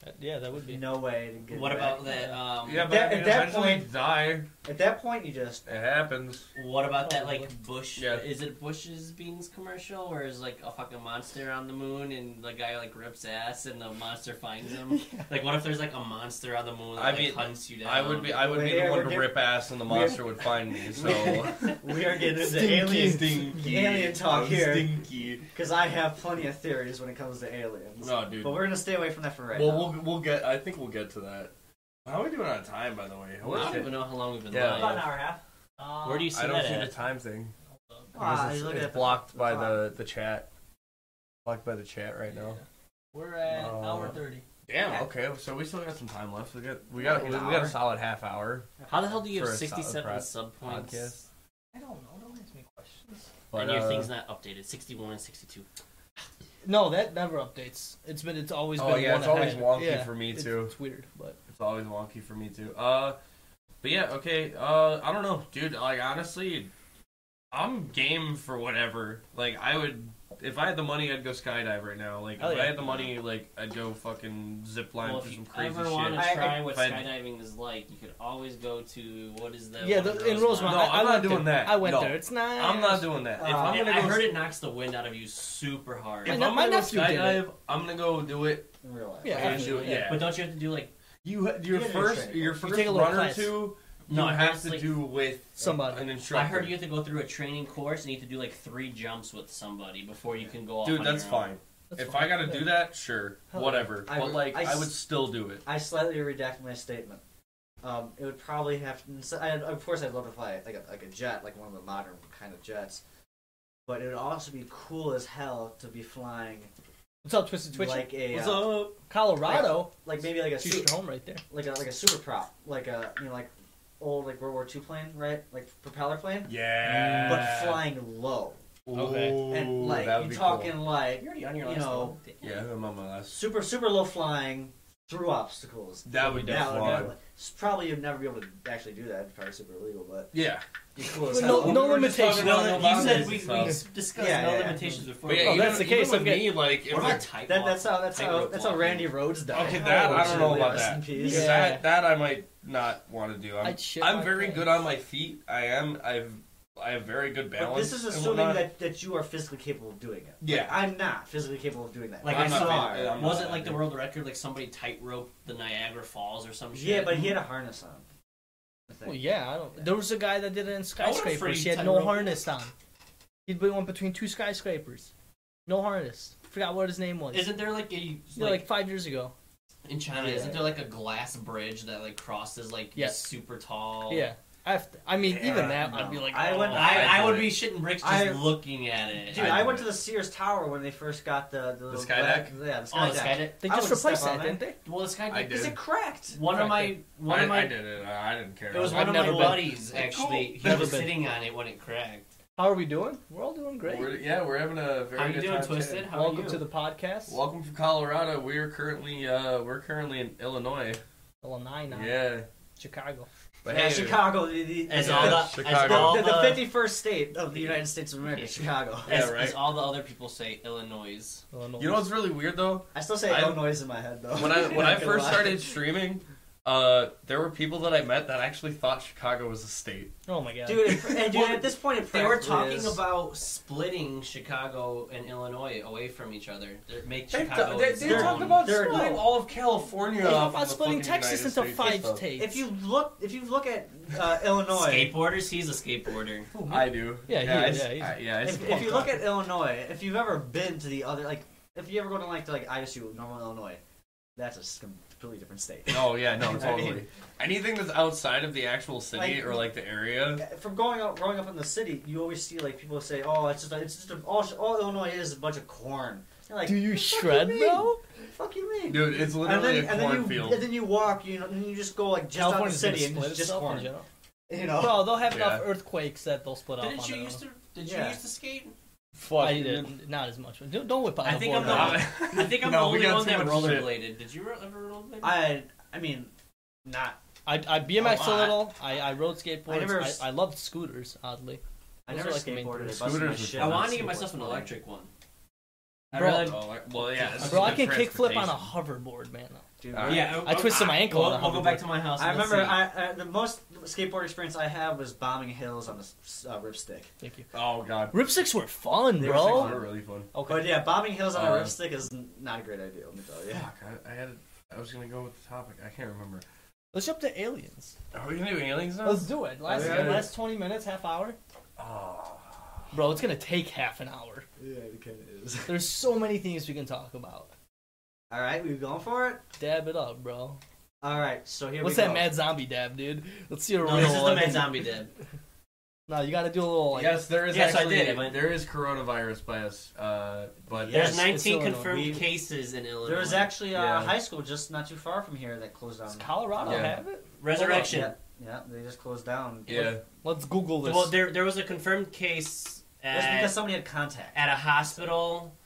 A: Uh, Yeah, that would be.
C: No way to get.
D: What
C: back.
D: about that? Um,
B: yeah, but
C: That-
B: I mean,
C: at that
B: eventually
C: point-
B: die.
C: At that point, you just
B: It happens.
D: What about that
A: Probably.
D: like Bush?
B: Yeah.
D: Is it Bush's Beans commercial where it's like a fucking monster on the moon and the guy like rips ass and the monster finds him? Like, what if there's like a monster on the moon that
B: I'd
D: like,
B: be-
D: hunts you down?
B: I would be. I would be
C: Wait,
B: the one
C: we're
B: to
C: diff-
B: rip ass, and the monster would find me. So
C: we are getting into
A: Stinky,
C: aliens.
B: stinky,
C: Alien talk
B: I'm
C: here.
B: Stinky.
C: Because I have plenty of theories when it comes to aliens.
B: No, dude.
C: But we're gonna stay away from that for right now.
B: well, we'll we'll get. I think we'll get to that. How are we doing on time, by the way? What
D: I
B: is
D: don't
B: it?
D: even know how long we've been
B: Yeah.
D: live.
B: About
A: an hour and a half. Uh,
D: Where do you see
B: I don't
D: that
B: see
D: at?
B: the time thing.
C: Ah,
B: Because
C: you
B: it's
C: look
B: it's
C: at the-
B: blocked
C: the
B: by
C: clock.
B: the the chat. Blocked by the chat right now.
A: We're at
B: Uh,
A: hour thirty.
B: Damn. Okay, so we still got some time left. We got we got
C: Like
B: we
C: an
B: got
C: hour.
B: a solid half hour.
D: How the hell do you
B: For
D: have
B: a solid
D: 67
B: prod-
D: sub
B: podcast.
D: points
A: I don't know. Don't ask me questions.
B: But,
D: and your
B: uh,
D: thing's not updated? 61 and 62.
A: No, that never updates. It's been. It's always
B: Oh
A: been.
B: yeah,
A: one
B: it's always
A: ahead.
B: wonky
A: Yeah,
B: for me
A: it's-
B: too.
A: It's weird, but
B: It's always wonky for me too. Uh, but yeah, okay. Uh, I don't know, dude. Like honestly, I'm game for whatever. Like I would, if I had the money, I'd go skydive right now. Like
A: Hell
B: if
A: yeah.
B: I had the money, like I'd go fucking zip line
D: Well,
B: for
D: if you
B: some crazy
D: ever want to
B: shit.
C: I-
D: try
C: I-
D: what
B: if I-
D: skydiving is like, you could always go to what is the
A: yeah.
D: one
A: The, in Rosemont,
B: No,
A: I, I
B: I'm not
A: went
B: doing
A: there.
B: that.
A: I went
B: No.
A: there. It's nice.
B: I'm not doing that. If
C: Uh,
B: I'm
D: And
B: gonna
D: I
B: go,
D: heard it knocks the wind out of you super hard.
B: If
A: My
B: I'm
A: ne- my
B: gonna go
A: nephew did it.
B: skydive, I'm gonna go do it.
C: in real life.
A: Yeah,
B: and do it.
A: absolutely,
B: Yeah.
D: But don't you have to do like
B: You your
C: Yeah,
B: first
C: sure.
B: your
C: You
B: first
A: take a little
B: run or
A: class.
B: two. You
D: No, it
B: have
D: has,
B: to
D: like-
B: do with
A: Somebody.
B: an instructor.
D: I heard you have to go through a training course and you have to do like three jumps with somebody before you can go off.
B: Dude,
D: on
B: that's
D: your own.
B: fine.
A: That's
B: if
A: fine.
B: I gotta
A: Yeah.
B: do that, sure,
C: Hell,
B: whatever.
C: I-
B: but like,
C: I
B: I
C: s-
B: would still do it.
C: I slightly redact my statement. Um, it would probably have to. so- I, of course, I'd love to fly like a, like a jet, like one of the modern kind of jets. But it would also be cool as hell to be flying
A: What's up, Twisted Twitch?
C: like a uh,
B: up?
A: Colorado.
C: like maybe like a
A: Too
C: su-
A: home right there.
C: like a like a super prop, like a you know like old like World War II plane, right? Like propeller plane,
B: Yeah.
C: but flying low.
A: Okay.
C: and like
B: that would
C: you're
B: be
C: talking like
D: You're already on your
C: You
D: last
C: know,
D: one.
B: Cool. Yeah, I'm on my last.
C: super super low flying through obstacles.
B: That would be
C: That would
B: fun.
C: definitely- s- probably you'd never be able to actually do that. It's probably super illegal, but
B: Yeah.
C: it'd be cool as
A: But
C: hell.
A: no- no limitations.
D: No,
A: No,
D: no,
A: no
D: you said we, we
A: boundaries,
D: discussed
C: Yeah,
D: no
C: yeah, yeah.
D: limitations before.
B: But yeah,
A: Oh,
B: even,
A: that's the case,
B: Even with
A: okay.
B: me, like, if
D: what
B: I,
D: about tight
C: That, that's how that's
D: Take
C: how
D: rope
C: that's how
D: walking.
C: Randy Rhodes died.
B: okay, that I don't know
C: Rest
B: about
C: in
B: that.
C: peace.
B: Because
A: Yeah.
B: that that I might not want to do. I'm,
A: I'd shit my
B: I'm very
A: pants.
B: good on my feet. I am. I've. I have very good
C: But
B: balance.
C: this is
B: and
C: assuming
B: whatnot.
C: that, that you are physically capable of doing it.
B: Yeah.
C: I'm not physically capable of doing that.
D: Like,
B: I'm
D: I
B: not
D: saw-
B: fit- I'm not
D: Was it
B: that
D: like the
B: dude.
D: world record? Like somebody tightrope the Niagara Falls or some shit?
C: yeah, but he
B: Mm-hmm.
C: had a harness on. I think.
A: Well, Oh, yeah, I don't. There was a guy that did it in skyscrapers.
D: afraid
A: He had
D: to
A: no
D: rope.
A: harness on. He'd been went between two skyscrapers, no harness. Forgot what his name was.
D: Isn't there like a
A: Yeah,
D: like,
A: like, five years ago.
D: in China?
C: Yeah.
D: Isn't there like a glass bridge that like crosses like
A: Yes.
D: these super tall?
A: Yeah, I, have to- I mean,
B: Yeah,
A: even that,
C: no.
A: I'd be like,
C: I
A: oh.
C: went-
D: I,
B: I
D: I would
B: would.
D: be shitting bricks just
C: I-
D: looking at it.
C: Dude,
B: I
C: I,
B: know
C: went
B: it.
C: to the Sears Tower when they first got the the, little
B: sky
C: black-
B: deck?
C: Yeah, the sky
D: oh, this guy
C: deck.
D: did.
A: they
C: I
A: just
C: wouldn't
A: replaced
C: step
A: that,
C: on
A: didn't they?
D: Well, this guy
B: I
D: did.
B: did.
C: Is it cracked?
D: One of my one
B: I,
D: of my
B: I did it. I didn't care.
D: it was
A: I've
D: one of my
A: never been.
D: buddies actually. He
A: Never
D: was
A: been.
D: sitting on it when it cracked.
A: How are we doing? We're all doing great.
B: We're, yeah, we're having a very
D: How you
B: good
D: doing,
B: time
D: Twisted?
B: chatting.
D: How
A: Welcome
D: are you?
A: to the podcast.
B: Welcome from Colorado. We are currently uh we're currently in Illinois.
A: Illinois, now,
B: Yeah.
A: Chicago.
B: But
C: yeah,
B: hey,
C: Chicago. The, the,
D: as
B: Yeah,
D: all the as
B: Chicago.
D: all
C: the,
D: the,
C: the 51st state of the United States of America,
D: Yeah.
C: Chicago.
B: Yeah,
D: as,
B: right.
D: as all the other people say, Illinois.
A: Illinois.
B: You know what's really weird though?
C: I still say
B: I-
C: Illinois in my head though.
B: When I when
C: Not
B: I
C: gonna
B: first
C: lie.
B: started streaming, uh there were people that I met that actually thought Chicago was a state.
A: oh my god,
C: dude, it, and dude, at this point, it
D: They were
C: practically
D: talking
C: is.
D: about splitting Chicago and Illinois away from each other. They make
B: They,
D: Chicago.
B: they,
D: its
B: they talked
D: own.
B: about
C: They're-
B: splitting all of California
A: They thought
B: off.
A: about
B: of the
A: splitting
B: fucking
A: Texas
B: United
A: into
B: States
A: five
B: and stuff.
A: states.
C: If you look, if you look at uh, Illinois,
D: skateboarders. He's a skateboarder.
A: Ooh,
B: I do.
A: Yeah, he-
B: I s-
A: yeah, he's-
B: I- yeah. I
C: if,
B: support
C: if you look
B: that.
C: at Illinois, if you've ever been to the other, like, if you ever go to like to like ISU, normal Illinois, that's a s- completely different state.
B: Oh yeah,
C: I
B: no,
C: mean-
B: totally. Anything that's outside of the actual city
C: Like-
B: or like the area,
C: From going up, growing up in the city, you always see like people say, "Oh, it's just a, it's just a, all, all Illinois is a bunch of corn." You're like,
A: do you
C: "The fuck
A: shred
C: mean?
A: though?
C: Fuck you mean?
B: dude, it's literally a
C: and then you
B: cornfield.
C: and then you walk, you know, and you just go like just out the
A: California's gonna
C: city and
A: split
C: it's just
A: itself in
C: corn.
A: general.
C: You know,
A: Bro, they'll have enough
B: Yeah.
A: earthquakes that they'll split up.
D: Didn't
A: on
D: you
A: their
D: used
A: own.
D: to? Did you
C: Yeah.
D: used to skate?
B: Fuck,
A: I did not as much. Don't, don't whip out
D: I
A: the
D: think
A: board
D: I'm the-
A: now.
D: I think I'm
B: No, we
D: the only
B: got
D: one
B: too
D: that
B: much shit.
D: rollerbladed. Did you ro- ever rollerblade?
C: I I mean, not
A: I, I BMX a,
D: lot.
A: little. I, I rode skateboards. I,
C: I never-
A: I, loved scooters. Oddly,
C: I
A: Those
C: never
A: are like the main
C: skateboarded.
A: things.
C: I busted my
B: Scooters
C: shit
B: were
D: I
C: on
D: wanted to get
C: skateboard
D: myself an
C: skateboarding.
D: electric one.
A: Bro.
D: I really,
B: Oh, like- well, yeah. this is
A: bro, I
B: good
A: can kickflip on a
B: transportation.
A: hoverboard, man.
C: Dude,
B: All right.
D: yeah,
A: I twisted my ankle
D: We'll,
A: on a
D: we'll go back
A: hoverboard.
D: to my house.
C: I
D: and let's
C: remember
D: see.
C: I, uh, the most skateboard experience I had was bombing hills on a s- uh, ripstick.
A: Thank you.
B: Oh god,
A: Ripsticks were fun,
B: They
A: bro.
B: were really fun.
A: Okay.
C: But yeah, bombing hills on a
B: Uh,
C: ripstick is n- not a great idea. Let me tell you.
B: Fuck, I, I had. I was gonna go with the topic. I can't remember.
A: Let's jump to aliens.
B: Are we gonna do aliens now?
A: Let's do it. Last
B: Yeah.
A: last twenty minutes, half hour.
B: Oh.
A: Bro, it's gonna take half an hour.
C: Yeah, it kind of is.
A: There's so many things we can talk about.
C: All right, we going for it.
A: Dab it up, bro.
C: All right, so here
A: What's
C: we
A: that
C: go.
A: mad zombie dab, dude? Let's see a
D: No,
A: real
D: this is the
A: one.
D: Mad Zombie did.
A: No, you gotta do a little like
B: yes, there is
D: Yes, I
B: actually
D: did, but-
B: there is coronavirus by us, uh, but
A: Yes,
D: There's
A: it's
D: 19
A: Illinois.
D: confirmed
A: We-
D: cases in Illinois.
C: There was actually a
B: Yeah.
C: high school just not too far from here that closed down.
A: Does Colorado
B: Yeah.
A: have it?
D: resurrection.
C: Yeah, yeah, they just closed down.
B: yeah,
A: Let's Google this.
D: Well, there there was a confirmed case
C: It was because
D: at,
C: somebody had contact.
D: at a hospital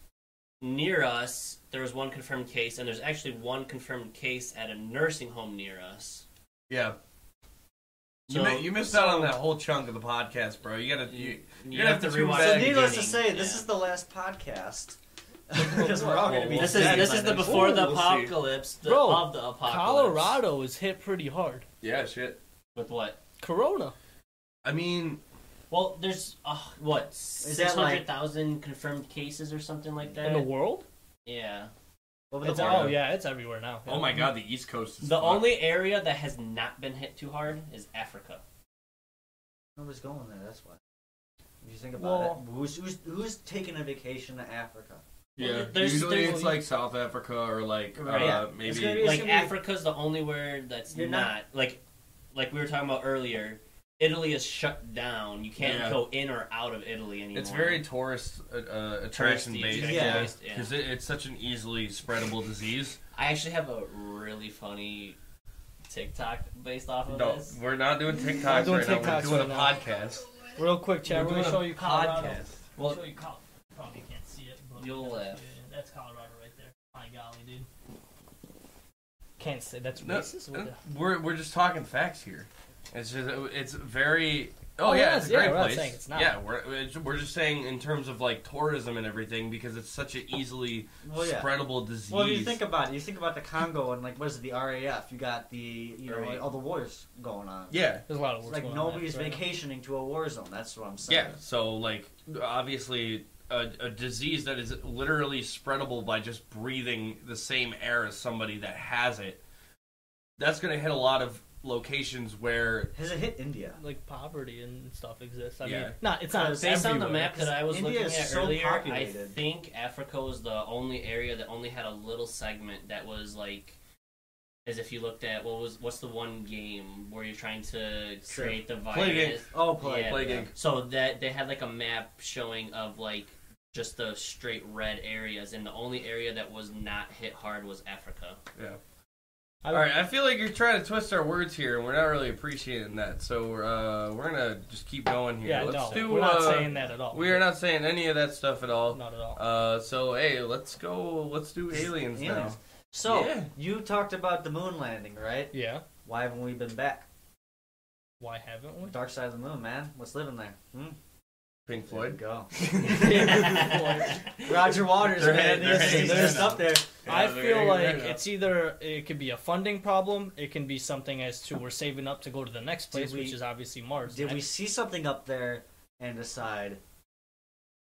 D: near us. There was one confirmed case, and there's actually one confirmed case at a nursing home near us.
B: yeah.
D: So-
B: you, mi- you missed out on that whole chunk of the podcast, bro. You gotta. You,
D: You
B: You're gonna
D: have to
B: have to tune
D: rewatch.
B: back.
C: So
D: the
C: needless to
D: beginning,
C: say, this
D: yeah.
C: is the last podcast because we're all going to be.
B: Whoa, whoa,
D: This
B: whoa.
D: is
C: dead
D: this
C: by
D: is the
C: next
D: before
B: Ooh,
D: the
B: we'll see.
D: apocalypse, the,
A: Bro,
D: of the apocalypse.
A: Colorado is hit pretty hard.
B: yeah, shit.
D: with what?
A: Corona.
B: I mean,
D: Well, there's uh, what six
C: that like-
D: hundred thousand confirmed cases or something like that.
A: In the world?
D: yeah,
C: Over
A: It's-
C: the
A: oh
C: wall.
A: yeah, it's everywhere now.
B: oh my god, the East Coast. Is
D: the
B: fucked.
D: only area that has not been hit too hard is Africa.
C: Nobody's going there. That's why. If you think about
A: Well-
C: it, who's, who's who's taking a vacation to Africa?
B: Yeah,
D: There's-
B: usually
D: there's-
B: it's like South Africa or like
C: Right. Yeah.
B: uh,
C: It's
B: maybe.
C: gonna be-
D: Like
C: gonna
D: Africa's the only where that's
C: You're
D: not,
C: not-
D: like like we were talking about earlier. Italy is shut down. You can't
B: Yeah.
D: go in or out of Italy anymore.
B: It's very tourist uh, uh, attraction
D: Touristy,
B: based,
D: attraction
B: yeah,
D: based, yeah.
B: because it, it's such an easily spreadable disease.
D: I actually have a really funny TikTok based off of
B: No,
D: this.
B: we're not doing TikToks
A: doing
B: right now. We're
A: TikToks
B: doing
A: right
B: a
A: now.
B: podcast.
A: Real quick, Chad, we're,
B: doing
A: gonna
B: a
A: show you Colorado.
B: podcast.
D: Well,
A: show you Colorado. Probably can't see it. But
D: You'll
A: yeah,
D: laugh.
A: yeah, that's Colorado right there. My golly, dude. Can't say that's
B: No,
A: racist. What the-
B: we're we're just talking facts here. It's just it's very. Oh,
A: Oh,
B: yeah,
A: yes,
B: it's a
A: yeah,
B: great
A: we're not
B: place.
A: saying it's not.
B: Yeah, we're it's- we're just saying in terms of like tourism and everything because it's such an easily
C: Well, yeah.
B: spreadable disease.
C: Well, if you think about it, you think about the Congo and like what is it, the RAF? You got the you know
D: Right.
C: all the wars going on.
B: yeah,
A: There's a lot of
C: It's
A: wars
C: like
A: going on
C: nobody's
A: there, right?
C: vacationing to a war zone. That's what I'm saying.
B: yeah. So like obviously a, a disease that is literally spreadable by just breathing the same air as somebody that has it. That's going to hit a lot of locations where
C: Has it hit India?
A: Like poverty and stuff exists. I
B: Yeah.
A: mean, not it's not
C: Because
D: Based on the
A: everywhere.
D: map that I was
C: India
D: looking
C: is
D: at
C: so
D: earlier, I
C: populated.
D: think Africa was the only area that only had a little segment that was like, as if you looked at what was what's the one game where you're trying to
C: Sure.
D: create the
B: Plague Inc.
D: virus.
C: Oh, play.
D: Yeah.
B: Plague Inc.
D: So that they had like a map showing of like just the straight red areas, and the only area that was not hit hard was Africa.
B: Yeah.
A: I-
B: All right. I feel like you're trying to twist our words here, and we're not really appreciating that. So uh, we're gonna just keep going here.
A: Yeah,
B: let's
A: no,
B: do.
A: we're not
B: uh,
A: saying that at all.
B: We are not saying any of that stuff at all.
A: Not at all.
B: Uh, so hey, let's go. Let's do aliens,
C: Aliens.
B: now.
C: So
B: Yeah.
C: you talked about the moon landing, right?
A: Yeah.
C: Why haven't we been back?
A: Why haven't we?
C: Dark side of the moon, man. What's living there? Hmm?
B: Pink
C: There you
B: Floyd.
C: go.
D: Right.
C: Roger Waters,
B: They're
C: man.
B: hanging- they're
C: There's,
B: hanging
C: there's
B: there now.
C: stuff there.
A: I
B: Yeah, they're
A: feel
B: hanging
A: like
B: there now.
A: it's either it could be a funding problem, it can be something as to we're saving up to go to the next place,
C: we-
A: which is obviously Mars.
C: Did
A: I,
C: we see something up there and decide?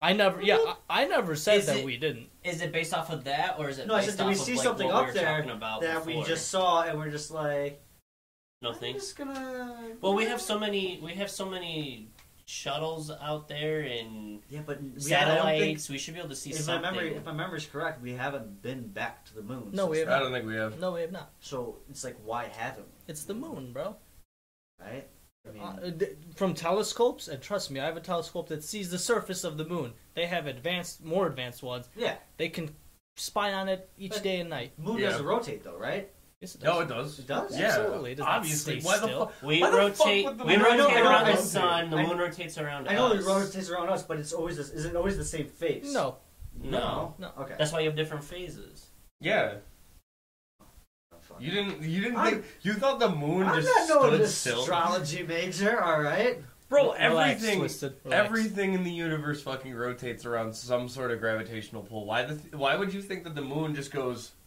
A: I never, yeah, I, I never said
D: Is
A: that
D: it-
A: we didn't.
D: Is it based off of that, or is it
C: No, I
D: based
C: said, do
D: off
C: we
D: of
C: see
D: like,
C: something
D: what
C: up
D: we were
C: there
D: talking about
C: that we
D: before?
C: just saw and we're just like,
D: no
C: I'm
D: thanks.
C: just gonna.
D: Well, we have so many. We have so many shuttles out there and
C: Yeah, but we, I don't think.
D: satellites. we should be able to see
C: If my
D: something.
C: memory, if my memory's correct, we haven't been back to the moon.
A: No, we
C: since
B: I
A: haven't.
C: then.
B: don't think we have.
A: No, we have not.
C: So it's like, why haven't
A: It's the moon, bro.
C: we? Right? I
D: Hmm.
C: mean,
A: Uh, d- from telescopes, and trust me, I have a telescope that sees the surface of the moon. They have advanced, more advanced ones.
C: yeah,
A: They can spy on it each
C: But-
A: day and night.
C: moon
B: Yeah.
C: doesn't rotate though, right?
A: Yes, it does.
B: No, it does.
C: It does?
B: Yeah,
A: Absolutely, it does not
B: obviously.
A: stay
B: Why the
A: still.
B: fuck?
D: we
B: why the fuck
D: rotate,
B: would the
D: we
B: moon
D: rotate
B: rotate?
D: around the
C: I-
D: sun. The
C: I-
D: moon rotates around.
C: I know
D: us.
C: it rotates around us, but it's always this. Is it always the same face?
A: No,
D: No,
C: No.
A: No.
C: Okay.
D: that's why you have different phases.
B: Yeah.
C: Oh, fuck.
B: You didn't. You didn't
C: I'm-
B: think. You thought the moon
C: I'm
B: just
C: not no
B: stood still,
C: astrology major, all right?
B: bro.
A: Relax,
B: Everything,
A: Twisted, relax.
B: everything in the universe fucking rotates around some sort of gravitational pull. Why the? Th- why would you think that the moon just goes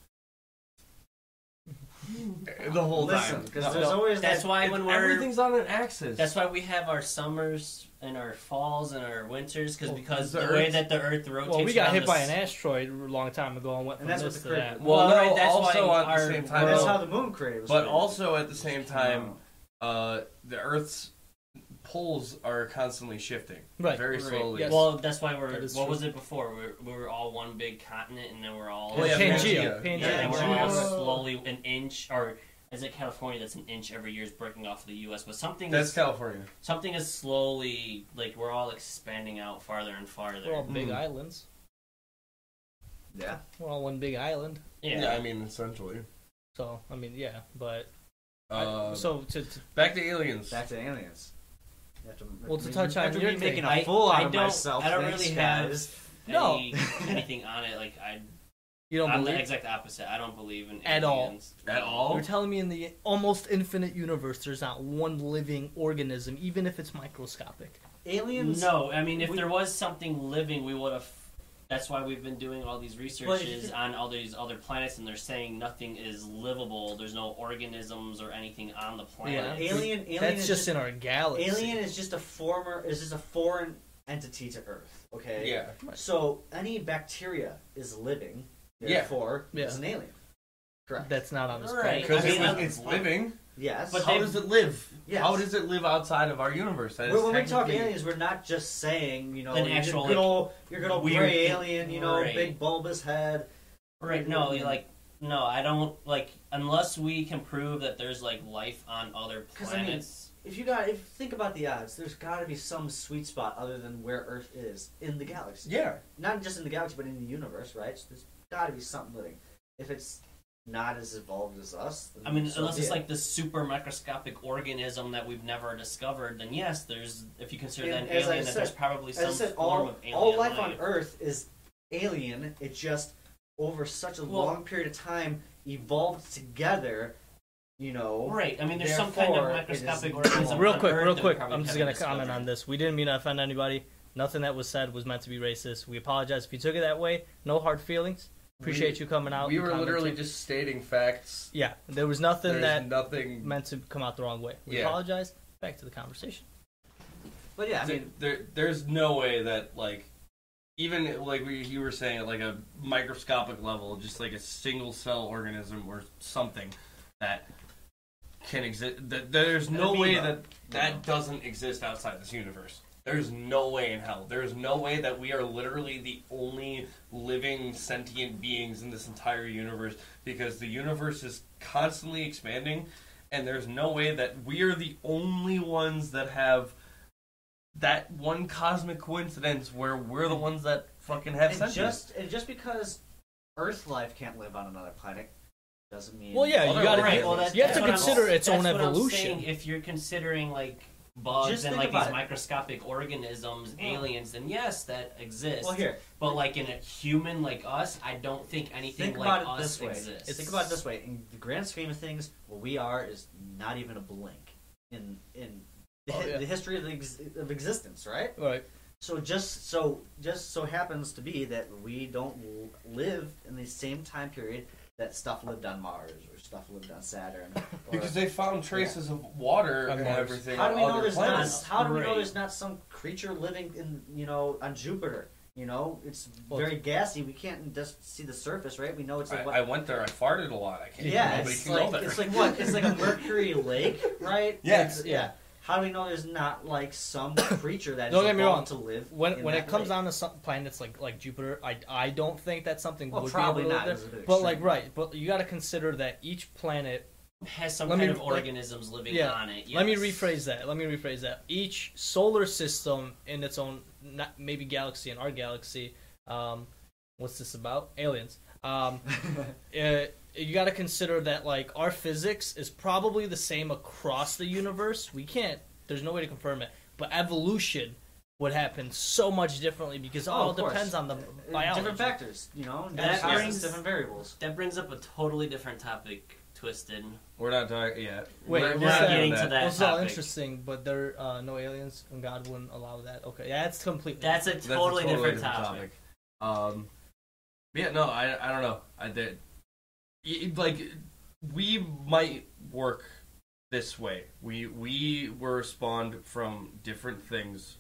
B: the whole
C: Listen,
B: time?
C: because
B: No,
C: there's
B: no.
C: always
D: That's
C: that.
D: why when we're
B: everything's on an axis.
D: that's why we have our summers and our falls and our winters cause,
A: Well,
D: because
B: the
D: the, way
B: Earth-
D: that the Earth rotates.
A: Well, we got
D: around
A: hit
D: the
A: by
D: s-
A: an asteroid a long time ago and went from
C: And that's what
A: this
C: the
A: to that.
C: current-
B: Well,
D: Well,
B: no,
D: right, that's
B: also
D: why
B: at the
D: our-
B: same time,
C: And that's
B: though-
C: how the moon craves.
B: but
C: me.
B: also at the same time,
C: No.
B: uh, the Earth's poles are constantly shifting,
A: Right.
B: Very
A: Right.
B: slowly.
A: Yes.
D: Well, that's why we're.
A: That is
D: what
A: true.
D: was it before? We were, we were all one big continent, and then we're all.
B: Well, yeah, Pangea.
A: Pangea. Pangea.
D: Yeah, and we're
C: Pangea.
D: all
C: Yeah.
D: slowly an inch, or is it California that's an inch every year is breaking off of the U.S. But something
B: That's
D: is
B: California.
D: something is slowly like we're all expanding out farther and farther.
A: We're all big
D: Hmm.
B: Mm.
A: islands.
C: Yeah.
A: We're all one big island.
D: yeah.
B: I mean, essentially.
A: So I mean, yeah, but I-
D: Um,
B: Uh,
A: so to, to
B: back to aliens.
C: Back to aliens. You have to,
A: Well, to touch
C: you have
A: on
C: to
A: your
C: be making
A: thing,
C: a
D: I-
C: fool out
D: I
C: of
D: don't-
C: myself.
D: I don't
C: Thanks,
D: really have-
C: guys.
A: No.
D: Any, anything on it? Like I,
A: you don't
D: I'm
A: believe
D: the exact opposite. I don't believe in
A: At all.
D: aliens.
B: At all?
A: You're telling me in the almost infinite universe, there's not one living organism, even if it's microscopic.
C: aliens.
D: No, I mean, if
C: We-
D: there was something living, we would have. That's why we've been doing all these researches
A: But-
D: on all these other planets, and they're saying nothing is livable. There's no organisms or anything on the planet.
C: Alien. Alien.
A: That's
C: is
A: just, in our
D: Oh,
A: galaxy.
C: Alien is just a former. Is just a foreign entity to Earth. Okay.
B: Yeah.
C: So any bacteria is living.
B: Yeah.
C: Therefore,
A: Yeah.
C: it's an alien. Correct.
A: That's not on this
D: Right.
A: planet.
B: Because
D: I mean,
B: it,
D: that's-
B: it's living.
C: yes.
D: But
B: How
D: they-
B: does it live?
C: Yes.
B: How does it live outside of our universe? That is
C: When, when we talk
B: technically-
C: aliens, we're not just saying you know
D: An
C: you're
D: actual,
C: good
D: like,
C: old you're good old
D: weird
C: gray
D: thing.
C: alien, you know,
D: Right.
C: big bulbous head.
D: Right? No, you like no. I don't like unless we can prove that there's like life on other
C: 'Cause, I mean,
D: planets.
C: If you got, if think about the odds, there's got to be some sweet spot other than where Earth is in the galaxy.
B: Yeah.
C: Not just in the galaxy, but in the universe, right? So there's got to be something living. If it's not as evolved as us, then
D: I mean,
C: Mm, so
D: unless
C: be
D: it's
C: it.
D: like the super microscopic organism that we've never discovered, then yes, there's. If you consider that
C: And
D: an
C: as I
D: alien, that
C: said-
D: there's probably
C: as I
D: some
C: said,
D: form
C: all
D: of alien
C: all life on Earth is alien. It just over such a
D: Well-
C: long period of time evolved together. You know,
D: Right. I mean, there's some kind of
C: Therefore, it is
D: microscopic
C: not.
D: organism.
A: Real
D: on
A: quick,
D: Earth
A: real
D: that we
A: quick.
D: probably
A: I'm just gonna
D: haven't
A: comment on
D: discovered.
A: this. We didn't mean to offend anybody. Nothing that was said was meant to be racist. We apologize if you took it that way. No hard feelings. Appreciate
B: We-
A: you coming out.
B: We
A: and
B: were
A: commenting.
B: literally just stating facts.
A: yeah. There was nothing
B: There's
A: that
B: nothing.
A: meant to come out the wrong way. We
B: Yeah.
A: apologize. Back to the conversation.
C: but yeah, I
B: th-
C: mean,
B: there, there's no way that like, even like we, you were saying, at like a microscopic level, just like a single cell organism or something that can exist. That there's no way
C: amoeba.
B: that that doesn't exist outside this universe. There's no way in hell. There's no way that we are literally the only living sentient beings in this entire universe because the universe is constantly expanding and there's no way that we are the only ones that have that one cosmic coincidence where we're the ones that fucking have
C: and
B: sentience.
C: just and just because Earth life can't live on another planet doesn't mean
A: Well, yeah, you
B: Other
A: gotta
B: right,
A: get-
B: well,
A: you have to
D: what I'm-
A: consider its
D: that's
A: own
D: what I'm
A: evolution.
D: saying. If you're considering like bugs
C: Just
D: and
C: think
D: like
C: about
D: these
C: it.
D: microscopic organisms,
C: Mm.
D: aliens, then yes, that exists.
C: Well, here,
D: But like in a human like us, I don't think anything
C: think
D: like
C: about it
D: us
C: this way.
D: exists.
C: Think about it this way. In the grand scheme of things, what we are is not even a blink in in the,
A: Oh,
C: hi-
A: yeah.
C: the history of, the ex- of existence, right?
A: Right.
C: So just so just so happens to be that we don't l- live in the same time period that stuff lived on Mars or stuff lived on Saturn. Or,
B: because they found traces of water
A: On
B: and
A: Mars.
B: everything
C: how do we
B: on
C: know
B: other
C: there's
B: planets.
C: not? How do we know
D: Right.
C: there's not some creature living in you know on Jupiter? You know, it's
A: Well,
C: very gassy. We can't just see the surface, right? We know it's like what
B: I, I went there. I farted a lot. I can't.
C: Yeah,
B: nobody
C: it's
B: can go
C: like,
B: there.
C: it's like what? It's like a Mercury Lake, right?
B: Yeah.
C: It's- yeah. How do we know there's not like some creature that
A: Don't
C: is
A: get me
C: evolved
A: wrong.
C: to live?
A: When
C: in
A: when
C: that
A: it comes
C: lake?
A: down to some planets like like Jupiter, I, I don't think that something
C: Well,
A: would
C: probably
A: be able to
C: not,
A: live
C: it's a
A: there.
C: bit
A: But like
C: extreme.
A: right, but you got to consider that each planet
D: Has some
A: Let
D: kind
A: me-
D: of organisms living
A: yeah.
D: on it.
A: Let me
D: yes.
A: rephrase that. Let me rephrase that. Each solar system in its own, not maybe galaxy in our galaxy. Um, what's this about? Aliens. Um, uh, you got to consider that like our physics is probably the same across the universe. We can't. There's no way to confirm it. But evolution would happen so much differentently because it
C: Oh,
A: all
C: of course.
A: depends on the
C: Uh,
A: biology.
C: different factors, you know, that
D: That
C: brings
D: brings-
C: different variables.
D: That brings up a totally different topic twisted.
B: We're not talking. Yeah.
A: Wait,
B: we're,
A: what's
D: we're
A: that?
D: not getting
B: doing
D: to that
A: This is all
D: topic.
A: interesting, but there uh, no aliens and God wouldn't allow that. Okay, yeah, that's completely.
D: That's a
B: That's a
D: totally, different, topic.
B: topic. Um, yeah, no, I, I don't know. I did. y- Like, we might work this way. We we were spawned from different things.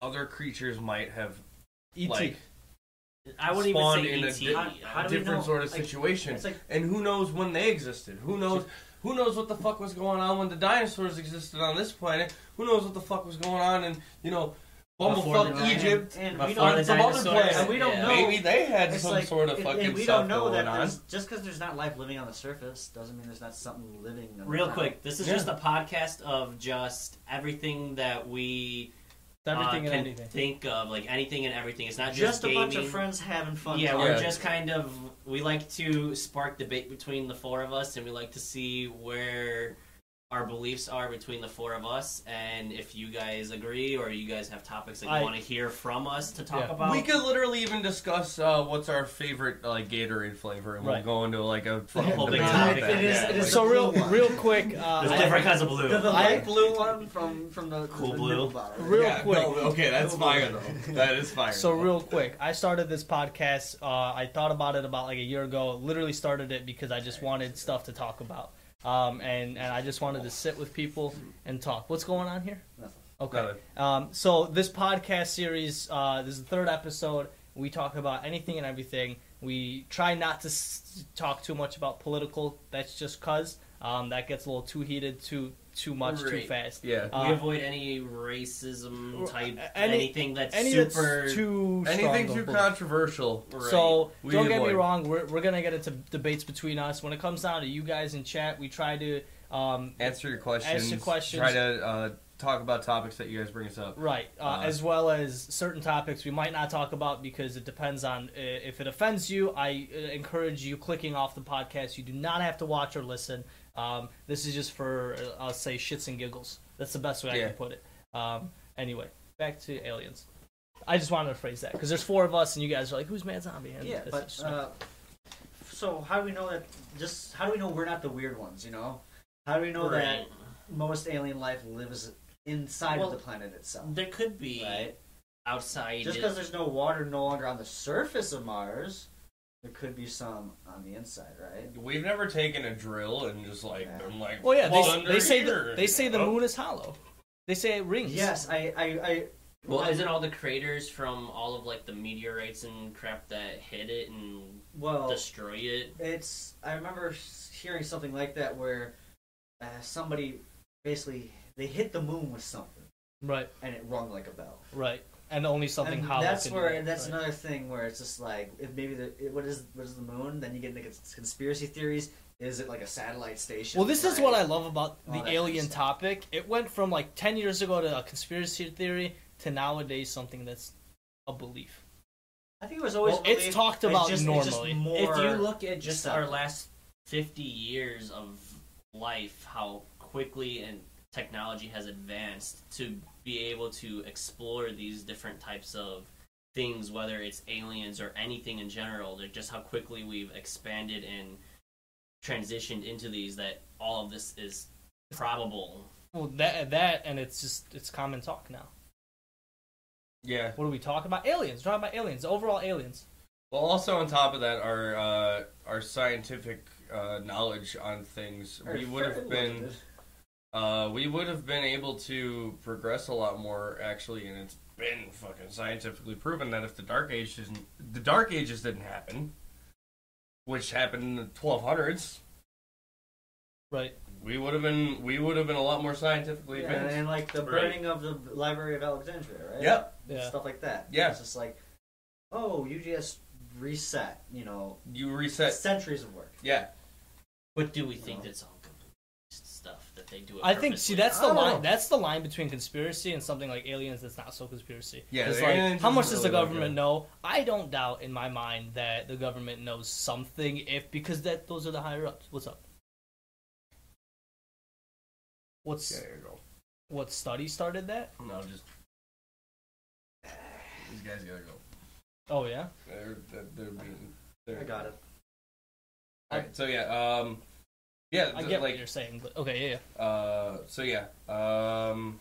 B: Other creatures might have
D: E
A: ET.
B: like
D: I wouldn't even
B: Spawned
D: say
B: in a
C: E
D: ET.
B: di-
D: How- how do we
B: different
D: know?
B: sort of
C: Like,
B: situation.
C: It's like
B: And who knows when they existed? Who knows? Who knows what the fuck was going on when the dinosaurs existed on this planet? Who knows what the fuck was going on in you know
D: Before
B: bumblefuck
D: the
B: Egypt?
C: and,
B: my
C: and we
B: father-
C: don't
B: some other planet.
C: and we don't
D: Yeah.
C: know.
B: Maybe they had
C: it's
B: some
C: like,
B: sort of
C: and-
B: fucking
C: and we
B: stuff
C: don't know
B: going
C: that
B: on.
C: there's, just because there's not life living on the surface doesn't mean there's not something living. on the
D: Real
C: planet.
D: quick, this is
B: Yeah.
D: just a podcast of just everything that we uh,
A: everything
D: can
A: and anything.
D: think of, like anything and everything. It's not just,
C: just a bunch of
D: gaming.
C: friends having fun.
D: yeah,
C: talking.
D: we're
B: Yeah.
D: just kind of we like to spark debate between the four of us, and we like to see where our beliefs are between the four of us, and if you guys agree or you guys have topics that you
A: I-
D: want to hear from us to talk
A: Yeah.
D: about.
B: We could literally even discuss uh, what's our favorite like Gatorade flavor, and we'll
A: Right.
B: go into like a
D: whole
B: fucking
D: big
B: debate
D: topic.
B: about that.
C: It is- it is
B: Yeah.
A: So real,
C: Blue one.
A: real quick. Uh,
D: There's
A: I-
D: different kinds of
C: the,
D: blue.
C: the
A: I-
C: light blue one from from the
D: Cool
C: the
D: blue.
C: nipple bottle.
A: Real
B: Yeah,
A: quick.
B: no, okay, that's fire though. That is fire.
A: So
B: though.
A: real quick, I started this podcast. Uh, I thought about it about like a year ago. Literally started it because I just wanted stuff to talk about, um, and and I just wanted to sit with people and talk. What's going on here?
C: Nothing.
A: Okay.
B: Nothing.
A: Um, so this podcast series, uh, this is the third episode. We talk about anything and everything. We try not to s- talk too much about political. That's just cause um, that gets a little too heated, too too much, too
D: Right.
A: fast.
B: yeah.
A: Uh,
D: we avoid any racism type,
A: any-
D: anything that's
A: Any
D: super.
A: that's too strong
B: Anything
A: of
B: too
A: bull-
B: controversial.
D: Right.
A: So
B: We
A: don't get me
B: avoid.
A: wrong, we're, we're gonna get into debates between us. When it comes down to you guys in chat, we try to um,
B: answer your questions.
A: questions.
B: Try to uh, talk about topics that you guys bring us up.
A: right uh,
B: Uh,
A: as well as certain topics we might not talk about because it depends on uh, if it offends you. I uh, encourage you clicking off the podcast. You do not have to watch or listen. Um, this is just for uh, I'll say shits and giggles. That's the best way I
B: Yeah.
A: can put it. Um, anyway, back to aliens. I just wanted to phrase that because there's four of us and you guys are like, who's Mad Zombie? And
C: Yeah,
A: it's
C: but
A: just-
C: uh, so how do we know that? Just how do we know we're not the weird ones? You know, how do we know that
D: Right.
C: most alien life lives inside
D: Well,
C: of the planet itself?
D: There could be
C: Right.
D: outside.
C: Just because there's no water no longer on the surface of Mars, there could be some on the inside, right?
B: We've never taken a drill and just like
C: Yeah.
B: been like.
A: Well, yeah,
B: "Well,
A: they,
B: under
A: they say
B: here,"
A: the,
B: and-
A: they say the
B: Oh,
A: moon is hollow. They say it rings.
C: Yes, I, I, I
D: well, isn't all the craters from all of like the meteorites and crap that hit it and
C: well,
D: destroy it?
C: it's I remember s- hearing something like that where uh, somebody basically they hit the moon with something
A: Right.
C: and it rung like a bell.
A: Right. And only something
C: And
A: hollow.
C: That's
A: can
C: where
A: do that,
C: that's
A: right.
C: another thing where it's just like if maybe the it, what is what is the moon? Then you get into cons- conspiracy theories. Is it like a satellite station?
A: Well, this is
C: Right.
A: what I love about
C: All
A: the
C: that
A: alien
C: stuff.
A: topic. It went from like ten years ago to a conspiracy theory to nowadays something that's a belief.
C: I think it was always
A: Well, it's
C: believed-
A: talked about
C: just, It's
A: normally.
C: just more,
D: if you look at just
C: stuff.
D: our last fifty years of life, how quickly and technology has advanced to be able to explore these different types of things, whether it's aliens or anything in general, like just how quickly we've expanded and transitioned into these that all of this is probable.
A: Well, that that and it's just it's common talk now.
B: Yeah.
A: What do we talk about? Aliens. We're talking about aliens. Overall aliens.
B: Well, also on top of that, our uh, our scientific uh, knowledge on things,
C: or
B: we would have
C: fairly
B: been
C: limited.
B: uh, we would have been able to progress a lot more actually, and it's been fucking scientifically proven that if the dark age didn't the dark ages didn't happen, which happened in the twelve hundreds,
A: Right.
B: we would have been we would have been a lot more scientifically
C: Yeah,
B: advanced.
C: and, and like the
B: Right.
C: burning of the Library of Alexandria, right?
B: Yep.
A: Yeah.
C: Stuff like that.
B: Yeah.
C: It's just like, oh, you just reset. You know,
B: You reset.
C: centuries of work.
B: Yeah.
D: But do we think
C: No.
D: that's all complete stuff that they do? It
A: I think see
D: purposely?
A: that's
B: I
A: the
B: don't
A: line
B: know.
A: that's the line between conspiracy and something like aliens that's not so conspiracy.
B: Yeah,
A: It's
B: the
A: like
B: aliens
A: how much
B: isn't
A: does the
B: really like
A: government
B: a-
A: know? I don't doubt in my mind that the government knows something if because that those are the higher ups. What's up? What's
B: there you go.
A: what study started that?
B: No, just these guys gotta go.
A: Oh yeah.
B: They're they're, they're being. They're,
C: I got it.
B: All right. So yeah, um, yeah,
A: I
B: th-
A: get what
B: like
A: you're saying, but okay, yeah, yeah.
B: uh, so yeah, um,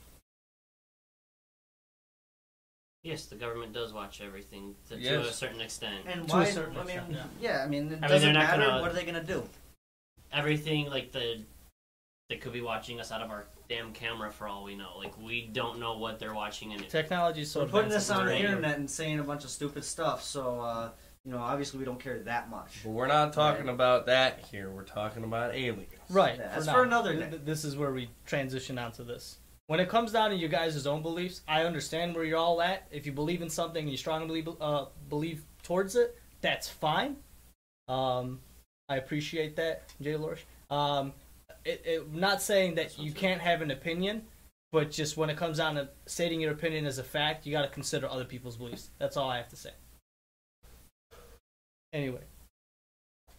D: Yes, the government does watch everything to, to
B: Yes.
D: a certain extent.
C: And
A: To a
C: why?
A: certain
C: I mean,
A: extent, yeah.
C: yeah. I mean, it
D: they're
C: doesn't
D: not
C: matter.
D: gonna-
C: What are they gonna do?
D: Everything like the they could be watching us out of our damn camera for all we know. Like we don't know what they're watching and
A: Technology is so
C: We're putting
A: advanced
C: this
A: at
C: on the
D: Right.
A: moment.
C: internet and saying a bunch of stupid stuff. So uh, you know, obviously, we don't care that much.
B: but we're not talking about that here. We're talking about aliens.
A: Right.
C: Yeah, that's
A: now.
C: for another
A: Th-
C: day.
A: This is where we transition onto this. When it comes down to you guys' own beliefs, I understand where you're all at. If you believe in something and you strongly be- uh, believe towards it, that's fine. Um, I appreciate that, Jay Lorish. Um, it, it, not saying that you can't have an opinion, but just when it comes down to stating your opinion as a fact, you got to consider other people's beliefs. That's all I have to say. Anyway,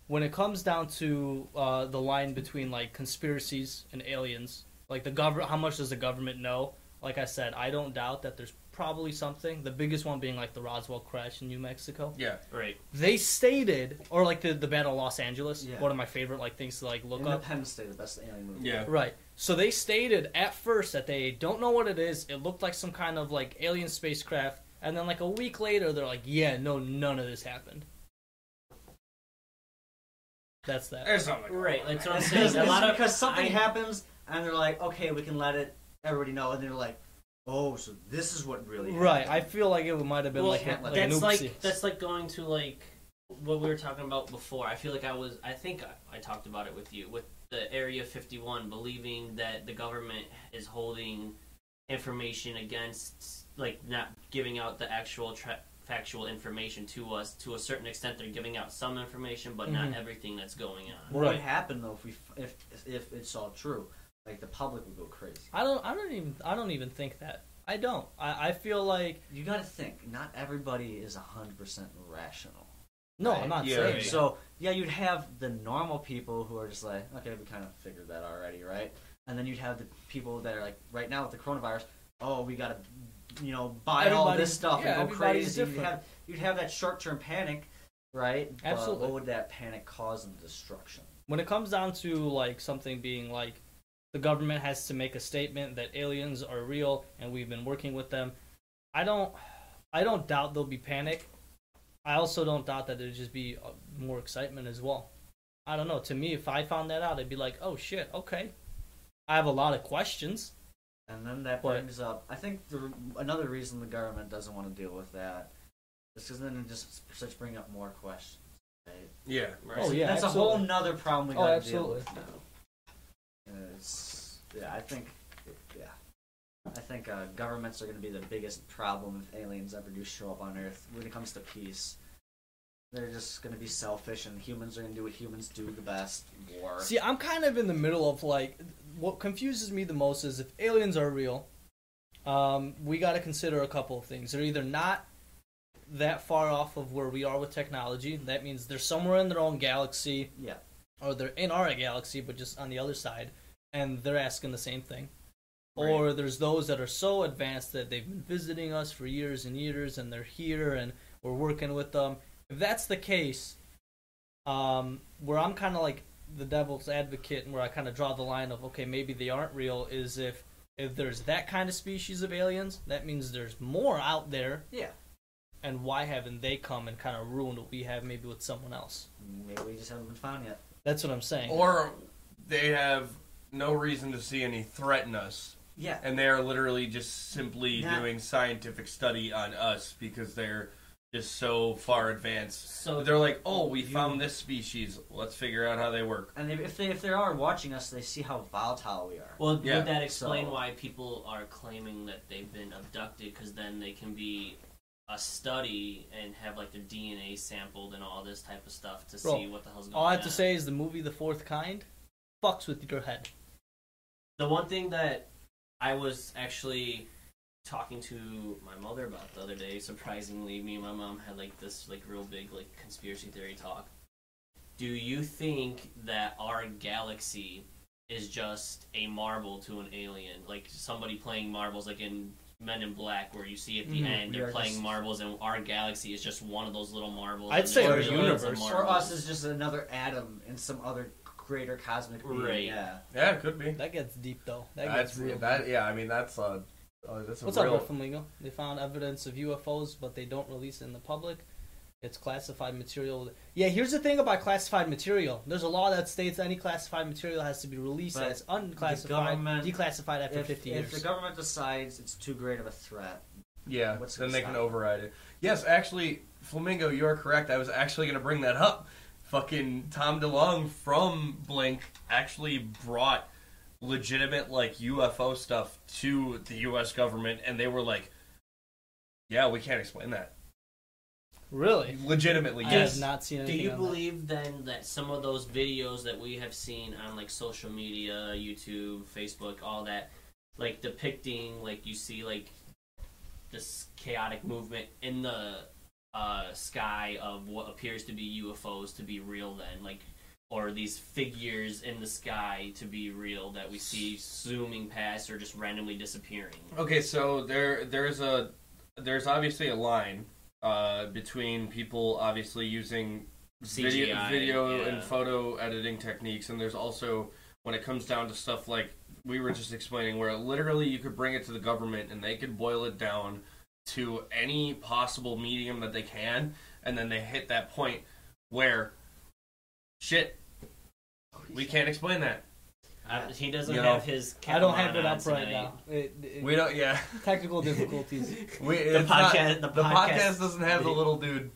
A: when it comes down to uh, the line between like conspiracies and aliens, like the government, how much does the government know? Like I said, I don't doubt that there's probably something. The biggest one being like the Roswell crash in New Mexico
B: Yeah.
D: right.
A: they stated or like the, the battle of los angeles
C: Yeah.
A: one of my favorite like things to like look up
C: Independence Day, the best alien movie.
B: Yeah.
A: right so they stated at first that they don't know what it is it looked like some kind of like alien spacecraft and then like a week later they're like yeah no none of this happened that's that
B: There's something.
D: Right, that's what I'm
C: It's
D: saying. A lot of
C: because something
D: I-
C: happens and they're like, okay, we can let it everybody know, and they're like, oh, so this is what really happened.
A: right i feel like it might have been
D: Well,
A: like, a- like
D: that's
A: an
D: like
A: oopsie.
D: that's like going to like what we were talking about before. I feel like I was I think I, I talked about it with you with the Area 51 believing that the government is holding information against like not giving out the actual tra- factual information to us to a certain extent they're giving out some information but not
A: Mhm.
D: everything that's going on.
C: What would
A: Right.
C: happen though if we f- if if it's all true? Like the public would go crazy.
A: i don't i don't even i don't even think that i don't i, I feel like
C: You got to think. Not everybody is hundred percent rational.
A: no
C: Right.
A: i'm not
B: Yeah,
A: saying
B: right.
A: that.
C: So yeah, you'd have the normal people who are just like, okay, we kind of figured that already, right? And then you'd have the people that are like, right now with the coronavirus, oh, we gotta, you know, buy all
A: Everybody's-
C: this stuff
A: yeah,
C: and go
A: everybody's
C: crazy. You'd
A: different.
C: have you'd have that short term panic, right? But
A: Absolutely.
C: what would that panic cause in destruction?
A: when it comes down to like something being like the government has to make a statement that aliens are real and we've been working with them i don't i don't doubt there'll be panic i also don't doubt that there'll just be uh, more excitement as well i don't know to me if i found that out i'd be like oh shit okay i have a lot of questions
C: And then that
A: What?
C: brings up, I think the, another reason the government doesn't want to deal with that is because then it just starts bringing up more questions. Right?
B: Yeah.
A: Oh, yeah,
C: that's a whole
A: absolutely.
C: nother problem we
A: Oh,
C: got to
A: absolutely.
C: deal with now. And It's, yeah, I think, yeah, I think uh, governments are going to be the biggest problem if aliens ever do show up on Earth when it comes to peace. They're just going to be selfish, and humans are going to do what humans do the best: war.
A: see i'm kind of in the middle of like what confuses me the most is if aliens are real um, we got to consider a couple of things they're either not that far off of where we are with technology. That means they're somewhere in their own galaxy,
C: yeah,
A: or they're in our galaxy, but just on the other side, and they're asking the same thing.
C: Right.
A: Or there's those that are so advanced that they've been visiting us for years and years, and they're here, and we're working with them. If that's the case, um, where I'm kind of like the devil's advocate, and where I kind of draw the line of okay, maybe they aren't real, is if if there's that kind of species of aliens, that means there's more out there
C: yeah.
A: and why haven't they come and kind of ruined what we have maybe with someone else?
C: Maybe we just haven't been found yet.
A: That's what I'm saying.
B: Or they have no reason to see any threaten us,
C: Yeah,
B: and they are literally just simply
C: Yeah.
B: doing scientific study on us because they're just so far advanced.
D: So
B: they're like, oh, we found this species. Let's figure out how they work.
C: and if- if they if they are watching us, they see how volatile we are.
D: Well,
B: Yeah.
D: would that explain
C: So-
D: why people are claiming that they've been abducted? Because then they can be a study and have like their DNA sampled and all this type of stuff to
A: Bro,
D: see what the hell's going on.
A: All I have to say is the movie The Fourth Kind fucks with your head.
D: the one thing that I was actually talking to my mother about the other day. Surprisingly, me and my mom had like this like real big like conspiracy theory talk. Do you think that our galaxy is just a marble to an alien, like somebody playing marbles, like in Men in Black, where you see at the
A: Mhm.
D: end
C: We
D: they're
C: are
D: playing
C: just-
D: marbles, and our galaxy is just one of those little marbles.
A: I'd
D: and
A: say
D: the
A: our
D: other one's a
A: universe.
C: Or
D: marble.
C: us is just another atom in some other greater cosmic being.
D: Right.
C: Yeah.
B: Yeah, it could be.
A: That gets deep though. That
B: That's
A: gets real.
B: that. Yeah, I mean that's uh, uh that's a
A: What's
B: real.
A: up, Flamingo? They found evidence of UFOs, but they don't release it in the public. It's classified material. Yeah, here's the thing about classified material. There's a law that states any classified material has to be released
C: But
A: as unclassified,
C: government-
A: declassified after
C: If,
A: 50 years.
C: if the government decides it's too great of a threat,
B: yeah,
C: What's
B: then
C: gonna
B: they
C: stop
B: can
C: it?
B: override it. Yes, actually, Flamingo, you are correct. I was actually going to bring that up. Fucking Tom DeLong from Blink actually brought legitimate like UFO stuff to the U.S. government, and they were like, "Yeah, we can't explain that."
A: really?
B: Legitimately,
A: I
B: yes.
A: have not seen
D: Do
A: anything.
D: you
A: on that.
D: believe then that some of those videos that we have seen on like social media, YouTube, Facebook, all that, like depicting like you see like this chaotic movement in the uh, sky of what appears to be UFOs to be real then, like or these figures in the sky to be real that we see zooming past or just randomly disappearing.
B: Okay, so there there's a there's obviously a line uh, between people obviously using video,
D: CGI,
B: video
D: yeah.
B: and photo editing techniques, and there's also when it comes down to stuff like we were just explaining, where literally you could bring it to the government and they could boil it down to any possible medium that they can, and then they hit that point where shit, we can't explain that.
D: I, he doesn't
B: You know,
D: have his.
A: I don't have it
D: Kepler on
A: up right
D: tonight.
A: now. It, it-
B: We don't. Yeah,
A: Technical difficulties.
B: we,
D: The
B: it's not-
D: podcast, the
B: The
D: podcast,
B: podcast doesn't have the little dude,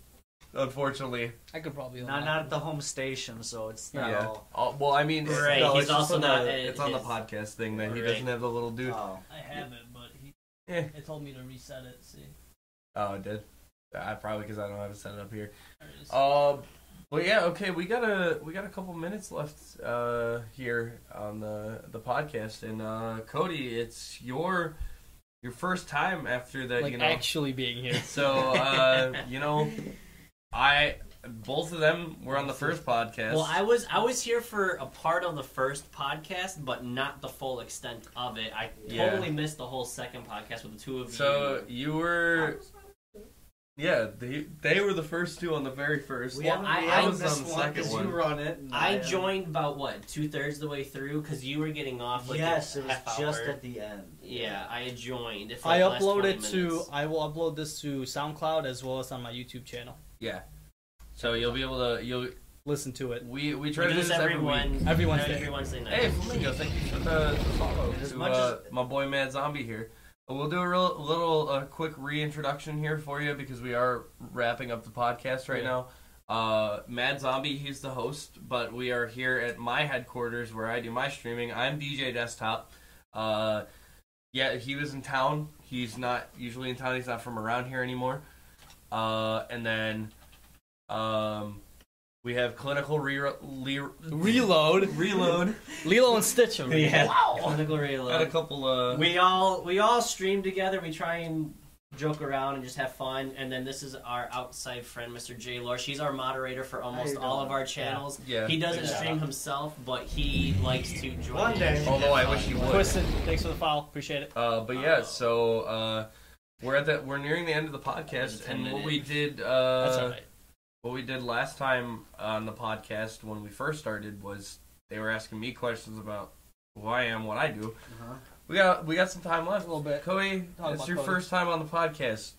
B: unfortunately.
A: I could probably.
C: not not at the home station, so it's not
B: Yeah.
C: all.
B: Oh, well, I mean, it's-
D: Right,
B: no,
D: he's
B: it's just
D: also
B: on the-
D: not at
B: It's on the
D: his-
B: podcast thing that he
D: Right.
B: doesn't have the little dude. Eh.
C: Oh.
A: I have it, but he,
B: Yeah.
A: it told me to reset it. See.
B: Oh, it did. I probably because I don't have it set up here. Um, but yeah, okay, we got a we got a couple minutes left uh, here on the the podcast, and uh, Cody, it's your your first time after that,
A: like
B: you know.
A: actually being here.
B: So uh, you know, I both of them were on the first podcast.
D: Well, I was I was here for a part of the first podcast, but not the full extent of it. I
B: Yeah.
D: totally missed the whole second podcast with the two of
B: so
D: you.
B: you were. Yeah, they they were the first two on the very first.
C: We
D: Well,
C: haven't,
D: I-
C: we
D: I
C: haven't
B: was on
C: missed
B: the
C: one
B: second
C: because
B: one.
C: you run it. and um,
D: I
C: am.
D: joined about what two thirds the way through because you were getting off like
C: yes,
D: a
C: it was
D: half
C: just
D: hour.
C: at the end.
D: Yeah, I joined. If
A: I uploaded to. I will upload this to SoundCloud as well as on my YouTube channel.
B: So you'll be able to you'll
A: Listen to it.
B: we we
D: We
B: try
D: do
B: to do
D: this every one
A: Every Wednesday.
D: Every Wednesday night.
B: Hey Flamingo, thank you for the, the follow.
C: As
B: to,
C: much
B: uh, my boy Mad Zombie here. Uh, We'll do a real, little uh, quick reintroduction here for you because we are wrapping up the podcast right now. Uh, Mad Zombie, he's the host, but we are here at my headquarters where I do my streaming. I'm DJ Desktop. Uh, yeah, he was in town. He's not usually in town. He's not from around here anymore. Uh, and then um, we have clinical re- le-
A: Reload.
B: reload.
A: Lilo and Stitch. over here.
B: Wow.
D: Clinical
B: Had a
D: reload.
B: couple uh
D: We all we all stream together. We try and joke around and just have fun. And then this is our outside friend, Mr. J. Lore. She's our moderator for almost
C: you
D: all
C: doing?
D: of our channels.
B: Yeah.
D: He doesn't
A: Yeah.
D: stream himself, but he likes to join.
C: One
D: in.
C: day.
B: Although I wish you would.
A: Kristen, thanks for the follow. Appreciate it.
B: Uh, but yeah, so uh, we're at the we're nearing the end of the podcast, and what we did uh,
A: That's all right.
B: what we did last time on the podcast when we first started was they were asking me questions about who I am, what I do.
C: Uh-huh.
B: We got we got some time left.
A: A little bit.
B: Cody,
A: Talk
B: it's
A: about
B: your
A: Cody.
B: first time on the podcast.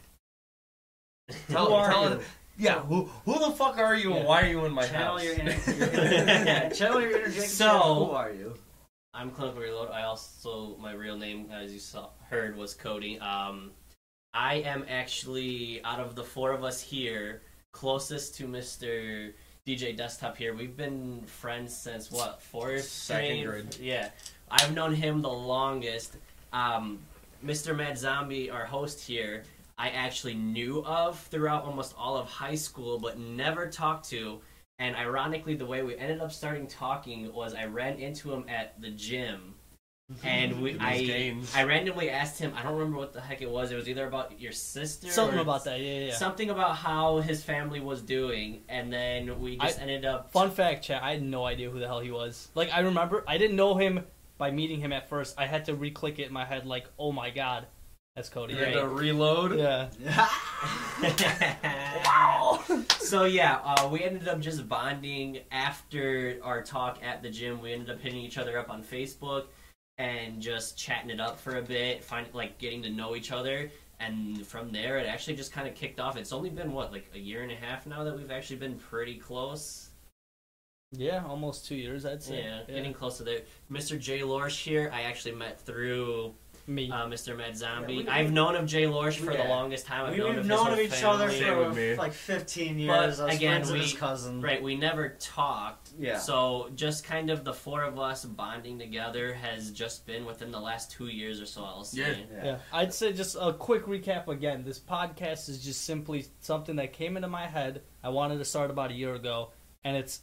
B: Tell,
C: Who are
B: tell
C: you?
B: us, yeah, who, who the fuck are you,
A: Yeah.
B: and why are you in my
C: Channel
B: house?
C: your, energy, your yeah, channel your energy.
D: So-
C: who are you?
D: I'm Clinical Reload. I also my real name, as you saw heard, was Cody. Um, I am actually out of the four of us here, closest to Mr. DJ Desktop here. We've been friends since what fourth
B: Second grade.
D: Yeah, I've known him the longest. Um, Mr. Mad Zombie, our host here, I actually knew of throughout almost all of high school, but never talked to. And ironically, the way we ended up starting talking was I ran into him at the gym, and we
B: Those
D: I
B: games.
D: I randomly asked him. I don't remember what the heck it was. It was either about your sister,
A: Something
D: or
A: about that. Yeah, yeah. yeah.
D: something about how his family was doing, and then we just ended up.
A: Fun fact, chat. I had no idea who the hell he was. Like, I remember, I didn't know him by meeting him at first. I had to re-click it in my head, like, oh my god. That's Cody.
B: You had
A: right?
B: to reload.
A: Yeah.
B: Wow.
D: so yeah, uh, we ended up just bonding after our talk at the gym. We ended up hitting each other up on Facebook and just chatting it up for a bit, find like getting to know each other. And from there, it actually just kind of kicked off. It's only been what like a year and a half now that we've actually been pretty close.
A: Yeah, almost two years, I'd say.
D: Yeah, getting close to there. Mr. Jay Lorsch here, I actually met through
A: Me.
D: uh, Mr. Mad Zombie.
C: Yeah, we-
D: I've known of Jay Lorsch for
C: Yeah.
D: the longest time. I've
C: We,
D: known of
C: have
D: his
C: known
D: whole
C: of each other
D: family.
B: Same
C: for
B: with me.
C: like 15 years. I was
D: again,
C: friends with
D: we-
C: his cousin.
D: Right, we never talked.
C: Yeah.
D: So just kind of the four of us bonding together has just been within the last two years or so. I'll say.
C: Yeah.
A: Yeah. I'd say just a quick recap again. This podcast is just simply something that came into my head. I wanted to start about a year ago, and it's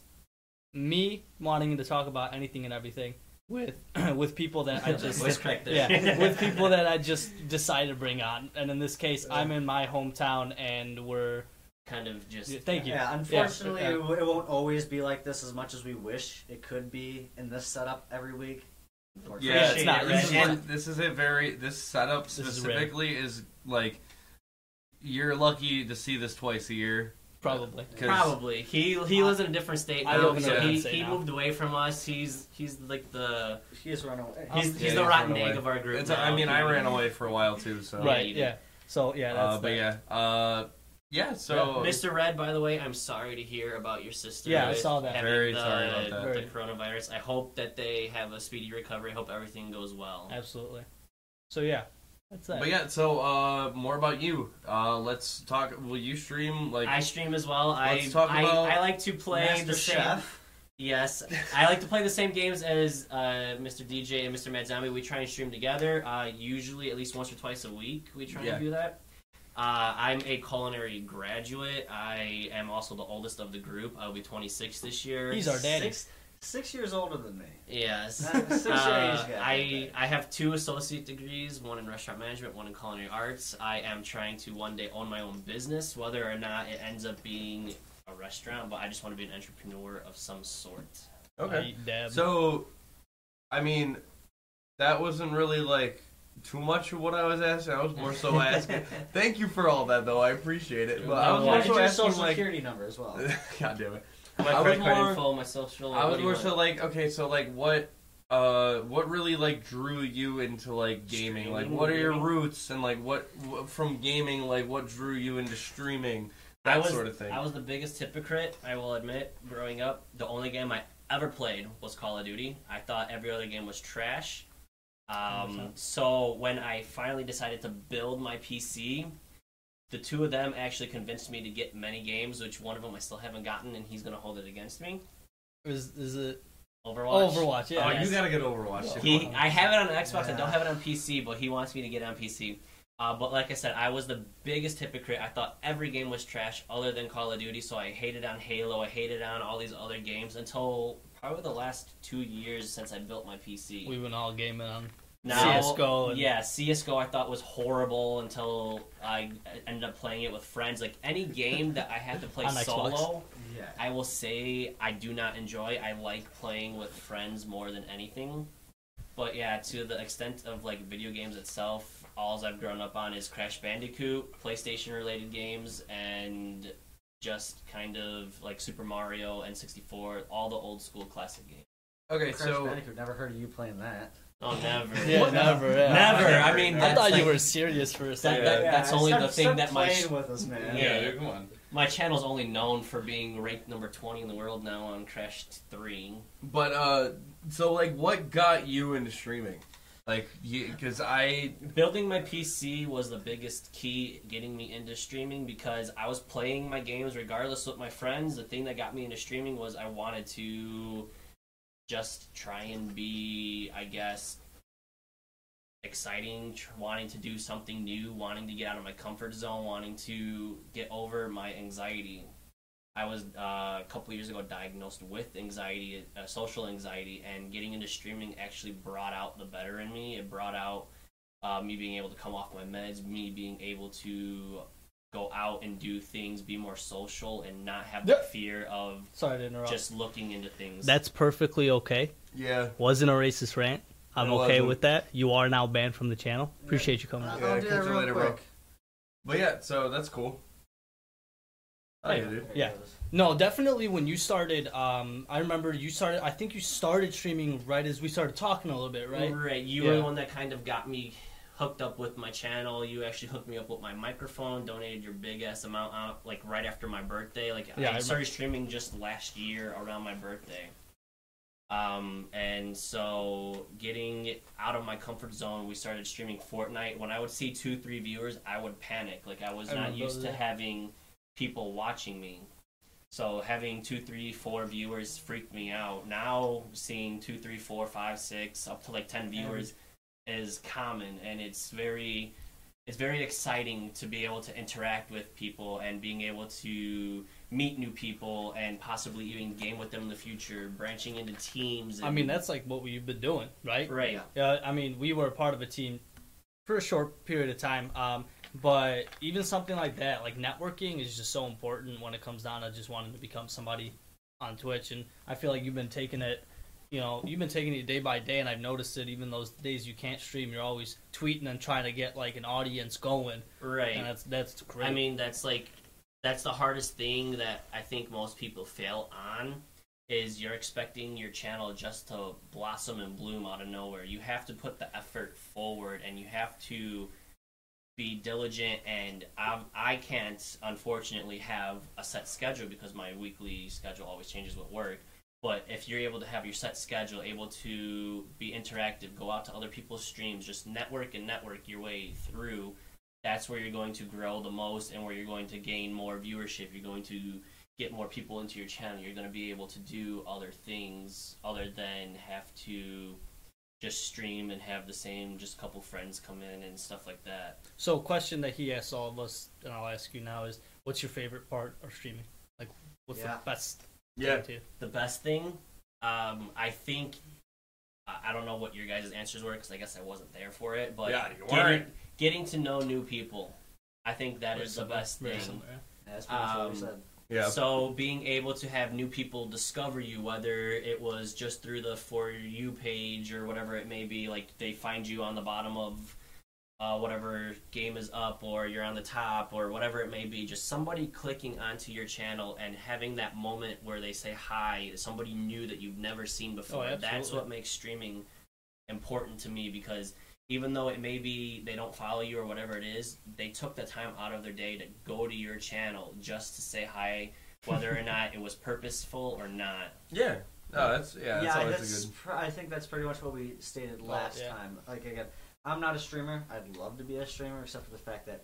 A: me wanting to talk about anything and everything with with people that I just
D: voice crack there.
A: yeah with people that I just decided to bring on. And in this case, I'm in my hometown, and we're
D: kind of just
A: yeah, thank you.
C: Yeah, unfortunately,
A: yeah.
C: It, w- it won't always be like this as much as we wish it could be in this setup every week.
B: Yeah,
A: it's not-
D: it,
A: this
D: right?
B: This is,
A: Yeah.
B: what- this is a very this setup
A: is rare.
B: specifically is, like you're lucky to see this twice a year.
A: Probably.
B: 'cause-
D: Probably he he lives in a different state
A: I
D: now,
B: live in a
D: so
B: different
D: he,
A: state
D: he
A: now.
D: moved away from us. He's he's like the
C: He's run away.
A: Um,
D: he's,
B: Yeah,
D: he's the
B: he's
D: rotten
B: run away.
D: egg of our group.
B: It's, I
D: now.
B: mean, I ran away for a while too. So
A: right.
D: you
A: Yeah.
D: did.
A: So yeah, that's
B: Uh, but
A: that.
B: yeah, uh, yeah. So
D: Mr. Red, by the way, I'm sorry to hear about your sister.
A: Yeah, I
D: with
A: saw that.
D: having
B: Very
D: the,
B: sorry about that.
D: The
A: Very.
D: coronavirus. I hope that they have a speedy recovery. I hope everything goes well.
A: Absolutely. So yeah, that's that.
B: But yeah, so uh, more about you. Uh, let's talk. Will you stream like?
D: I stream as well. I
B: Let's talk
D: I,
B: about
D: I like to play
C: Master
D: the same.
C: Chef.
D: Yes, I like to play the same games as uh, Mr. DJ and Mr. Mad Zombie. We try and stream together. Uh, usually, at least once or twice a week, we try
B: Yeah.
D: and do that. Uh, I'm a culinary graduate. I am also the oldest of the group. I'll be 26 this year.
A: He's our daddy.
C: Six, six years older than me.
D: Yes.
C: Uh, six year
D: Uh,
C: age guy.
D: I I have two associate degrees, one in restaurant management, one in culinary arts. I am trying to one day own my own business, whether or not it ends up being a restaurant, but I just want to be an entrepreneur of some sort.
B: okay.
A: I, Deb.
B: So, I mean, that wasn't really like too much of what I was asking. I was more so asking. Thank you for all that, though. I appreciate it. But I was more
D: No
C: Why
D: worries.
C: did
B: so
C: your
B: asking,
C: social
B: like,
C: security number as
D: Uh,
C: well?
B: God damn it.
D: My
B: I was
D: credit card
B: more-
D: info, my social.
B: I
D: what
B: was
D: do you
B: more
D: want?
B: so like, okay, so like, what, uh, what really like drew you into like gaming? Like, what are your
D: Streaming.
B: roots and like what wh- from gaming? Like, what drew you into streaming?
D: I
B: That
D: was-
B: sort of thing.
D: I was the biggest hypocrite, I will admit, growing up. The only game I ever played was Call of Duty. I thought every other game was trash. Um, so when I finally decided to build my PC, the two of them actually convinced me to get many games, which one of them I still haven't gotten, and he's going to hold it against me.
A: is is it
D: Overwatch.
A: Overwatch? Yeah.
B: oh,
D: yes.
B: you gotta get Overwatch.
D: He, I have it on Xbox. I
C: Yeah.
D: don't have it on PC, but he wants me to get it on PC. Uh, but like I said, I was the biggest hypocrite. I thought every game was trash other than Call of Duty, so I hated on Halo. I hated on all these other games until probably the last two years since I built my PC.
A: We've been all gaming on
D: now,
A: CS:GO and-
D: yeah, CS:GO I thought was horrible until I ended up playing it with friends. Like any game that I had to play
A: On Xbox.
D: solo,
C: yeah.
D: I will say I do not enjoy. I like playing with friends more than anything. But yeah, to the extent of like video games itself, alls I've grown up on is Crash Bandicoot, PlayStation related games, and just kind of like Super Mario and 64, all the old school classic games.
B: Okay,
C: Crash
B: so
C: Bandicoot, never heard of you playing that.
D: Oh, never.
A: Yeah,
C: What?
A: never. Yeah.
D: Never. I mean,
A: I
D: that's
A: thought
D: like,
A: you were serious for a second.
D: that- that's only the
C: stop-
D: thing
C: stop
D: that my
C: playing
D: sh-
C: with us, man.
D: Yeah.
B: dude, come on.
D: my channel's only known for being ranked number 20 in the world now on Crash 3.
B: But uh, so like, what got you into streaming? Like, because I
D: Building my PC was the biggest key getting me into streaming because I was playing my games regardless with my friends. The thing that got me into streaming was I wanted to just try and be, I guess, exciting, tr- wanting to do something new, wanting to get out of my comfort zone, wanting to get over my anxiety. I was uh, a couple years ago diagnosed with anxiety, uh, social anxiety, and getting into streaming actually brought out the better in me. It brought out uh, me being able to come off my meds, me being able to go out and do things, be more social, and not have the
A: Yeah.
D: fear of
A: Sorry to interrupt.
D: just looking into things.
A: that's perfectly okay.
B: yeah.
A: Wasn't a racist rant. I'm
B: It
A: okay
B: wasn't.
A: with that. You are now banned from the channel. Appreciate you coming out.
B: Yeah,
C: I'll
B: it
C: do
B: comes
C: that
B: in
C: real
B: later, bro.
C: quick.
B: But yeah, so that's cool. Oh,
A: Hey.
B: yeah, dude.
A: Yeah. No, definitely when you started, um, I remember you started, I think you started streaming right as we started talking a little bit, right?
D: You were
A: Yeah.
D: the one that kind of got me hooked up with my channel. You actually hooked me up with my microphone, donated your big ass amount out like right after my birthday. Like
A: Yeah, I
D: I,
A: remember.
D: started streaming just last year around my birthday. Um and so getting out of my comfort zone, we started streaming Fortnite. When I would see two, three viewers, I would panic. Like I was
A: I
D: not
A: remember
D: used to
A: that.
D: having people watching me. So having two, three, four viewers freaked me out. Now seeing two, three, four, five, six, up to like ten
A: Mm-hmm.
D: viewers is common, and it's very, it's very exciting to be able to interact with people and being able to meet new people and possibly even game with them in the future, branching into teams. And,
A: I mean, that's like what we've been doing, right?
D: right.
C: Yeah.
A: Yeah, I mean, we were a part of a team for a short period of time. Um, but even something like that, like networking is just so important when it comes down to just wanting to become somebody on Twitch. And I feel like you've been taking it, you know, you've been taking it day by day. And I've noticed that even those days you can't stream, you're always tweeting and trying to get like an audience going.
D: Right.
A: And that's, that's great.
D: I mean, that's like that's the hardest thing that I think most people fail on is you're expecting your channel just to blossom and bloom out of nowhere. You have to put the effort forward and you have to be diligent and I I can't unfortunately have a set schedule because my weekly schedule always changes with work. But if you're able to have your set schedule, able to be interactive, go out to other people's streams, just network and network your way through that's where you're going to grow the most and where you're going to gain more viewership. You're going to get more people into your channel. You're going to be able to do other things other than have to just stream and have the same just couple friends come in and stuff like that.
A: so, a question that he asked all of us, and I'll ask you now, is what's your favorite part of streaming? Like, what's
C: Yeah.
A: the best
B: Yeah.
A: thing to you?
D: The best thing, um, I think, I I don't know what your guys' answers were because I guess I wasn't there for it, but
B: Yeah, you
D: getting,
B: weren't.
D: getting to know new people, I think that is the best
A: Very
D: thing.
A: similar.
C: That's pretty much what we
D: Um,
C: said.
B: Yeah.
D: So being able to have new people discover you, whether it was just through the for you page or whatever it may be, like they find you on the bottom of uh, whatever game is up, or you're on the top, or whatever it may be, just somebody clicking onto your channel and having that moment where they say hi, somebody new that you've never seen before. That's
A: absolutely.
D: what makes streaming important to me because even though it may be they don't follow you or whatever it is, they took the time out of their day to go to your channel just to say hi, whether or not it was purposeful or not.
B: yeah. No, that's yeah. That's
C: yeah,
B: always
C: that's
B: a good.
C: pr- I think that's pretty much what we stated last
A: yeah.
C: time. Like again, I'm not a streamer. I'd love to be a streamer, except for the fact that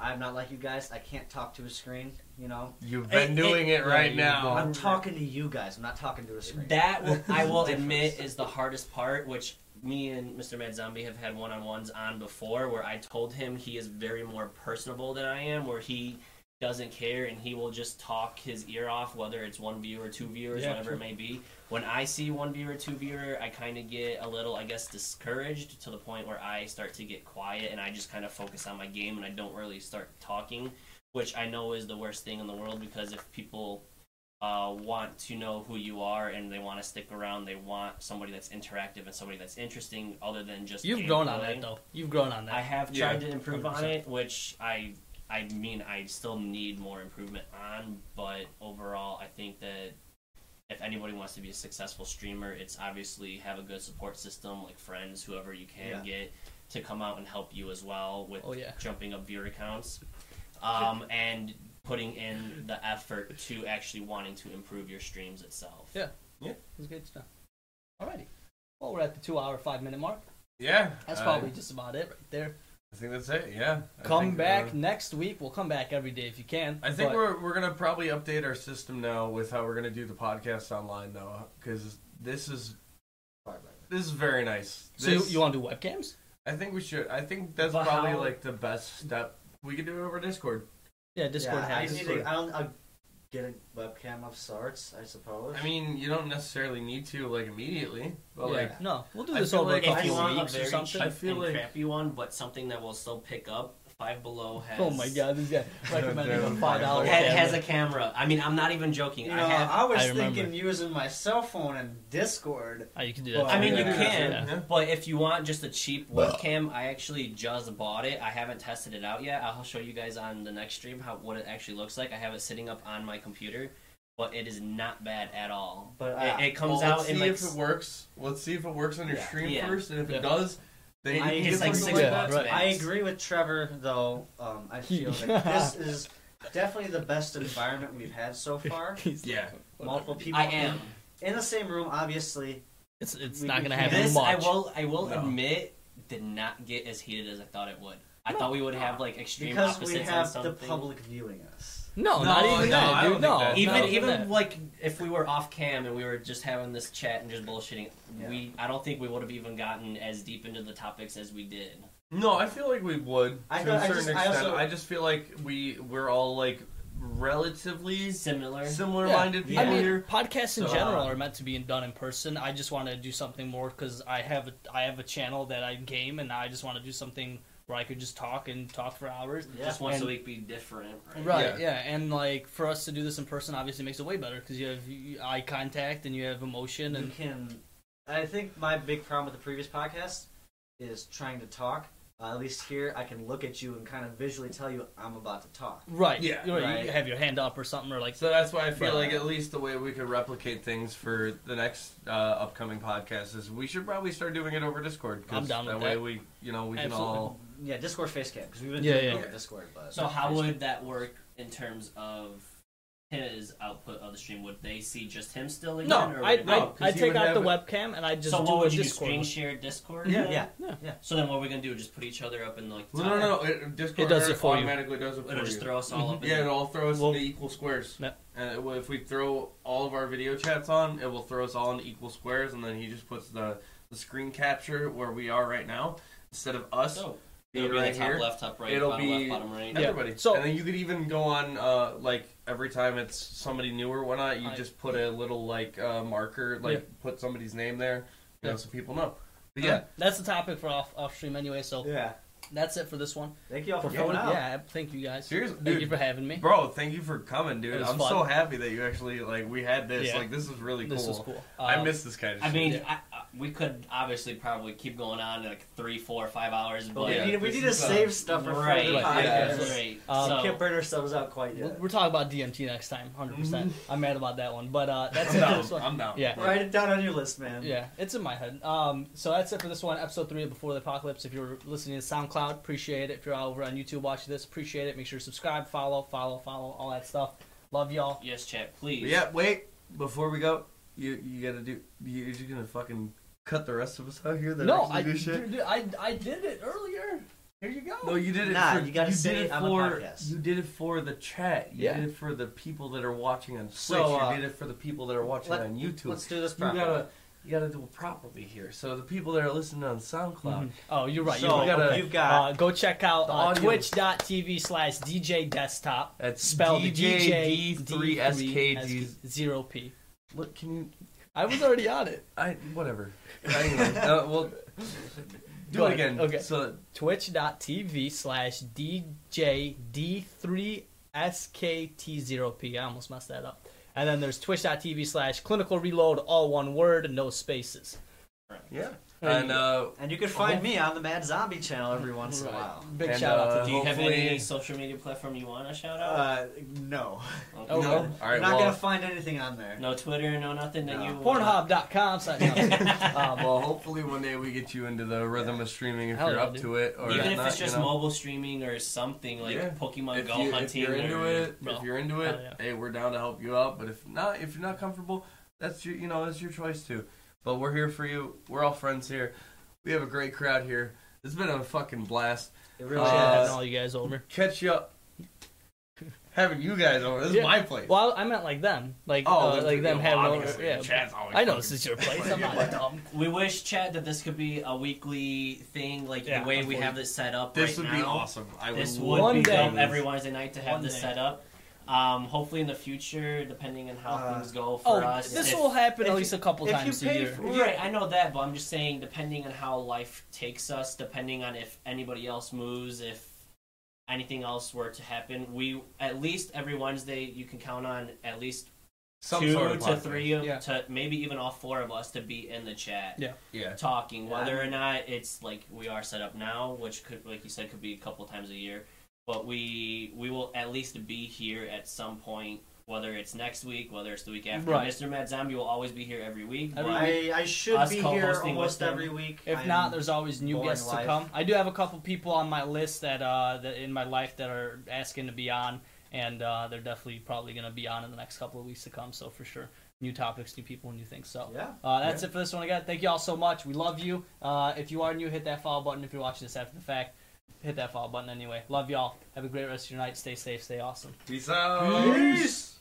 C: I'm not like you guys. I can't talk to a screen. You know,
B: You've
D: Hey,
B: been
D: hey,
B: doing it right
A: yeah,
B: now.
C: I'm talking to you guys. I'm not talking to a screen.
D: That will, I will
C: Difference.
D: admit is the hardest part, which me and Mr. Mad Zombie have had one on ones on before, where I told him he is very more personable than I am, where he doesn't care and he will just talk his ear off, whether it's one viewer, two viewers,
A: Yeah,
D: whatever
A: true.
D: it may be. When I see one viewer, two viewer, I kind of get a little, I guess, discouraged to the point where I start to get quiet and I just kind of focus on my game and I don't really start talking, which I know is the worst thing in the world because if people uh, want to know who you are and they want to stick around. They want somebody that's interactive and somebody that's interesting, other than just
A: You've
D: game
A: grown on
D: play.
A: that, though. You've grown on that.
D: I have
B: Yeah,
D: tried to improve on
A: 100%.
D: it, which I I mean I still need more improvement on, but overall I think that if anybody wants to be a successful streamer, it's obviously have a good support system, like friends, whoever you can
C: Yeah.
D: get to come out and help you as well with
A: Oh, yeah.
D: jumping up viewer accounts. Um, and putting in the effort to actually wanting to improve your streams itself.
A: Yeah. It's good stuff. Alrighty. Well, we're at the two hour, five minute mark.
B: Yeah.
A: That's
B: uh,
A: probably just about it right there.
B: I think that's it. Yeah. I
A: Come
B: think,
A: back
B: uh,
A: next week. We'll come back every day if you can.
B: I think
A: but-
B: we're we're gonna probably update our system now with how we're gonna do the podcast online though, because this is
C: Far better.
B: this is very nice.
A: So you,
B: This-
A: you want to do webcams?
B: I think we should. I think that's
D: But
B: probably
D: how-
B: like the best step. We could do it over Discord.
A: Yeah, Discord
C: yeah,
A: has.
C: I
A: it.
C: need to. I'll, I'll get a webcam of sorts, I suppose.
B: I mean, you don't necessarily need to like immediately, but
A: Yeah.
B: like
A: no, we'll do
B: I
A: this
B: feel
A: over
B: like
A: a
B: if
A: couple
D: if you
A: of
D: want a
A: weeks or
D: very
A: something.
D: cheap
B: I feel
D: and
B: like-
D: crappy one, but something that will still pick up Five Below has.
A: Oh my god, this guy recommended a
B: Dude,
A: five dollar.
D: Had, has a camera. I mean, I'm not even joking.
C: You
D: I
C: know, I,
D: have.
C: was
A: I remember.
C: thinking using my cell phone and Discord.
A: Oh, you can do
C: Well,
A: that.
D: I mean, you
B: Yeah.
D: can,
B: Yeah.
D: but if you want just a cheap webcam, I actually just bought it. I haven't tested it out yet. I'll show you guys on the next stream how what it actually looks like. I have it sitting up on my computer, but it is not bad at all.
C: But
D: It-
C: uh,
D: it, comes
B: Well, let's
D: out
B: see
D: in like
B: if it works. Let's see if it works on your
C: Yeah.
B: stream
D: Yeah.
B: first, and if
A: Yeah.
B: it does, then you
C: I-
B: can
C: it's
B: get
C: like
B: something
C: six
B: that.
A: bucks, right.
C: I agree with Trevor, though. Um, I feel that this is definitely the best environment we've had so far.
A: He's-
B: Yeah,
C: Multiple people.
D: I am.
C: in the same room, obviously.
A: It's it's
C: We-
A: not
C: we
A: gonna
C: can-
A: happen
D: This I
A: much.
D: will I will
B: No.
D: admit did not get as heated as I thought it would. I thought we would have like extreme
C: Because
D: opposites
C: we
D: on
C: have the
D: something.
C: public viewing us.
A: No,
B: No,
A: not
B: no,
A: even that,
B: I don't
A: dude.
B: think
A: No,
B: that.
D: even
A: no,
D: even
A: that.
D: like if we were off cam and we were just having this chat and just bullshitting,
C: Yeah.
D: we I don't think we would have even gotten as deep into the topics as we did.
B: no, I feel like we would
C: I
B: to
C: feel-
B: a
C: I
B: certain
C: just- I
B: extent. I,
C: also-
B: just feel like we we're all like relatively
D: Similar.
B: similar-minded
A: Yeah.
B: people
A: I mean,
B: here.
A: podcasts in
B: So,
A: general
B: uh,
A: are meant to be done in person. I just want to do something more because I have a, I have a channel that I game, and I just want to do something where I could just talk and talk for hours.
D: Just once
A: And-
D: a week be different. Right.
A: Right. Yeah. And like for us to do this in person, obviously makes it way better because you have you- eye contact and you have emotion
C: You
A: and
C: can. I think my big problem with the previous podcast is trying to talk. Uh, at least here, I can look at you and kind of visually tell you I'm about to talk.
A: right.
B: Yeah,
A: Right.
C: right.
A: You have your hand up or something or like.
B: So that's why I feel
A: Right.
B: like at least the way we could replicate things for the next uh, upcoming podcast is we should probably start doing it over Discord. 'cause
A: I'm down
B: that
A: with
B: way
A: that.
B: we, you know, we
A: Absolutely.
B: can all.
C: Yeah, Discord face cam because we've been
A: Yeah,
C: doing
A: yeah.
C: it over
B: Yeah.
C: Discord. But
D: So how would that work in terms of his output of the stream? Would they see just him still again?
A: No,
D: or
A: I
D: would it be-
B: no,
A: I,
B: 'cause
A: I
B: he
A: take
B: would
A: out
B: have
A: the
B: it-
A: webcam and I just
D: so
A: do
D: what
A: a
D: would you do?
A: Discord.
D: Screen share Discord?
C: Yeah, yeah.
D: So then what are we gonna do? Just put each other up in like
B: Well, no, no, no. It, Discord
A: It does it for you.
B: automatically does it for
D: It'll
B: you. Mm-hmm.
D: just throw us all up. in
B: yeah, it'll all throw us
A: Well-
B: into equal squares.
A: No.
B: And it will- if we throw all of our video chats on, it will throw us all into equal squares, and then he just puts the, the screen capture where we are right now instead of us.
D: So
B: being
D: Oh, it'll be
B: right
D: the top
B: here.
D: left, top right,
B: It'll
D: bottom
B: be-
D: left, bottom right.
A: Yeah.
B: Everybody.
A: So-
B: and then you could even go on uh, like every time it's somebody new or whatnot, you
A: I-
B: just put a little like uh, marker, like put somebody's name there, you
A: Yeah.
B: know, so people know. But yeah,
A: Uh, That's the topic for off off stream anyway. So
C: Yeah.
A: that's it for this one.
C: Thank you all for
A: For
C: coming
A: photo-
C: out.
A: yeah. Thank you guys.
B: Seriously,
A: Thank
B: dude.
A: you for having me.
B: bro, thank you for coming,
A: It
B: dude.
A: was
B: I'm
A: fun.
B: so happy that you actually like we had this.
A: Yeah.
B: Like this is really cool.
A: This was cool.
B: I
A: Um,
B: miss this kind of.
D: I
B: shit.
D: mean, I, I, we could obviously probably keep going on like three, four, five hours, but
C: We
B: yeah,
C: need, we
B: this
C: need to
B: is, uh,
C: save stuff for
D: right,
C: further
B: yeah,
C: podcasts.
B: yeah.
D: right.
A: Um,
C: We
D: so,
C: can't burn ourselves out quite
A: We're-
C: yet.
A: We're talking about DMT next time, 100%. percent I'm mad about that one. But uh, that's
B: Mm-hmm. I'm
A: it for
B: down.
A: this one.
B: I'm down.
A: Yeah.
C: Write it down on your list, man.
A: Yeah, it's in my head. Um, so that's it for this one, episode three of Before the Apocalypse. If you're listening to SoundCloud, appreciate it. If you're out over on YouTube watching this, appreciate it. Make sure to subscribe, follow, follow, follow, all that stuff. Love y'all.
D: yes, chat, please.
B: But yeah, wait. Before we go, you you gotta do. You, you're just gonna fucking cut the rest of us out here. That
A: No,
B: actually
A: I,
B: do shit.
A: dude, dude, I I did it earlier. Here you go.
B: No, you did it.
C: Nah,
B: for,
C: you gotta
B: did
C: say
B: it
C: it on the
B: for-
C: podcast.
B: You did it for the chat. You
A: Yeah.
B: did it for the people that are watching on Twitch.
C: So, uh,
B: you did it for the people that are watching
C: let-
B: on YouTube.
C: Let's do this
B: you
C: properly.
B: gotta you gotta do it properly here. So the people that are listening on SoundCloud,
A: Mhm. Oh, you're right.
C: so
A: you're right.
B: we gotta-
C: you've got
A: Uh, go check out
B: The
A: uh,
B: audio.
A: twitch.tv slash DJ Desktop.
B: that's
A: Spell the DJ
B: D3SKG.
A: zero P.
B: Look, can you?
A: I was already on it.
B: I whatever. Anyway, uh, well, do
A: Go
B: it
A: ahead.
B: again.
A: Okay.
B: So
A: twitch.tv slash djd3skt0p. I almost messed that up. And then there's twitch.tv slash clinical reload, all one word, no spaces.
B: yeah, and uh,
C: and you can find me on the Mad Zombie channel every once in a
A: Right.
C: while.
A: Big
B: And,
A: shout out
B: uh,
A: to
D: Do you have any
B: Hopefully-
D: social media platform you want to shout out?
C: Uh, no,
D: Okay.
A: oh,
B: no,
A: well.
B: all
C: you're
B: right,
C: not
B: well,
C: gonna find anything on there.
D: No Twitter, no nothing that
C: No.
D: you.
A: Pornhub.com. slash- no. um,
B: well, hopefully one day we get you into the rhythm of streaming if
A: Hell
B: you're
A: yeah,
B: up
A: dude.
B: to it, or
D: Even if
B: not,
D: it's just
B: you know?
D: mobile streaming or something like
B: Yeah.
D: Pokemon
B: if,
D: Go
B: you,
D: hunting.
B: are into
D: or,
B: it,
D: Bro.
B: if you're into it,
A: Hell yeah.
B: hey, we're down to help you out. But if not, if you're not comfortable, that's your, you know, that's your choice too. But we're here for you. We're all friends here. We have a great crowd here. It's been a fucking blast.
C: It
A: really
C: really
A: uh,
B: Uh,
A: having
C: is.
A: all you guys over.
B: Catch you up. Having you guys over. This
A: Yeah.
B: is my place.
A: Well, I meant like them. Like,
B: oh,
A: uh,
B: there's-
A: like them
B: well,
A: having over.
B: obviously,
A: Yeah.
B: Chad's always
A: I
B: fucking-
A: know this is your place. I'm not dumb.
D: We wish, Chad, that this could be a weekly thing, like
A: Yeah,
D: the way we
A: hopefully.
D: have this set up.
B: This
D: right
B: would be
D: now.
B: awesome. I
D: This
B: would,
D: would
A: One
D: be
A: day.
D: dope every Wednesday night to have
A: One
D: this
A: day.
D: set up. Um, hopefully in the future, depending on how
C: Uh,
D: things go for
A: Oh,
D: us.
A: this
D: if-
A: will happen
C: if
A: at
C: you-
A: least a couple
C: if you
A: times a
C: pay
A: year.
C: for-
D: Right, I know that, but I'm just saying, depending on how life takes us, depending on if anybody else moves, if anything else were to happen, we at least every Wednesday you can count on at least
B: Some
D: two
B: sort of
D: to
B: podcast.
D: three of-
A: Yeah.
D: to maybe even all four of us to be in the chat.
A: Yeah.
B: Yeah.
D: talking,
C: Yeah.
D: whether or not it's like we are set up now, which could, like you said, could be a couple times a year. But we we will at least be here at some point, whether it's next week, whether it's the week after.
A: Right.
D: Mr. Mad Zombie will always be here every week.
A: Every
D: but-
A: week.
C: I, I should
D: Us
C: be here
D: co-hosting
C: almost
D: with
C: every week.
A: If
C: I'm-
A: not, there's always new
C: boring
A: guests to
C: life.
A: come. I do have a couple people on my list that uh that in my life that are asking to be on, and uh, they're definitely probably gonna be on in the next couple of weeks to come. So for sure, new topics, new people, new things. So
C: yeah.
A: uh, that's it for this one again. Thank you all so much. We love you. Uh, if you are new, hit that follow button. If you're watching this after the fact, hit that follow button anyway. Love y'all. Have a great rest of your night. Stay safe. Stay awesome.
B: Peace out.
C: Peace.